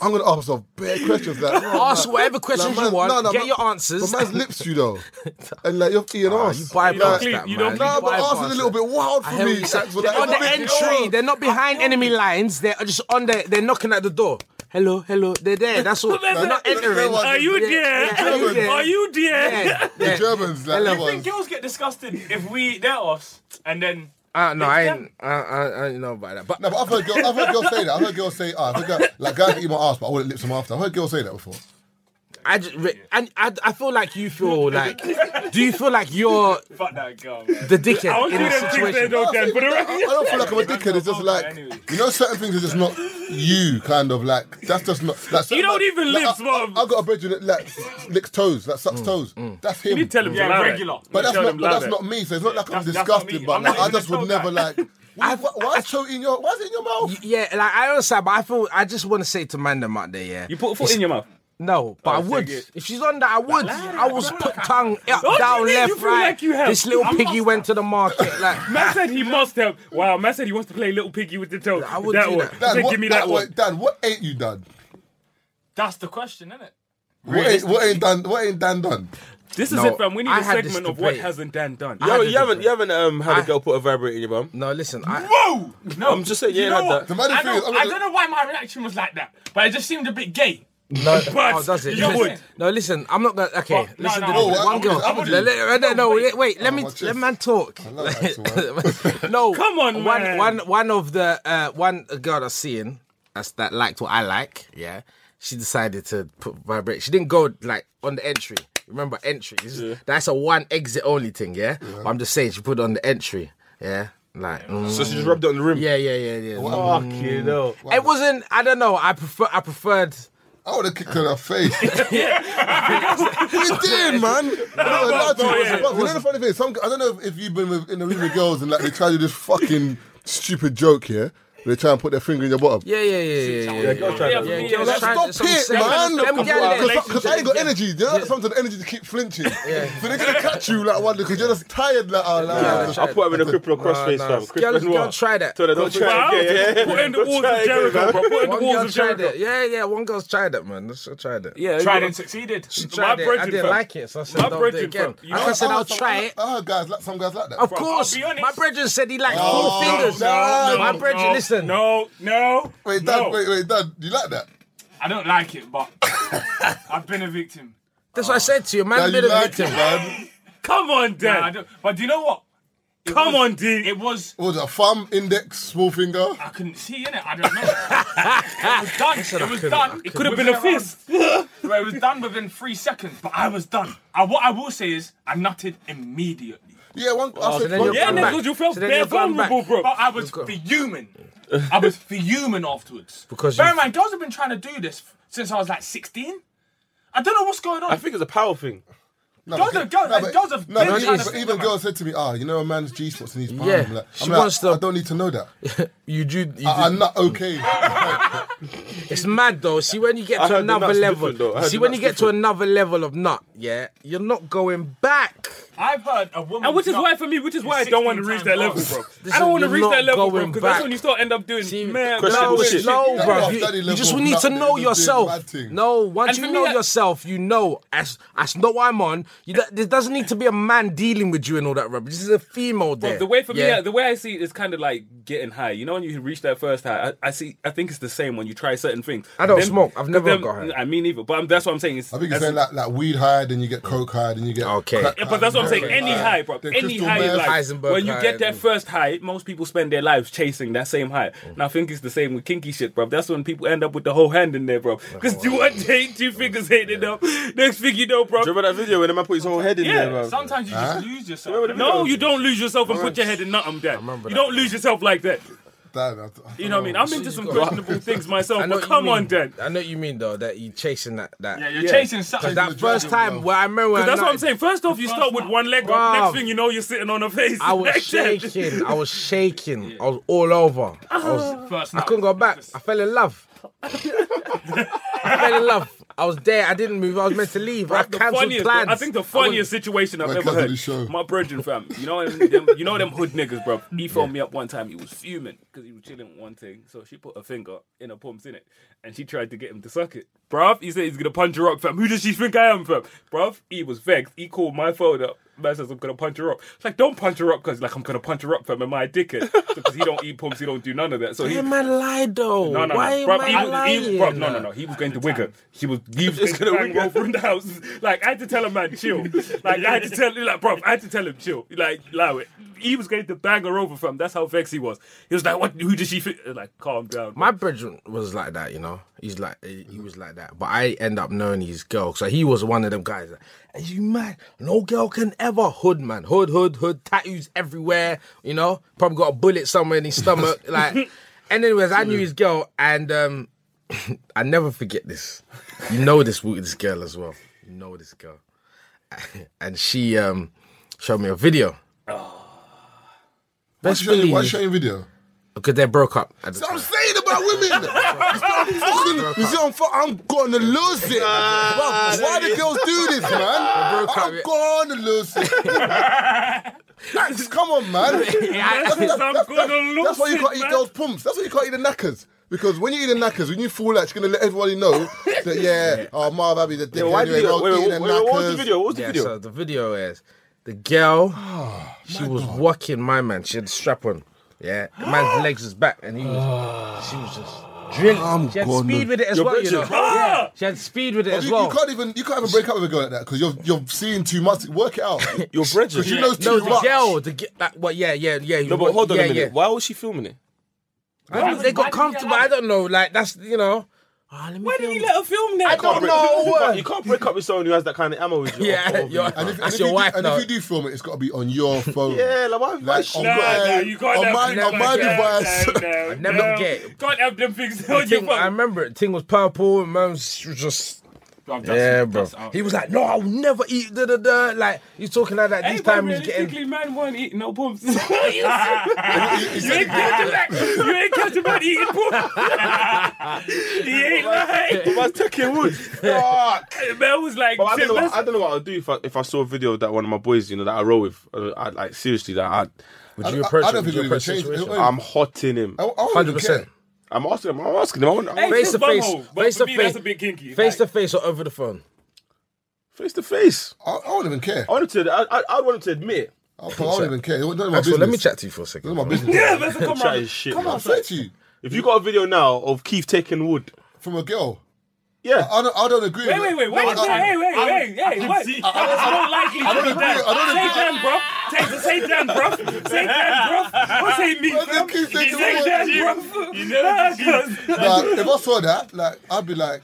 I'm gonna ask myself bare questions. Like, oh,
Ask
man.
whatever questions you want, get your answers.
But man's lips to you though, and like you're eating
Ah,
ass.
you
buy
bypass that,
clean-
man.
you don't-
Nah,
You
but
bypass
ass is a
that.
little bit wild
I
for
hear
me.
you.
Sax, but,
They're
like,
on
it's
the
a bit
entry.
odd.
They're not behind enemy lines. They're just on the. They're knocking at the door. Hello, hello. They're there. That's all. They're not
That's
entering.
what-
Are you
Yeah,
there?
yeah, are you there?
Are you there?
Yeah,
The
yeah.
Germans, like,
Hello.
come
I think
on.
girls get disgusted if we eat their offs and then.
Uh, no, I
Yeah.
ain't. I, I, I ain't know about that. But
No, but I've heard, girl, I've heard girls say that. I've heard girls say, ah, I've heard girl, like, guys eat my ass, but I wouldn't lips them after. I've heard girls say that before.
I just, and I, I feel like you feel like. do you feel like you're
Fuck that girl. man.
the
I
dickhead
want you
in
to
this
think they
situation?
don't
I
care. For the
I
record,
don't feel like I'm a dickhead. It's just like
Anyway.
you know, certain things are just not you. Kind of like that's just not. Like, certain-
You don't
like-
even
like,
lips,
I-
man.
I, I got a bedroom that like, licks toes, that sucks toes. That's him.
you need to tell him
Yeah,
to lie.
regular.
but that's
tell
not.
them
But
lie
that's
there.
not me. So it's not like I'm
That's- that's not me.
disgusted, but
I'm not
like, I
even a
just would
toe
never
guy.
like. Why, why, why is toe in your? Why is it in your mouth?
Yeah, like I understand, but I feel I just want to say to man them out there, yeah.
You put a foot in your mouth.
No, but I would.
Oh, take it.
If she's on that, I would. I was put tongue up,
What do you
down,
mean?
left,
You feel
right.
like you have-
this little
I'm
piggy
not-
went to the market. Like,
Man said he must have. Wow, man said he wants to play little piggy with the toe.
I would
that
do
one.
that.
He
Dan,
said,
what,
give me that,
Dan,
one.
what- Dan, what ain't you done?
That's the question, isn't it?
What ain't, what ain't Dan? What ain't Dan done?
This is
No,
it, fam. We need
I
a
had this
segment of what
debate.
hasn't Dan done.
you haven't,
did
you haven't,
it.
you haven't um, had a girl put a vibrator in your bum.
no, listen, I,
Whoa! No,
I'm just saying, yeah,
you know
like
what?
that. The
man
I,
who feels-
know,
I'm
I
not-
don't know why my reaction was like that, but it just seemed a bit gay.
no, oh,
But
does it?
you Oh,
Listen-
would.
No, listen, I'm not gonna. Okay,
But- no,
listen
no,
to
I
this.
wouldn't.
One
I
girl.
wouldn't.
Let- let- let- No, wait, wait, let
Oh,
me
watch
let
this.
man talk.
I love that,
no,
Come on,
one,
man.
One, one of the uh, one girl that's seeing that's that liked what I like. Yeah, she decided to put vibrate. She didn't go like on the entry. Remember entry? This is- That's a one exit only thing. Yeah, But I'm just saying she put it on the entry. Yeah, like mm,
So she just rubbed it on the rim.
yeah, yeah, yeah, yeah. Mm.
Fuck you, no.
It wasn't. I don't know. I prefer. I preferred.
I would have kicked her in her face. you did, man. I don't know,
but- but- yeah.
you know the funny thing? is, Some, I don't know if you've been with, in a room with girls and like they try to do this fucking stupid joke here. They try and put their finger in your bottom.
Yeah, yeah, yeah, yeah, yeah.
girls try that.
yeah,
Yeah,
girls
let's
try
Stop
that. So I'm
it,
saying-
man!
Them
Because
girls-
I- 'cause I ain't got energy. You know, Sometimes the energy to keep flinching. So they're gonna catch you like one because you're just tired. Like, oh, like,
Yeah,
like,
try
I'll put him in a cripple crossface,
nah.
fam. Chris
Girl-
Benoit.
girl, try that.
Tell her, don't try
Wow.
it again, yeah, yeah.
Put in the
Don't
walls
try
of
it again,
Jericho,
fam.
bro. Put in the
One
walls
girl
of
tried
Jericho.
it. Yeah, yeah. One girl's tried it, man. She tried it.
Yeah,
Tried
you-
and succeeded.
She
My
tried it. I
brethren,
didn't
fam.
like it, so I said,
My
don't do it
brethren,
again.
fam. You
Like
know-
I said,
oh,
I'll
some-
try it.
I heard guys, like, some guys like that.
Of
Bro,
course,
be honest.
my brethren said he liked
Oh,
four fingers.
no, no,
my brethren,
no,
listen.
Oh,
No, no.
Wait,
no.
Dad, wait, wait, Dad, you like that?
I don't like it, but I've been a victim.
That's what I said to you. Man,
Dad,
been
you
a
like it,
victim.
man.
Come on,
Yeah, I
Dad.
don't, but do you know what? It
Come
was-
on, D.
It was.
What was it, a thumb, index, small finger?
I couldn't see in it. I don't know. it was done. It was
couldn't-
done. It
Could have been a fist.
Well, it was done within three seconds, but I was done. I, what I will say is, I nutted immediately.
Yeah, one. I
so
said,
then you're
Yeah,
Come
nigga,
back.
because you felt
So then
bare
you're going
vulnerable,
back.
bro.
But I was fuming. I was fuming afterwards.
Because
bear in
you-
mind, girls have been trying to do this f- since I was like 16. I don't know what's going on.
I think it's a power thing.
no,
girls
okay.
have- girls-
No, but-
girls have
no,
been
but
trying to
even,
think
even
about
girls said to me, "Ah, you know, a man's G spots and he's behind."
Yeah,
I'm like,
she
I'm like,
wants to-
I don't need to know that.
You do. You do.
I, am not okay.
It's mad though. See when you
I
get to
heard the
another
nuts
level.
different, though. I heard
See
the
when you
nuts
get
different.
to another level of nut, yeah, you're not going back.
I've heard a woman.
And which is
nut-
why, for me, which is why I don't want to reach that level, bro. I
Listen,
don't want to
you're
reach
not
that level, bro,
going
because that's
back.
when you start end up doing
See,
man.
Question
bro,
no,
bullshit.
it's low,
That
bro.
rough
You,
daddy
you
level
just
of
need
nut
to
that
know
is a big
yourself.
bad thing.
No, once
And for
you
me,
know
that-
yourself, you know. As as know I'm on. You, don't- there doesn't need to be a man dealing with you and all that rubbish. This is a female there.
But the way for me,
yeah?
I- the way I see it is kind of like getting high. You know, when you reach that first high, I, I see. I think it's the same when you try certain things.
I don't smoke. I've never
then-
got high.
I mean, either. But I'm, that's what I'm saying. It's,
I think it's saying
that's-
like like weed high, then you get coke high, then you get
Okay.
crack
Yeah,
high,
but that's what
then
I'm saying.
you get
Any
coke
high, bro.
then
Any
crystal
high in
meth.
life.
Heisenberg
when you
high
get that
and-
first high, most people spend their lives chasing that same high.
Oh.
And I think it's the same with kinky shit, bro. That's when people end up with the whole hand in there, bro. Because you one day, two fingers hitting up. Next thing you know, bro.
Do you remember that video when the man put his whole head in
Yeah,
there, man?
Sometimes you just lose yourself.
Remember the
No, you don't lose yourself and put your head in nothing, Dad. You don't lose yourself like that.
Damn, I don't-
You know what I mean? I'm into some questionable things
I
myself,
know
but
what you
come on,
mean.
Dad.
I know what you mean though that you chasing that that.
Yeah, you're
Yeah.
chasing something.
That first time where I remember when I
That's what I'm
nutted-
saying. First off, you start with one leg up.
Bruv.
Next thing you know, you're sitting on a face.
I was
Next day-
shaking. I was shaking. I was all over. I,
Ah.
was,
First
I couldn't go back. I fell in love. I fell in love. I was there. I didn't move. I was meant to leave. I
the
cancelled
funniest,
plans.
I think the funniest situation I've
Wait,
ever
can I do
heard.
the show?
My brethren fam, you know them, them- you know them hood niggas, bro. He phoned me up one time. He was fuming because he was chilling with one thing. So she put her finger in her palms in it, and she tried to get him to suck it. Bruv, he said he's gonna punch her up, fam. Who does she think I am, fam? Bruv, he was vexed. He called my phone up. Man says I'm gonna punch her up. It's like don't punch her up because like I'm gonna punch her up, fam. Am I a dickhead? Because he don't eat pumps, he don't do none of that. So
Why
he
am I lying though?
no, no,
Why
no. Bruv,
am I
he was,
lying?
he was, bruv, no, no, no. He was going to wig her. He was, he was
Just
going to
gonna
bang
wig her.
over in the house. Like, I had to tell him, man, chill. Like, I had to tell him, like, bruv, I had to tell him, chill. Like, allow it. He was going to bang her over, fam. That's how vexed he was. He was like, what, who did she fit? Like, calm down.
My brethren was like that, you know. He's like he he was like that, but I end up knowing his girl. So he was one of them guys. Like, Are you mad? No girl can ever hood man, hood, hood, hood, tattoos everywhere. You know, probably got a bullet somewhere in his stomach. like, and anyways, I knew his girl, and um, I never forget this. You know this with this girl as well. You know this girl, and she um showed me a video.
Why
Best
show you- Ah. why
believe,
showing video?
because they broke up. At the
That's what
time.
I'm saying about women. I'm fucking, you see, I'm, fu- I'm gonna lose it. Bruv, why do girls do this, man?
broke up,
I'm
yeah.
gonna lose it. Max, come on, man.
I'm gonna lose
That's why you
it,
can't eat
man.
girls' pumps. That's why you can't eat the knackers. Because when you eat the knackers, when you fall out, it's gonna let everybody know that yeah, oh Marv Abbey's a dick.
Why did
anyway,
you?
Marv
uh, Wait,
eating
wait, wait,
the
wait, what was
knackers."
the video? What was the
yeah,
video? Ah,
so the video is the girl, she was walking my man. She had a strap on. Yeah, the man's legs was back, and he
Ah.
was, she was just drilling.
I'm
she had
gonna-
speed with it as
Your
well, you know.
bridges. Ah!
Yeah, she had speed with it as
You,
well.
you can't even you can't even break up with a girl like that because you're you're seeing too much. Work it out.
Your brethren.
Because she knows
no,
too
the
much.
girl, the ge- like, well, yeah, yeah, yeah.
No, but hold on
yeah,
a minute.
Yeah.
Why was she filming it?
I think they
Why
got
did he
comfortable.
allow-
I don't know. Like that's you know. Ah, let me
Why did he
film.
let her film that?
I don't
Break-
know.
you, can't, you can't break up with someone who has that kind of ammo with you.
Yeah,
Or- or-
you're-
And if, and
That's
if
your
you
wife
do, and
now.
if you do film it, it's got to be on your phone.
Yeah, like, why- why
Like, oh,
she-
on
Nah,
my-
Nah, nah, you can't
on
have
my,
them
on my
like that.
device.
No, no,
I never
no.
get it.
Can't have them things
The
on your
thing- I
phone.
remember it. Thing was purple, and man was just
Bruv, that's-
Yeah, bro.
that's out.
He was like, "No, I'll never eat." Da, da, da. Like he's talking like that. This
Hey, but
time he's getting.
realistically, man won't eat no pumps. you ain't catching that. You ain't catching man eating pumps. he ain't lying.
I was taking wood.
The man was like,
But I don't, know what,
"That's-
I don't know what I'd do if I, if I saw a video of that one of my boys, you know, that I roll with. I, I like seriously, that
Would
I-
you
I-
approach
I don't
him? Would
think
you
it
approach
would change.
situation?
It-
I, I'm hotting him.
Hundred
100%.
I'm asking him. I'm asking him. I want, I want
Hey,
Face to
it's a
face.
bumhole, but
Face
for
to
me,
face.
that's a bit kinky,
Face to
like-
face or over the phone.
face to face.
I, I wouldn't even care.
I want him to. I, I, I want him to admit.
I, I wouldn't even care. It wasn't none of my
Maxwell,
business.
let me chat to you for a second.
None of my
bro.
business.
Yeah, that's a come
Chat
round.
is shit.
Come
man.
on, fetch you
If you got a video now of Keith taking wood,
from a girl.
yeah,
I don't. I don't agree.
Wait,
with
wait,
it.
wait, wait, wait,
No, I-
hey, wait,
I-
hey,
I
hey,
can
wait.
see-
That's not likely to
don't
be
agree- I don't
that. Say
agree.
Dan, bro. Take- Say Dan, bro. Say Dan, bro. What say me,
Well, they
bro?
keep saying
Say
what
Dan,
you-
bro.
you never
Nah, cuz-
Like, if I saw that, like, I'd be like,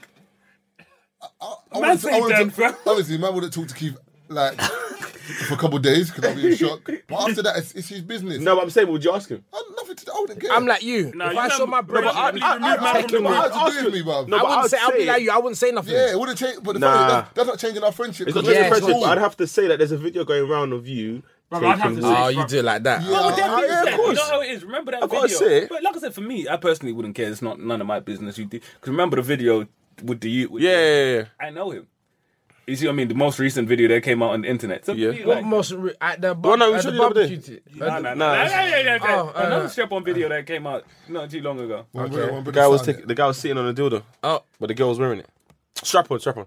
I, I, I
Man
wouldn't- I
say
wouldn't-
Dan, bro.
obviously, man wouldn't talk to Keith like for a couple of days because I'd be in shock. But after that, it's, it's his business.
No, but I'm saying, would you ask him?
I, nothing to do. I wouldn't care.
I'm like you.
Nah,
if
you
I saw
man-
my
no, but
brother,
I-
I'd
I- I-
be
I-
taking
What
would.
has
I'd
to do
ask
with
him.
me, bruv?
No,
I
but
wouldn't
I'd
say. I'd be
say-
like you. I wouldn't say nothing.
yeah, it wouldn't change. But the
Nah.
thing is, that's, that's not changing our friendship.
It's not
Because-
just
Yeah,
a
it's
friendship.
not.
I'd have to say that there's a video going around of you
Bro, I'd have
taking wood.
to say-
Oh, you do it like that.
Yeah.
But that
Oh,
being
yeah, of
said,
course.
You know how it is. Remember that
I've gotta
video.
say it.
But like I said, for me, I personally wouldn't care. It's not none of my business. You because remember the video with the you.
Yeah, yeah, yeah.
I know him. You see, what I mean, the most recent video that came out on the internet. So,
Yeah.
you
What
like-
most re- at the
one that
bar-
we
at
showed
the
you the other day?
barbecue? tit-
Nah, nah, nah,
Nah,
nah,
it's-
yeah, yeah, yeah, yeah.
Oh, uh,
Another strap on video that came out not too long ago.
One brother- one
The
brother
guy was
sat
taking.
there.
The guy was sitting on a dildo,
Oh,
but the girl was wearing it. Strap on, strap on.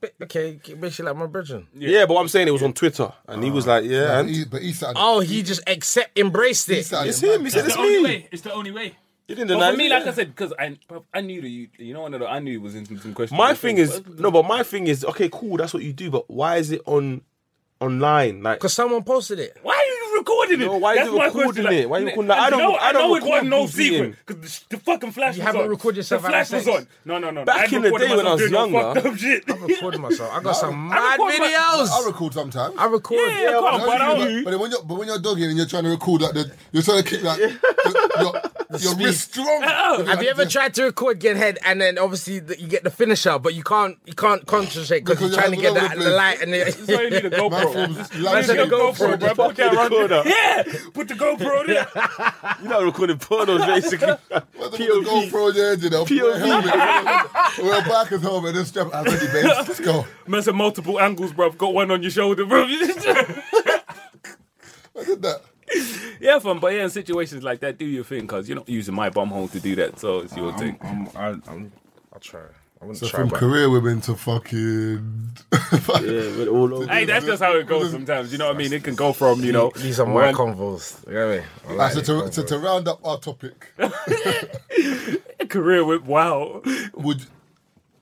bi- okay, basically like my brethren.
Yeah, but what I'm saying, it was on Twitter, and he was like, yeah,
But
and
he- But he sat.
Oh, he just accept embraced
he
it.
sat
it's
there.
him. He said
It's
it's
the only
me.
way. It's the only way.
He didn't
But
deny.
for me,
it.
like I said, because I, I knew that you, you know, I know that I knew he was in some, some questions.
My thing is no, but my thing is okay, cool. That's what you do, but why is it on online? Like,
Because someone posted it.
Why are you recording it?
No, why
That's
you
my
recording
question,
it? Why you
and-
recording that? I
and
don't-
No,
I don't
know it
record
wasn't no
me beating.
secret because the, the fucking flash.
You
was
haven't
on.
recorded yourself
The
having
flash was
sex.
on. No, no, no.
Back
I
in the
recorded
day when I
myself
was
doing no
younger,
fucked up shit.
I record myself. I got some
I
mad
record my-
videos.
I record sometimes.
I record.
Yeah, yeah, come on,
No,
but
you
I
do
don't-
that. but then when you're but when you're dogging and you're trying to record like the, you're trying to keep like the, your, your wrist strong.
Have you ever tried to record get head and then obviously the, you get the finisher, but you can't you can't concentrate because
Because
you're trying to
you're
get
all over
that
the
the
place.
light and
That's why you
the,
need a
My
GoPro.
film's
That's
like-
why you need a
Go for
GoPro, bro.
it, just
Put
fucking
that around
record
there.
up.
Yeah, put the GoPro there.
you're not recording pornos, basically.
Whether with a GoPro in your head, you know,
POV.
helmet, wear a biker's helmet, and strap. I'm ready, babe. Let's go.
Man said multiple angles, bro. Got one on your shoulder, bro.
I did that.
yeah, fam. But yeah, in situations like that, do your thing, cause you're not using my bum hole to do that. So it's
Uh,
your thing.
I'm, I'm, I'm, I'll try. I wouldn't
So
try.
from
but-
career women to fucking.
Yeah, but all over.
Hey, that's just how it goes sometimes. You know what I mean? It can go from you know
These are my
one-
convos. You know what I mean? I
Right,
like
so,
these
to, so
convos.
to round up our topic,
career with wow.
would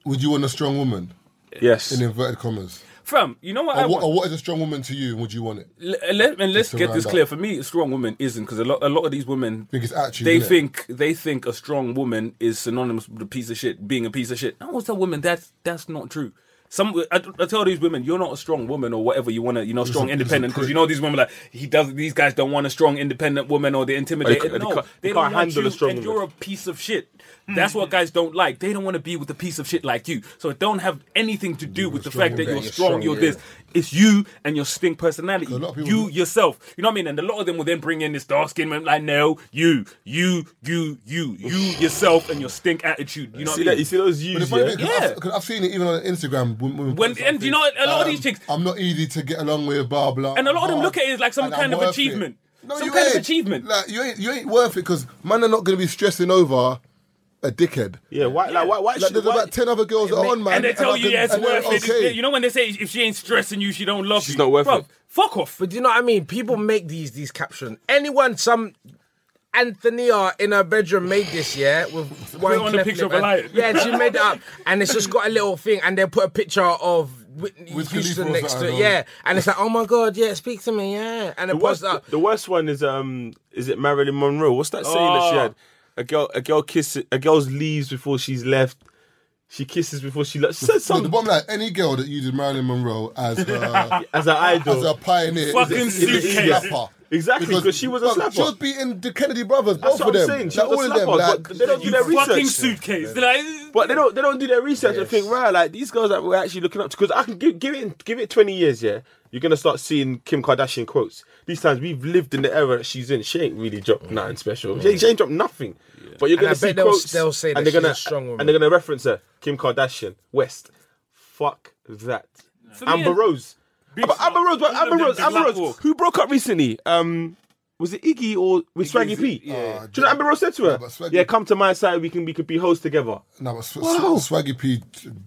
would you want a strong woman
Yes.
in inverted commas?
Fam, you know what I
Or what,
want?
or what is a strong woman to you? and Would you want it?
L- let, and let's
oh. to
get
round
this
up.
clear. For me, a strong woman isn't because a lot, a lot of these women
Think it's attitude,
They
innit?
think they think a strong woman is synonymous with a piece of shit, being a piece of shit. I always tell women that's that's not true. Some I, I tell these women, you're not a strong woman or whatever you want to, you know, strong
a- he's a
independent. Because
prick.
you know these women like he does. These guys don't want a strong independent woman or they're intimidated.
Or they ca- they
no,
can't-
they,
they
don't
can't
want
handle
you,
a strong
and
woman.
you're a piece of shit. That's what guys don't like. They don't want to be with a piece of shit like you. So it don't have anything to do with the fact that
woman,
you're
you're
strong,
strong,
you're
yeah.
this. It's you and your stink personality.
lot of people
You
do-
yourself. You know what I mean? And a lot of them will then bring in this dark skin man like, no, you, you, you, you, you yourself and your stink attitude. You know what
See
I
that?
mean?
You see those
But the funny
views? Yeah?
thing, 'cause I've, 'cause I've seen it even on Instagram. When, when
When- and you know, a lot of these chicks-
um, I'm not easy to get along with, blah blah.
And a lot of them
blah,
look at it as like some
and
kind
I'm
of
worth
achievement.
it. No,
Some
you
kind of
ain't.
achievement.
Like you ain't, you ain't worth it because man are not going to be stressing over a dickhead.
Yeah, why? Like, why? Why?
Like
should-
there's
why-
about ten other girls that are on man,
and they tell
I
you,
can-
yeah, it's
and they're
worth it.
Okay.
You know when they say if she ain't stressing you, she don't love you.
She's not worth
Bruv,
it.
Fuck off.
But do you know what I mean? People make these these captions. Anyone, some Anthony in her bedroom made this, yeah, with one
on the
cleft
picture of
lip
a
and-
lion.
Yeah, she made it up, and it's just got a little thing, and they put a picture of Whitney
Wiz Khalifa
Houston
or
next to
something
it,
on.
yeah, and it's like, oh my god, yeah, speak to me, yeah, and
The
it pops
worst,
it up.
the worst one is um, is it Marilyn Monroe? What's that saying that she
Oh.
had? A girl, a girl kisses, a girl leaves before she's left. She kisses before she left. Said
Look, the
something
bottom line, any girl that uses Marilyn Monroe as her,
as an idol.
as a pioneer,
Fucking
is a- is a
suitcase.
rapper.
Exactly, because she was a
but She was
slapper.
beating the Kennedy brothers,
That's
both
what
of
I'm
them.
saying. She
Like,
was
all
a
of them.
slapper,
Like,
but they don't do
You
their
fucking
research.
suitcase. They're like,
But they don't they don't do their research and think, right, like these girls that we're actually looking up to because I can give give it give it twenty years, yeah, you're gonna start seeing Kim Kardashian quotes. These times we've lived in the era that she's in. She ain't really dropped nothing special. She, ain't- she ain't dropped nothing. But you're
Mm. And I
gonna see
bet they'll-
quotes.
they'll say that
and they're
she's
gonna
a strong woman.
and they're gonna reference her, Kim Kardashian, West. Fuck that.
For me,
Amber Rose. Amber,
smart.
Amber Rose, but
All of
Amber
them
Rose,
big
Amber
black
Rose,
walk.
who broke up recently? Um, was it Iggy or with Swaggy P?
yeah.
Do you know what Amber Rose said to her?
but Swaggy-
yeah, come to my side. We can we could be hosts together.
no, but Sw-
Wow.
Sw- Swaggy P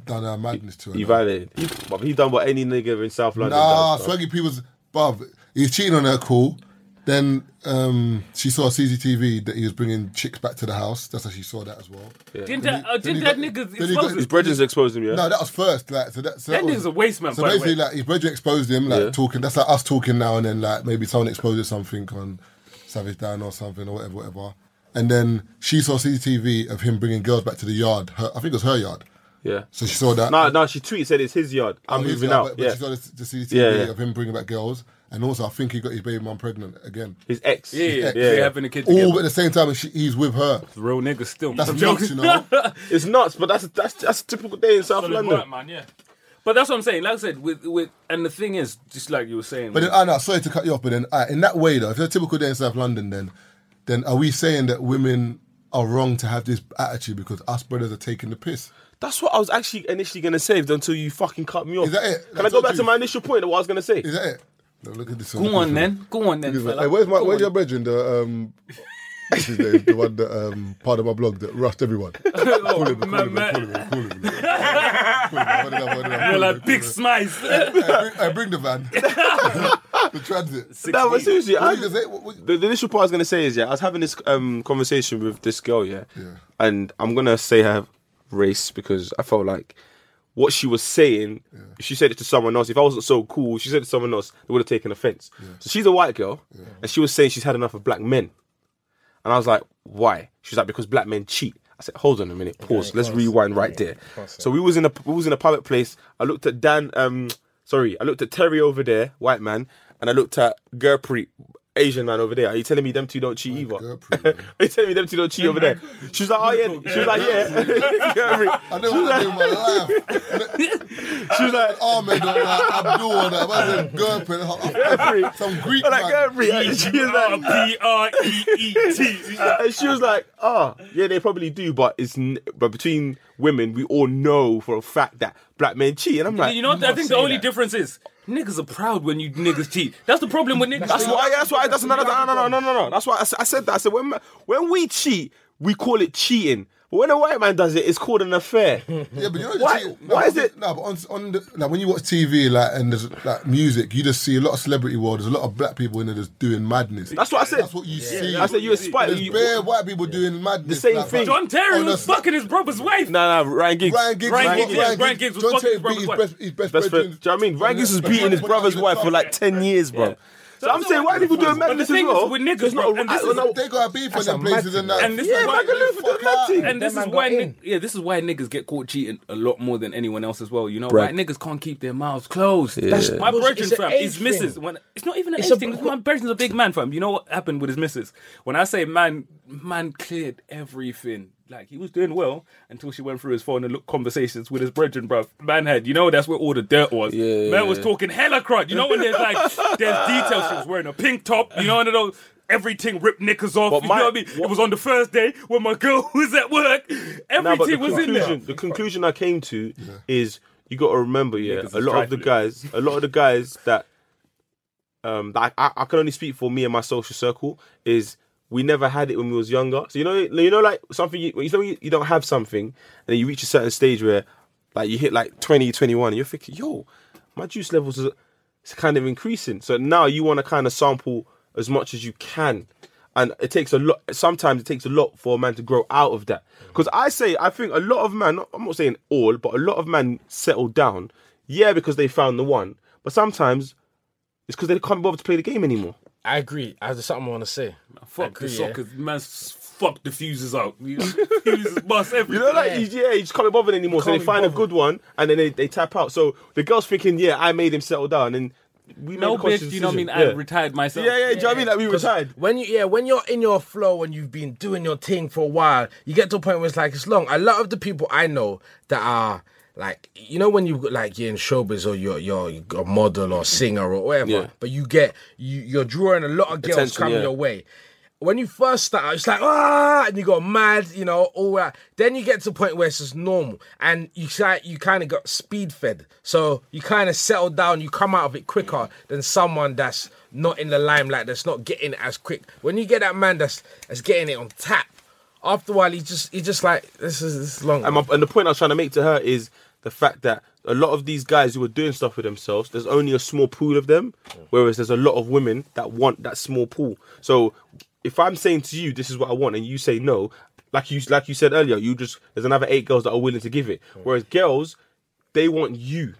done a madness to her.
He
man.
violated. He, but he done what any nigga in South London
Nah,
does. bro.
Swaggy P was Bob. He was cheating on her, cool. Then um, she saw CCTV that he was bringing chicks back to the house. That's how she saw that as well.
didn't that, uh,
then
didn't
you
that
got-
niggas
then you
expose
got-
His
it?
brethren's exposed him, yeah?
No, that was first. Like, so that, so that
That
was-
nigga's a waste man,
So
by the
basically,
way.
like his brother exposed him, like talking. That's like us talking now, and then like maybe someone exposes something on Savage Dan or something or whatever, whatever. And then she saw CCTV of him bringing girls back to the yard. Her, I think it was her yard.
yeah.
So she saw that.
No, no, she tweeted, said it's his yard. I'm
Oh, he's
moving
got-
out.
But, but
yeah.
she saw the, the CCTV
Yeah, yeah.
of him bringing back girls, and also I think he got his baby mum pregnant again.
His ex.
Yeah, yeah,
Yeah.
they're having a kid together.
All at the same time, and she, he's with her.
Real niggas still.
That's
I'm
nuts, you
joking.
know.
It's nuts, but that's that's that's a typical day in South
Solid
London.
work, man, yeah.
But that's what I'm saying. Like I said, with with and the thing is, just like you were saying,
But then, I know, sorry to cut you off, but then uh, in that way, though, if you're a typical day in South London, then then are we saying that women are wrong to have this attitude because us brothers are taking the piss?
That's what I was actually initially gonna say until you fucking cut me off.
Is that it?
Can I
That's
go
what
back
you-
to my initial point of what I was gonna say?
Is that it? No, look at this one.
go
Look at
on
this
then, go on then.
one.
Fella.
Hey, where's my
Go
where's
on.
your brethren? The um, what's his name? The one that um, part of my blog that rushed everyone. Call him, call him,
man.
call him, call him, call him. Call him, call him,
They're
call him,
like
call him.
big smiles.
I bring, I bring the van, the transit.
No, but seriously,
What
I,
you gonna say? What- what-
the, the initial part I was gonna say is yeah, I was having this um conversation with this girl, yeah,
Yeah.
and I'm gonna say her race because I felt like what she was saying, if she said it to someone else. If I wasn't so cool, she said it to someone else, they would have taken offense. So she's a white girl, and she was saying she's had enough of black men, and I was like, why? She's like because black men cheat. I said, hold on a minute, pause. Let's rewind right there. So we was in a we was in a public place. I looked at Dan. Um, sorry, I looked at Terry over there, white man, and I looked at Gurpreet, Asian man over there. Are you telling me them two don't cheat either? Are you telling me them two don't cheat over there? She was like, oh yeah. She was like, yeah.
I Oh,
Gurpreet.
never want to do in my life.
She was like.
Ahmed on that, Abdul on that, what's his girlfriend?
Gurpreet.
Some Greek
I was
man.
Like Gurpreet. And she was like,
P R E E T.
and she was like, "Ah, yeah, they probably do, but it's n- but between women, we all know for a fact that black men cheat." And I'm like,
You know, what I think the only difference is niggas are proud when you niggas cheat. That's the problem with niggas.
That's why. That's why. That's another. No, no, no, no, no, no. That's why I, s- I said that. I said when when we cheat, we call it cheating. But when a white man does it, it's called an affair.
Yeah, but you know
Why-
the-
why
but-
is it-
No, but on, on the, like when you watch TV like and there's like music, you just see a lot of celebrity world. There's a lot of black people in there just doing madness.
That's what I said.
That's what you see.
I said you aspire.
There's
You,
bare white people doing madness.
same
like,
thing.
John Terry
on a
was
s-
fucking his brother's wife.
no, no, Ryan Giggs.
Ryan Giggs,
Ryan
what-
Giggs, yeah, Ryan Giggs was
John
fucking
Terry beat
his
his
brother's
best, his best,
Best friend.
friend.
Do you know what I mean? Ryan Giggs was beating his brother's wife for like ten years, bro. So I'm saying, why are people doing
But the
madness as
thing is
well?
with niggas,
There's not
bro,
a-
and this
I-
is-
no,
They got a beef in
That's a
them places
mad
and that.
And this
Yeah,
is why
Michael Luther
fuck
did that
out.
thing.
And this is
man
why,
got
ni-
in.
yeah, this is why niggas get caught cheating a lot more than anyone else as well. You know,
Bruh.
white niggas can't keep their mouths closed.
That's-
my
it's
brethren's
an
fam.
age
His missus.
thing.
When it's not even an
It's
age
a-
thing. My brethren's a big man, fam. You know what happened with his missus? When I say man, man cleared everything. Like he was doing well until she went through his phone and looked conversations with his brethren, bruv. Man had, you know, that's where all the dirt was. man
Yeah, yeah,
was
yeah.
talking hella crud. You know when there's like there's details. She was wearing a pink top. You know, one of those everything ripped knickers off.
But
you
my-
know what I mean?
what-
It was on the first day when my girl was at work.
No, but
Everything
the
was in
conclusion,
there.
The conclusion I came to is you got to remember, yeah,
Niggas
a
is
lot of the guys, a lot of the guys that, um, that I, I can only speak for me and my social circle is we never had it when we was younger. So you know, you know, like something you, you know, you, you don't have something, and then you reach a certain stage where, like, you hit like 20, 21, and you're thinking, yo, my juice levels are it's kind of increasing. So now you want to kind of sample as much as you can. And it takes a lot, sometimes it takes a lot for a man to grow out of that. Because I say, I think a lot of men, I'm not saying all, but a lot of men settle down, yeah, because they found the one. But sometimes it's because they can't bother to play the game anymore.
I agree. I have something I want to say. I
Fuck
agree,
the
yeah.
soccer. Man's fuck the fuses out. You- fuses bust everything.
You know, like, you- yeah, you just can't be bothered anymore. So they
can't be
find a good one and then they, they tap out. So the girl's thinking, yeah, I made him settle down. And we
No,
made a conscious
bitch, you know what I mean?
decision.
I retired myself.
Yeah, yeah, yeah, do you know what I mean? Like we
'Cause
retired.
When you yeah, when you're in your flow and you've been doing your thing for a while, you get to a point where it's like it's long. A lot of the people I know that are like you know when you like you're in showbiz or you're you're a model or singer or whatever,
Yeah.
but you get you you're drawing a lot of girls
Attention,
coming
yeah.
your way. When you first start out, it's like ah, and you go mad, you know, all that. Then you get to a point where it's just normal, and you start, you kind of got speed fed, so you kind of settle down. You come out of it quicker than someone that's not in the limelight, that's not getting it as quick. When you get that man that's that's getting it on tap, after a while, he just he just like this is this is long.
And, my, and the point I was trying to make to her is the fact that a lot of these guys who are doing stuff with themselves, there's only a small pool of them, whereas there's a lot of women that want that small pool. So if I'm saying to you, this is what I want, and you say no, like you like you said earlier, you just there's another eight girls that are willing to give it.
Hmm.
Whereas girls, they want you.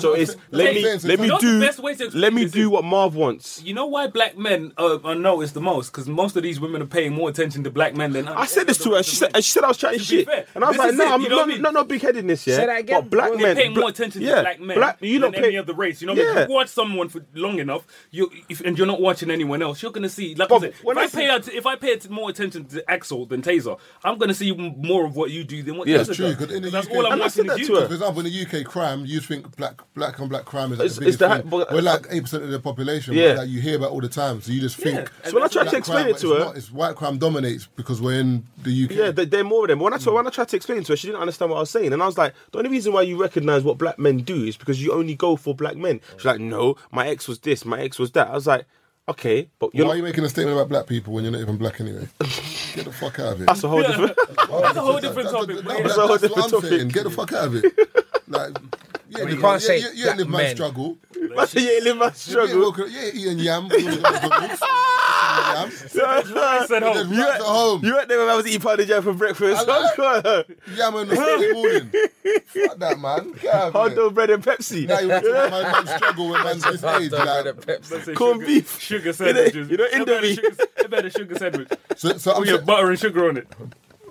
So
what I'm
it's
saying-
let
that's what I'm saying,
me let
it's
me
not
the
do
best way to
let me
explain this
do
is-
what Marv wants.
You know why black men are, are noticed the most? Because most of these women are paying more attention to black men than
I said this to her, and she said, and she said I was chatting
To be
shit,
fair,
and I was
this
like,
is
no,
it,
I'm
you know what
not,
I mean?
no, not big headed this, yeah.
Say that again?
But black
Well,
They
men,
pay more
bla-
attention to
yeah,
black men
Black, you
than
don't pay
any other race. You know,
yeah.
if you watch someone for long enough, you if, and you're not watching anyone else, you're gonna see. Like
But
I said,
when
if I,
I
pay att- if I pay att- more attention to Axel than Taser, I'm gonna see m- more of what you do than what
Yeah,
Taser
it's
true,
does.
'cause in the
That's
UK
all I'm
And I
watching
said that
is
to
you.
her.
For example, in the UK, crime, you think black black on black crime is like
It's-
the
it's
biggest
the
thing.
hy- but-
We're like eight percent of the population.
Yeah.
Yeah, that you hear about all the time. So you just think.
So when I tried
black
to explain
crime,
it
but
to
it's
her,
not, it's white crime dominates because we're in the UK.
yeah, they- they're more of them. When I
Hmm.
told, when I tried to explain to her, she didn't understand what I was saying, and I was like, the only reason why you recognize what black men do is because you only go for black men. She's like, no, my ex was this, my ex was that. I was like, okay, but you're
Why are
not,
you making a statement about black people when you're not even black anyway? Get the fuck out of here.
that's a whole different.
That's a whole different topic.
That's,
but
that-
yeah.
that's
a whole
what
different
I'm
topic.
saying. Get the fuck out of it. Like, yeah,
you
nigga,
can't
yeah,
say
yeah, yeah,
black
live man
men.
struggle.
I said, you ain't live my
Yeah,
struggle.
local- yeah, Ian Yam. we all got bubbles. Ian Yam.
I said,
There's
oh,
rats at home.
You went there when I was eating pounded jam for breakfast. Hard
Yam on the Sunday morning. Fuck that, man. Get out of here.
dog bread and Pepsi.
Now you want to my man struggle when man's this age. Like,
Pepsi.
corned
sugar,
beef.
sugar
You know-
sandwiches.
you know
They've had a
Indomie.
sugar- They've had a sugar sandwich.
so,
Oh,
so I'm
We have
saying-
butter and sugar on it.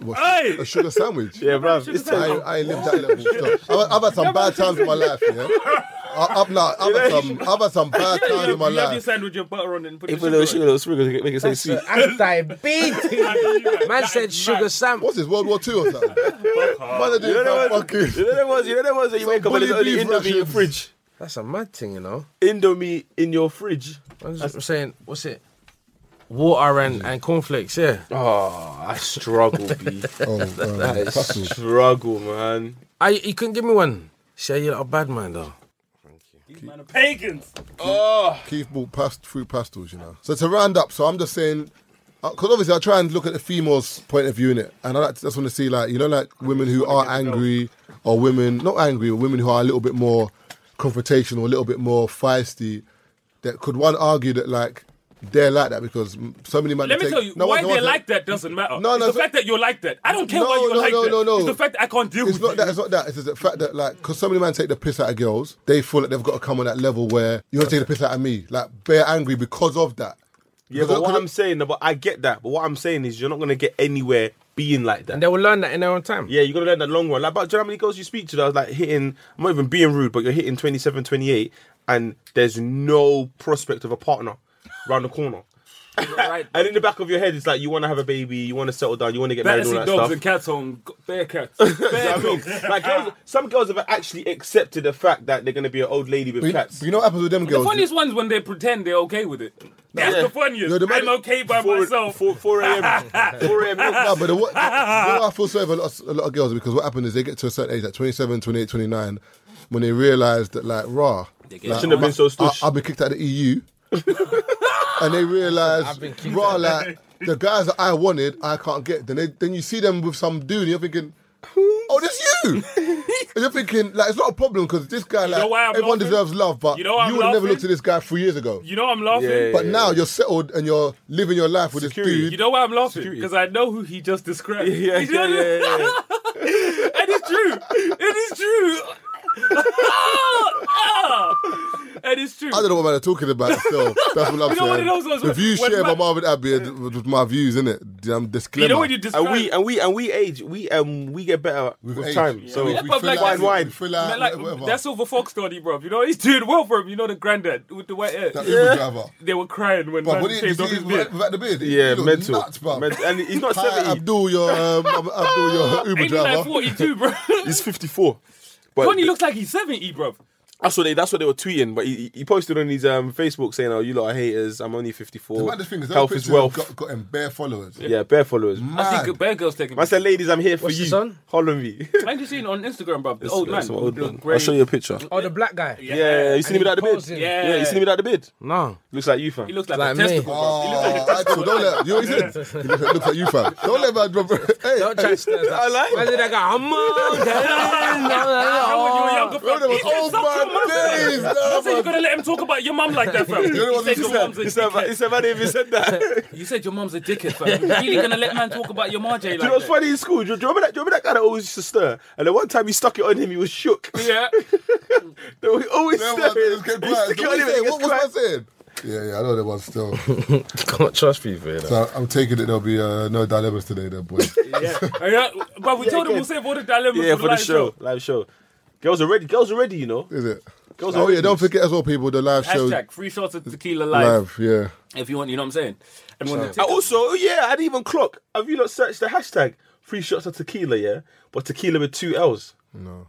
What,
Hey!
a sugar sandwich.
Yeah, bruv. It's
I, I ain't lived that level. of stuff. I've, I've had some bad times in my life. Yeah, I, I've not. I've had some. I've had some bad
You
times in
have,
my
you have your
life.
sandwich, your butter on it, and put the
If a
sugar
little sugar,
on it.
little sprinkle, make it- make it say sweet.
That's diabetes. Man said sugar sandwich.
What's this? World War Two or something? Mother
You know
doing
them ones-
fucking.
you know them ones. You know them ones that you
Some
wake up and there's
bully
only
beef
Indomie in your
rations.
fridge.
That's a mad thing, you know.
Indomie in your fridge.
I'm just saying, what's it? Water and, and cornflakes, yeah.
Oh, I struggle, B.
Oh,
I
um, hustle.
struggle, man.
I, you couldn't give me one. Say you're a bad man though.
These man are pagans.
Keith bought past fruit pastels, you know. So to round up, so I'm just saying, because obviously I try and look at the female's point of view in it, and I like to- just want to see like you know like women who are angry or women not angry, or women who are a little bit more confrontational, a little bit more feisty. That could one argue that like they're like that because mm, so many men.
Let me
take-
tell you,
No,
why
one- no,
they're
one-
like that doesn't matter.
No, no,
it's the
so-
fact that you're like that. I don't care why
No,
you're
no,
like
no,
that.
no, no.
It's the fact that I can't deal
It's not
with
that.
you.
It's not that. It's just the fact that, like, because so many men take the piss out of girls, they feel like they've got to come on that level where you're gonna take the piss out of me. Like, they're angry because of that.
Yeah, but what
Because-
I'm saying, but I get that. But what I'm saying is, you're not gonna get anywhere being like that.
And they will learn that in their own time.
Yeah, you're gonna learn that long run. Like, but do you know how many girls you speak to that are like hitting? I'm not even being rude, but you're hitting 27, 28, and there's no prospect of a partner round the corner.
Right.
And in the back of your head, it's like you want to have a baby, you want to settle down, you want to get married, all
Fantasy
that
dogs
stuff.
and cats on bear cats.
I
Bear
mean,
dogs.
like
Ah.
girls, some girls have actually accepted the fact that they're gonna be an old lady with
But you,
cats.
but you know what happens with them
The
girls?
funniest ones when they pretend they're okay with it. That's
Yeah.
the funniest.
Yo, the man-
I'm okay by
four,
myself.
four, 4 a.m. 4 a.m.
No, but the, what, the, you know what I feel sorry for a lot, of, a lot of girls because what happened is they get to a certain age, like 27, 28, 29, when they realise that, like, raw, like,
shouldn't have been so stush.
I, I've been kicked out of the EU. and they realise, raw, like, the guys that I wanted, I can't get. Then, they, then you see them with some dude and you're thinking, oh, that's you. and you're thinking, like, it's not a problem because this guy, like,
know why I'm
everyone
laughing?
deserves love, but
You
you,
know why I'm
would have never
laughing?
looked at this guy three years ago.
You know I'm laughing.
Yeah.
but now you're settled and you're living your life with
Security.
this dude.
You know why I'm laughing? Because I know who he just described.
Yeah,
You know-
yeah, yeah, yeah, yeah.
and it's true. It is true. Ah, ah. and it's true. true.
I don't know what man are talking about still. That's what I'm
You know what
saying.
it is, Osman?
the views
When
shared by
man-
Marvin Abbey are- with my views, isn't it? Damn disclaimer.
you know when you describe,
and we and we and we age. We um we get better with,
age.
time. So
we,
Yeah,
we
but
fill
like-
out,
wide,
we fill out,
man, like
whatever.
that silver fox story, bro. You know he's doing well for him. You know the granddad with the white hair.
that Uber driver.
They were crying when
But
man
what did you
shaved off
see
his
with-
beard.
without the beard?
Yeah,
You look
mental.
Nuts, bro.
Men- and he's not
Hi,
70.
Abdul, your um, Ab- Abdul, your Uber
Ain't he like
driver.
42, bro?
he's fifty four. But
Tony looks like he's 70, bro.
that's what they that's what they were tweeting. But he, he posted on his um Facebook saying, "Oh, you lot are haters. I'm only fifty
The
four.
maddest thing is that
Health
picture
is wealth."
Got, got him bare followers.
yeah, bare followers.
I
Mad.
think Bear Girls taking.
I said, "Ladies, I'm here for
What's
you.
this on?
Holler me."
I just seen on Instagram, bro. The
That's-
old man.
that's what
with
old
the
man.
grey-
I'll show you a picture.
Oh, the black guy.
Yeah, you seen him
And
without the
he's
beard?
posing.
Yeah.
you seen him without the beard?
No.
Looks like you, fam.
He looks like,
Like
a
me.
testicle, bro. He looks like a
Oh,
testicle.
actually, don't let you know what he said? He looked at- look at you, fam. Don't let man drop. Hey,
Don't try to stir that.
I like.
Man, that guy, I'm on.
Remember when you were younger,
Bro,
fam?
that was
He said
old
suck your
man Oh,
mum, fam.
days,
Don't say
nah,
you're
man.
gonna let him talk about your mum like that, fam.
You know
You
what
said
he
your
said?
mum's a
It's about it's
dickhead.
about even said that.
You said your mum's a dickhead, fam. You really gonna let man talk about your marjay
Do you know
like
what's
that?
funny in school? Do you, do you remember that? Do you remember that guy that always used to stir? And the one time he stuck it on him, he was shook.
Yeah.
They were always
Yeah,
stirring.
man, just get
He stuck
quiet.
it
What was I saying?
on him and he gets
What was I
quiet.
saying? Yeah, yeah, I know that one still.
Can't trust people, you know.
So I'm taking it. There'll be uh, no dilemmas today, then, boy.
Yeah. yeah. But we told him we'll save all the dilemmas
Yeah, for the
live
show, live show. Girls already, girls already, you know.
Is it?
Girls
Oh
already.
yeah, don't forget as well, people. The live show
Hashtag free shots of tequila live.
live. Yeah.
If you want, you know what I'm saying? And when the
I
tick-
also, yeah, I didn't even clock. Have you not searched the hashtag? Free shots of tequila, yeah, but tequila with two L's.
No.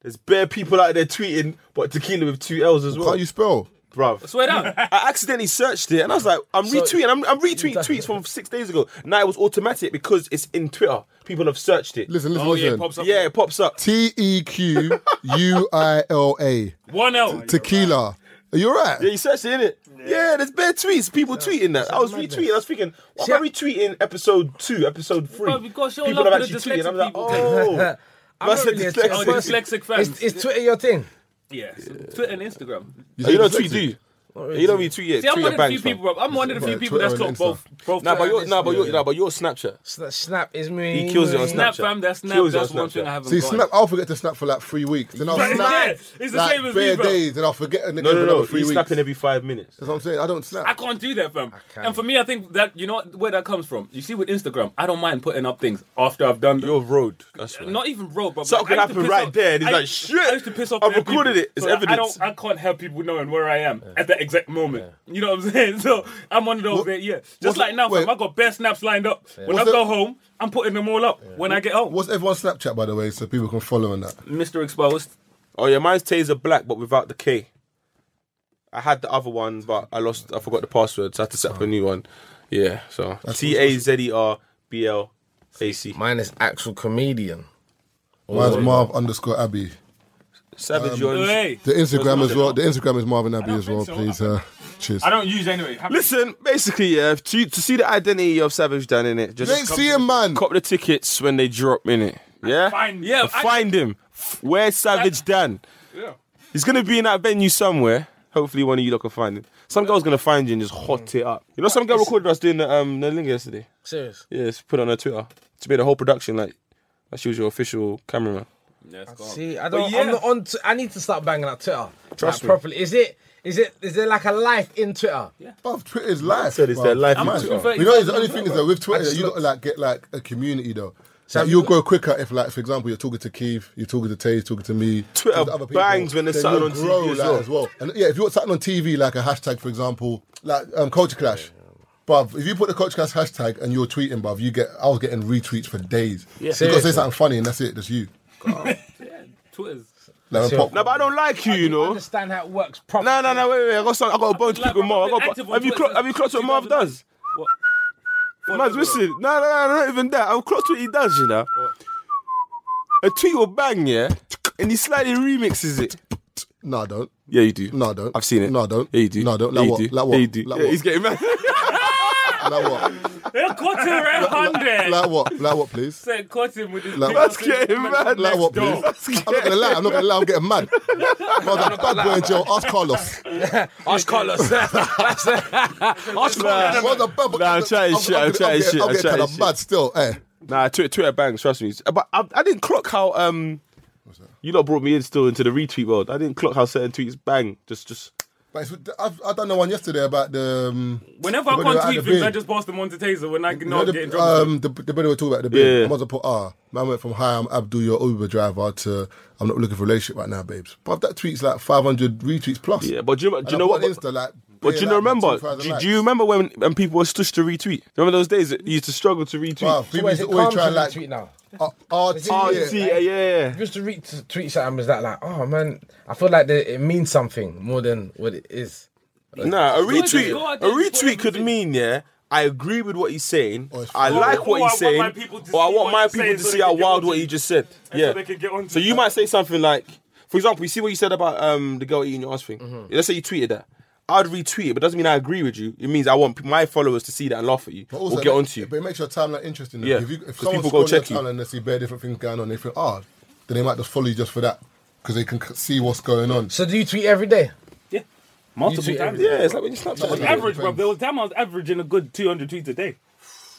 There's bare people out there tweeting, but tequila with two L's as well,
Can't you spell?
bruv.
Swear down.
I accidentally searched it and I was like, I'm retweeting, I'm, I'm retweeting tweets from six days ago. Now it was automatic because it's in Twitter. People have searched it.
Listen, listen,
Oh yeah, it
listen.
pops up.
Yeah, it pops up.
T E Q U I L A.
One L.
Tequila. Are you alright?
Yeah, you searched it, innit? Yeah, there's bare tweets, people tweeting that. I was retweeting, I was thinking, why am I retweeting episode two, episode three?
Bruv, you gotta show
people
love
have
to
actually
the
tweeted, and I'm
dyslexic
like,
people.
oh.
I'm not
That's a
really a
Oh,
dyslexic.
tech person.
dyslexic
Is,
fans.
is Twitter your thing?
Yeah, so Twitter and Instagram.
Oh, you don't
Dyslexic.
tweet, do you? You don't retweet yet.
See, I'm
tweet
one
your
of the few
bangs,
people,
fam.
bro. I'm one of the few
Right,
people
Twitter
that's got
and
both. both
Nah, but
Twitter
your,
and
nah, but your,
yeah.
nah, but your Snapchat.
Snap, snap is me.
He kills it on
me.
Snap,
Snapchat.
fam. That's Snap.
Kills it on
That's one
Snapchat.
thing I haven't
See,
got.
snap. I'll forget to snap for like three weeks. Then I'll
Right,
snap.
yeah. It's the
like,
same as me,
bare
bro.
days. Then I'll forget. And then
No,
go
no,
another
no.
Three
He's
weeks.
snapping every five minutes.
That's what I'm saying. I don't
I
snap.
can't do that, fam.
can't.
And for me, I think that you know where that comes from. You see, with Instagram, I don't mind putting up things after I've done. them.
Your road. That's right.
Not even road, bro.
Something
Like, I used to
happened
piss
right
off-
there, and he's
I-
like, "Shit,
I used to piss off.
I've
mad people."
recorded it. It's
So, like,
evidence.
I don't. I can't have people knowing where I am at that exact moment. You know what I'm saying? So I'm one of those. that, yeah, just
what's-
like now, fam.
wait.
I got bare snaps lined up. When I
What's
go
the-
home, I'm putting them all up. When I get home,
What's everyone's Snapchat, by the way, so people can follow on that?
Mr. Exposed.
Oh yeah, mine's Taser Black, but without the K. I had the other one, but I lost. I forgot the password, so I had to set up a new one. Yeah, so T A Z E R B L A C.
Mine is actual comedian.
Mine's Marv underscore Abbey.
Savage yours.
Hey,
The Instagram as well. The Instagram is Marvin Abbey as well,
think so.
please. Uh, cheers.
I don't use anyway. Have-
Listen, basically, yeah, to, to see the identity of Savage Dan in it,
You ain't
just cop,
see him, man.
cop the tickets when they drop in it. Yeah,
Find-
Yeah,
And
I-
find him. F- Where's Savage Dan?
Yeah.
He's gonna be in that venue somewhere. Hopefully, one of you lot can find him. Some girl's gonna find you and just hot it up. You know, some girl recorded us doing the um the link yesterday.
Serious.
Yeah, she put it on her Twitter. She made a whole production like like she was your official cameraman. Oh.
See, I don't.
yeah.
I'm not on. T- I need to start banging out Twitter.
Trust
like,
me.
Properly. Is it? Is it? Is there like a life in Twitter?
Bruv, Twitter's life.
said it's their
bruv.
life in
Man,
Twitter.
You know, the only thing is that with Twitter, you gotta like get like a community though. So you'll grow quicker if, like, for example, you're talking to Keith, you're talking to Tay, you're talking to me.
Twitter
talking to
bangs when there's
then
something
you'll
on TV as
like,
well.
And yeah, if you're something on TV, like a hashtag, for example, like um, Culture Clash. Bruv, if you put the Culture Clash hashtag and you're tweeting, bruv, you get I was getting retweets for days. Yeah. You gotta say
Seriously.
something funny and that's it, that's you.
Twitter's.
Like, when
Sure.
pop,
No, but I don't like you, you know.
Understand how it works properly.
No, no, no, wait, wait. I got some, I got a bone to
Like,
pick with
I've
Marv.
been
I
active
got,
on
have you
Twitter
clocked, have you
since
clocked what Marv
2009.
does?
What?
Man's listen. No, no, no, not even that. I've clocked what he does, you know. A tweet will bang, yeah, and he slightly remixes it.
no, I don't.
Yeah, you do.
No, I don't.
I've seen it.
No, I don't.
Yeah, you do.
No, I don't.
Yeah,
Like
you
what?
do.
Like what?
Yeah, you do.
Like
Yeah,
what?
He's getting mad.
Like what?
They caught him at hundred.
Like what? Like what, please?
They caught him with his.
Like-
big
That's
fucking-
getting mad.
Like what,
door.
please? I'm not gonna lie. I'm not gonna lie. I'm getting mad. Brother, bad boy in jail. Ask Carlos.
Ask Carlos. Ask
Nah.
Carlos.
Brother, bad boy.
Nah, I'm trying shit, I'm
getting-
trying
I'm
shit,
getting-
I'm
I'm getting
trying
kind of
shit.
mad still. Eh.
Nah, Twitter, Twitter bangs. Trust me. But I, I didn't clock how um, you lot brought me in still into the retweet world. I didn't clock how certain tweets bang. Just, just
But it's, I've, I've done the one yesterday about the. Um, the
Whenever I
brother
can't
at
tweet
the
things, I
bin.
just pass them on to Taser when I
You know
know I'm getting
the,
uh,
drunk.
um, the, the brother we talk about the bin.
Yeah.
I must have put ah. Man went from hi, I'm Abdul, your Uber driver, to I'm not looking for a relationship right now, babes. But that tweet's like 500 retweets plus.
Yeah, but do you,
And
do you
I
know
put
what?
on Insta, like,
But do you
yeah,
know,
like,
remember,
2,000
do,
likes.
do you remember when, when people were stushed to retweet? Remember those days? You used to struggle to retweet.
Wow,
So
people
wait,
used
is
to
it
always
calm
try
to
and like
retweet now?
uh, RT.
Oh,
yeah.
see, yeah, yeah.
Just to read to tweet something was that like, oh man, I feel like that it means something more than what it is.
Nah, a
it's
retweet,
God,
a
it's
retweet
whatever
could
it is.
mean yeah. I agree with what he's saying.
Or Oh, it's
I
fine.
like
Or-
what
or I
he's
want
saying,
my people to
or I
see
want
what
my
he's
people
saying
to
so
see
they
how
can get
wild
onto
what he
it.
just said.
And so
yeah.
they can get onto
So you
it.
might say something like, for example, you see what you said about um the girl eating your ass thing.
Mm-hmm.
Let's say you tweeted that. I'd retweet it, but it doesn't mean I agree with you. It means I want p- my followers to see that and laugh at you
But
or
it
get
ma-
onto you.
But it makes your timeline interesting. though.
Yeah,
If, you,
'cause
if someone
people go
scrolls your
check you.
timeline and they see bare different things going on, they think, ah, then they might just follow you just for that because they can c- see what's going on.
So do you tweet every day?
Yeah. Multiple
tweet
times.
everything.
Yeah, it's like when you Snapchat.
Not
isn't
On
it?
every-
average, bro. There was time I was averaging a good 200 tweets a day.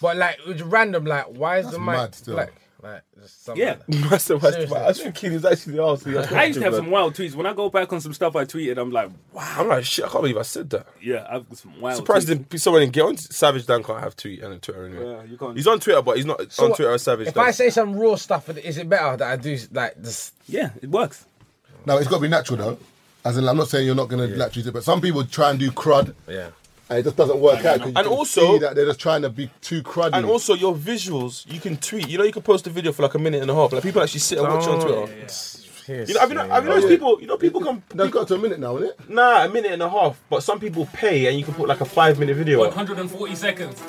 But like it's random, like why is the mic
mad still.
black? Like just something
Yeah.
like that.
Master, master,
Seriously.
I think Keen is actually the ass.
I used to have some wild tweets. When I go back on some stuff I tweeted, I'm like,
I'm like, shit, I can't believe I said that.
yeah, I've got some wild.
Surprised
tweets.
didn't someone didn't get on. Savage Dan can't have tweet and Twitter anyway.
Yeah, you can't.
He's on Twitter, but he's not on
what-
Twitter as Savage
If
Dan.
I say some raw stuff, is it better that I do like this?
Yeah, it works.
Now it's got to be natural though. As in, I'm not saying you're not going to naturally do it, but some people try and do crud.
Yeah.
And it just doesn't work out. 'cause you
And
can
also-
see that they're just trying to be too cruddy.
and also your visuals, you can tweet. You know, you can post a video for like a minute and a half. Like people actually sit and watch on
Oh,
Twitter. You know, I've, been,
Oh,
I've noticed people. You know, people can.
that's got to a minute now, isn't it?
Nah, a minute and a half. But some people pay, and you can put like a five-minute video. up.
140 seconds.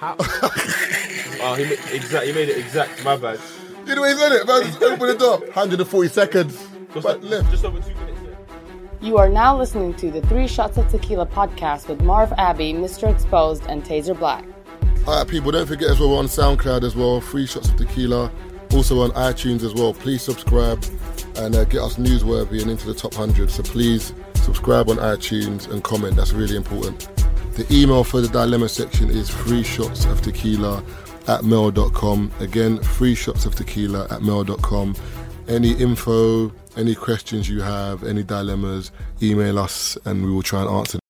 Oh, he made, exact. He made it exact. My bad.
You know what he's in it, man. Just open it up. 140 seconds.
Just,
But
like-
left.
just over two minutes. Yeah.
You are now listening to the Three Shots of Tequila podcast with Marv Abbey, Mr. Exposed, and Taser Black.
All right, people, don't forget as well, we're on SoundCloud as well, Free Shots of Tequila, also on iTunes as well. Please subscribe and uh, get us newsworthy and into the top 100. So please subscribe on iTunes and comment. That's really important. The email for the dilemma section is free shots of tequila at mail.com. Again, free shots of tequila at mail.com. Any info, any questions you have, any dilemmas, email us and we will try and answer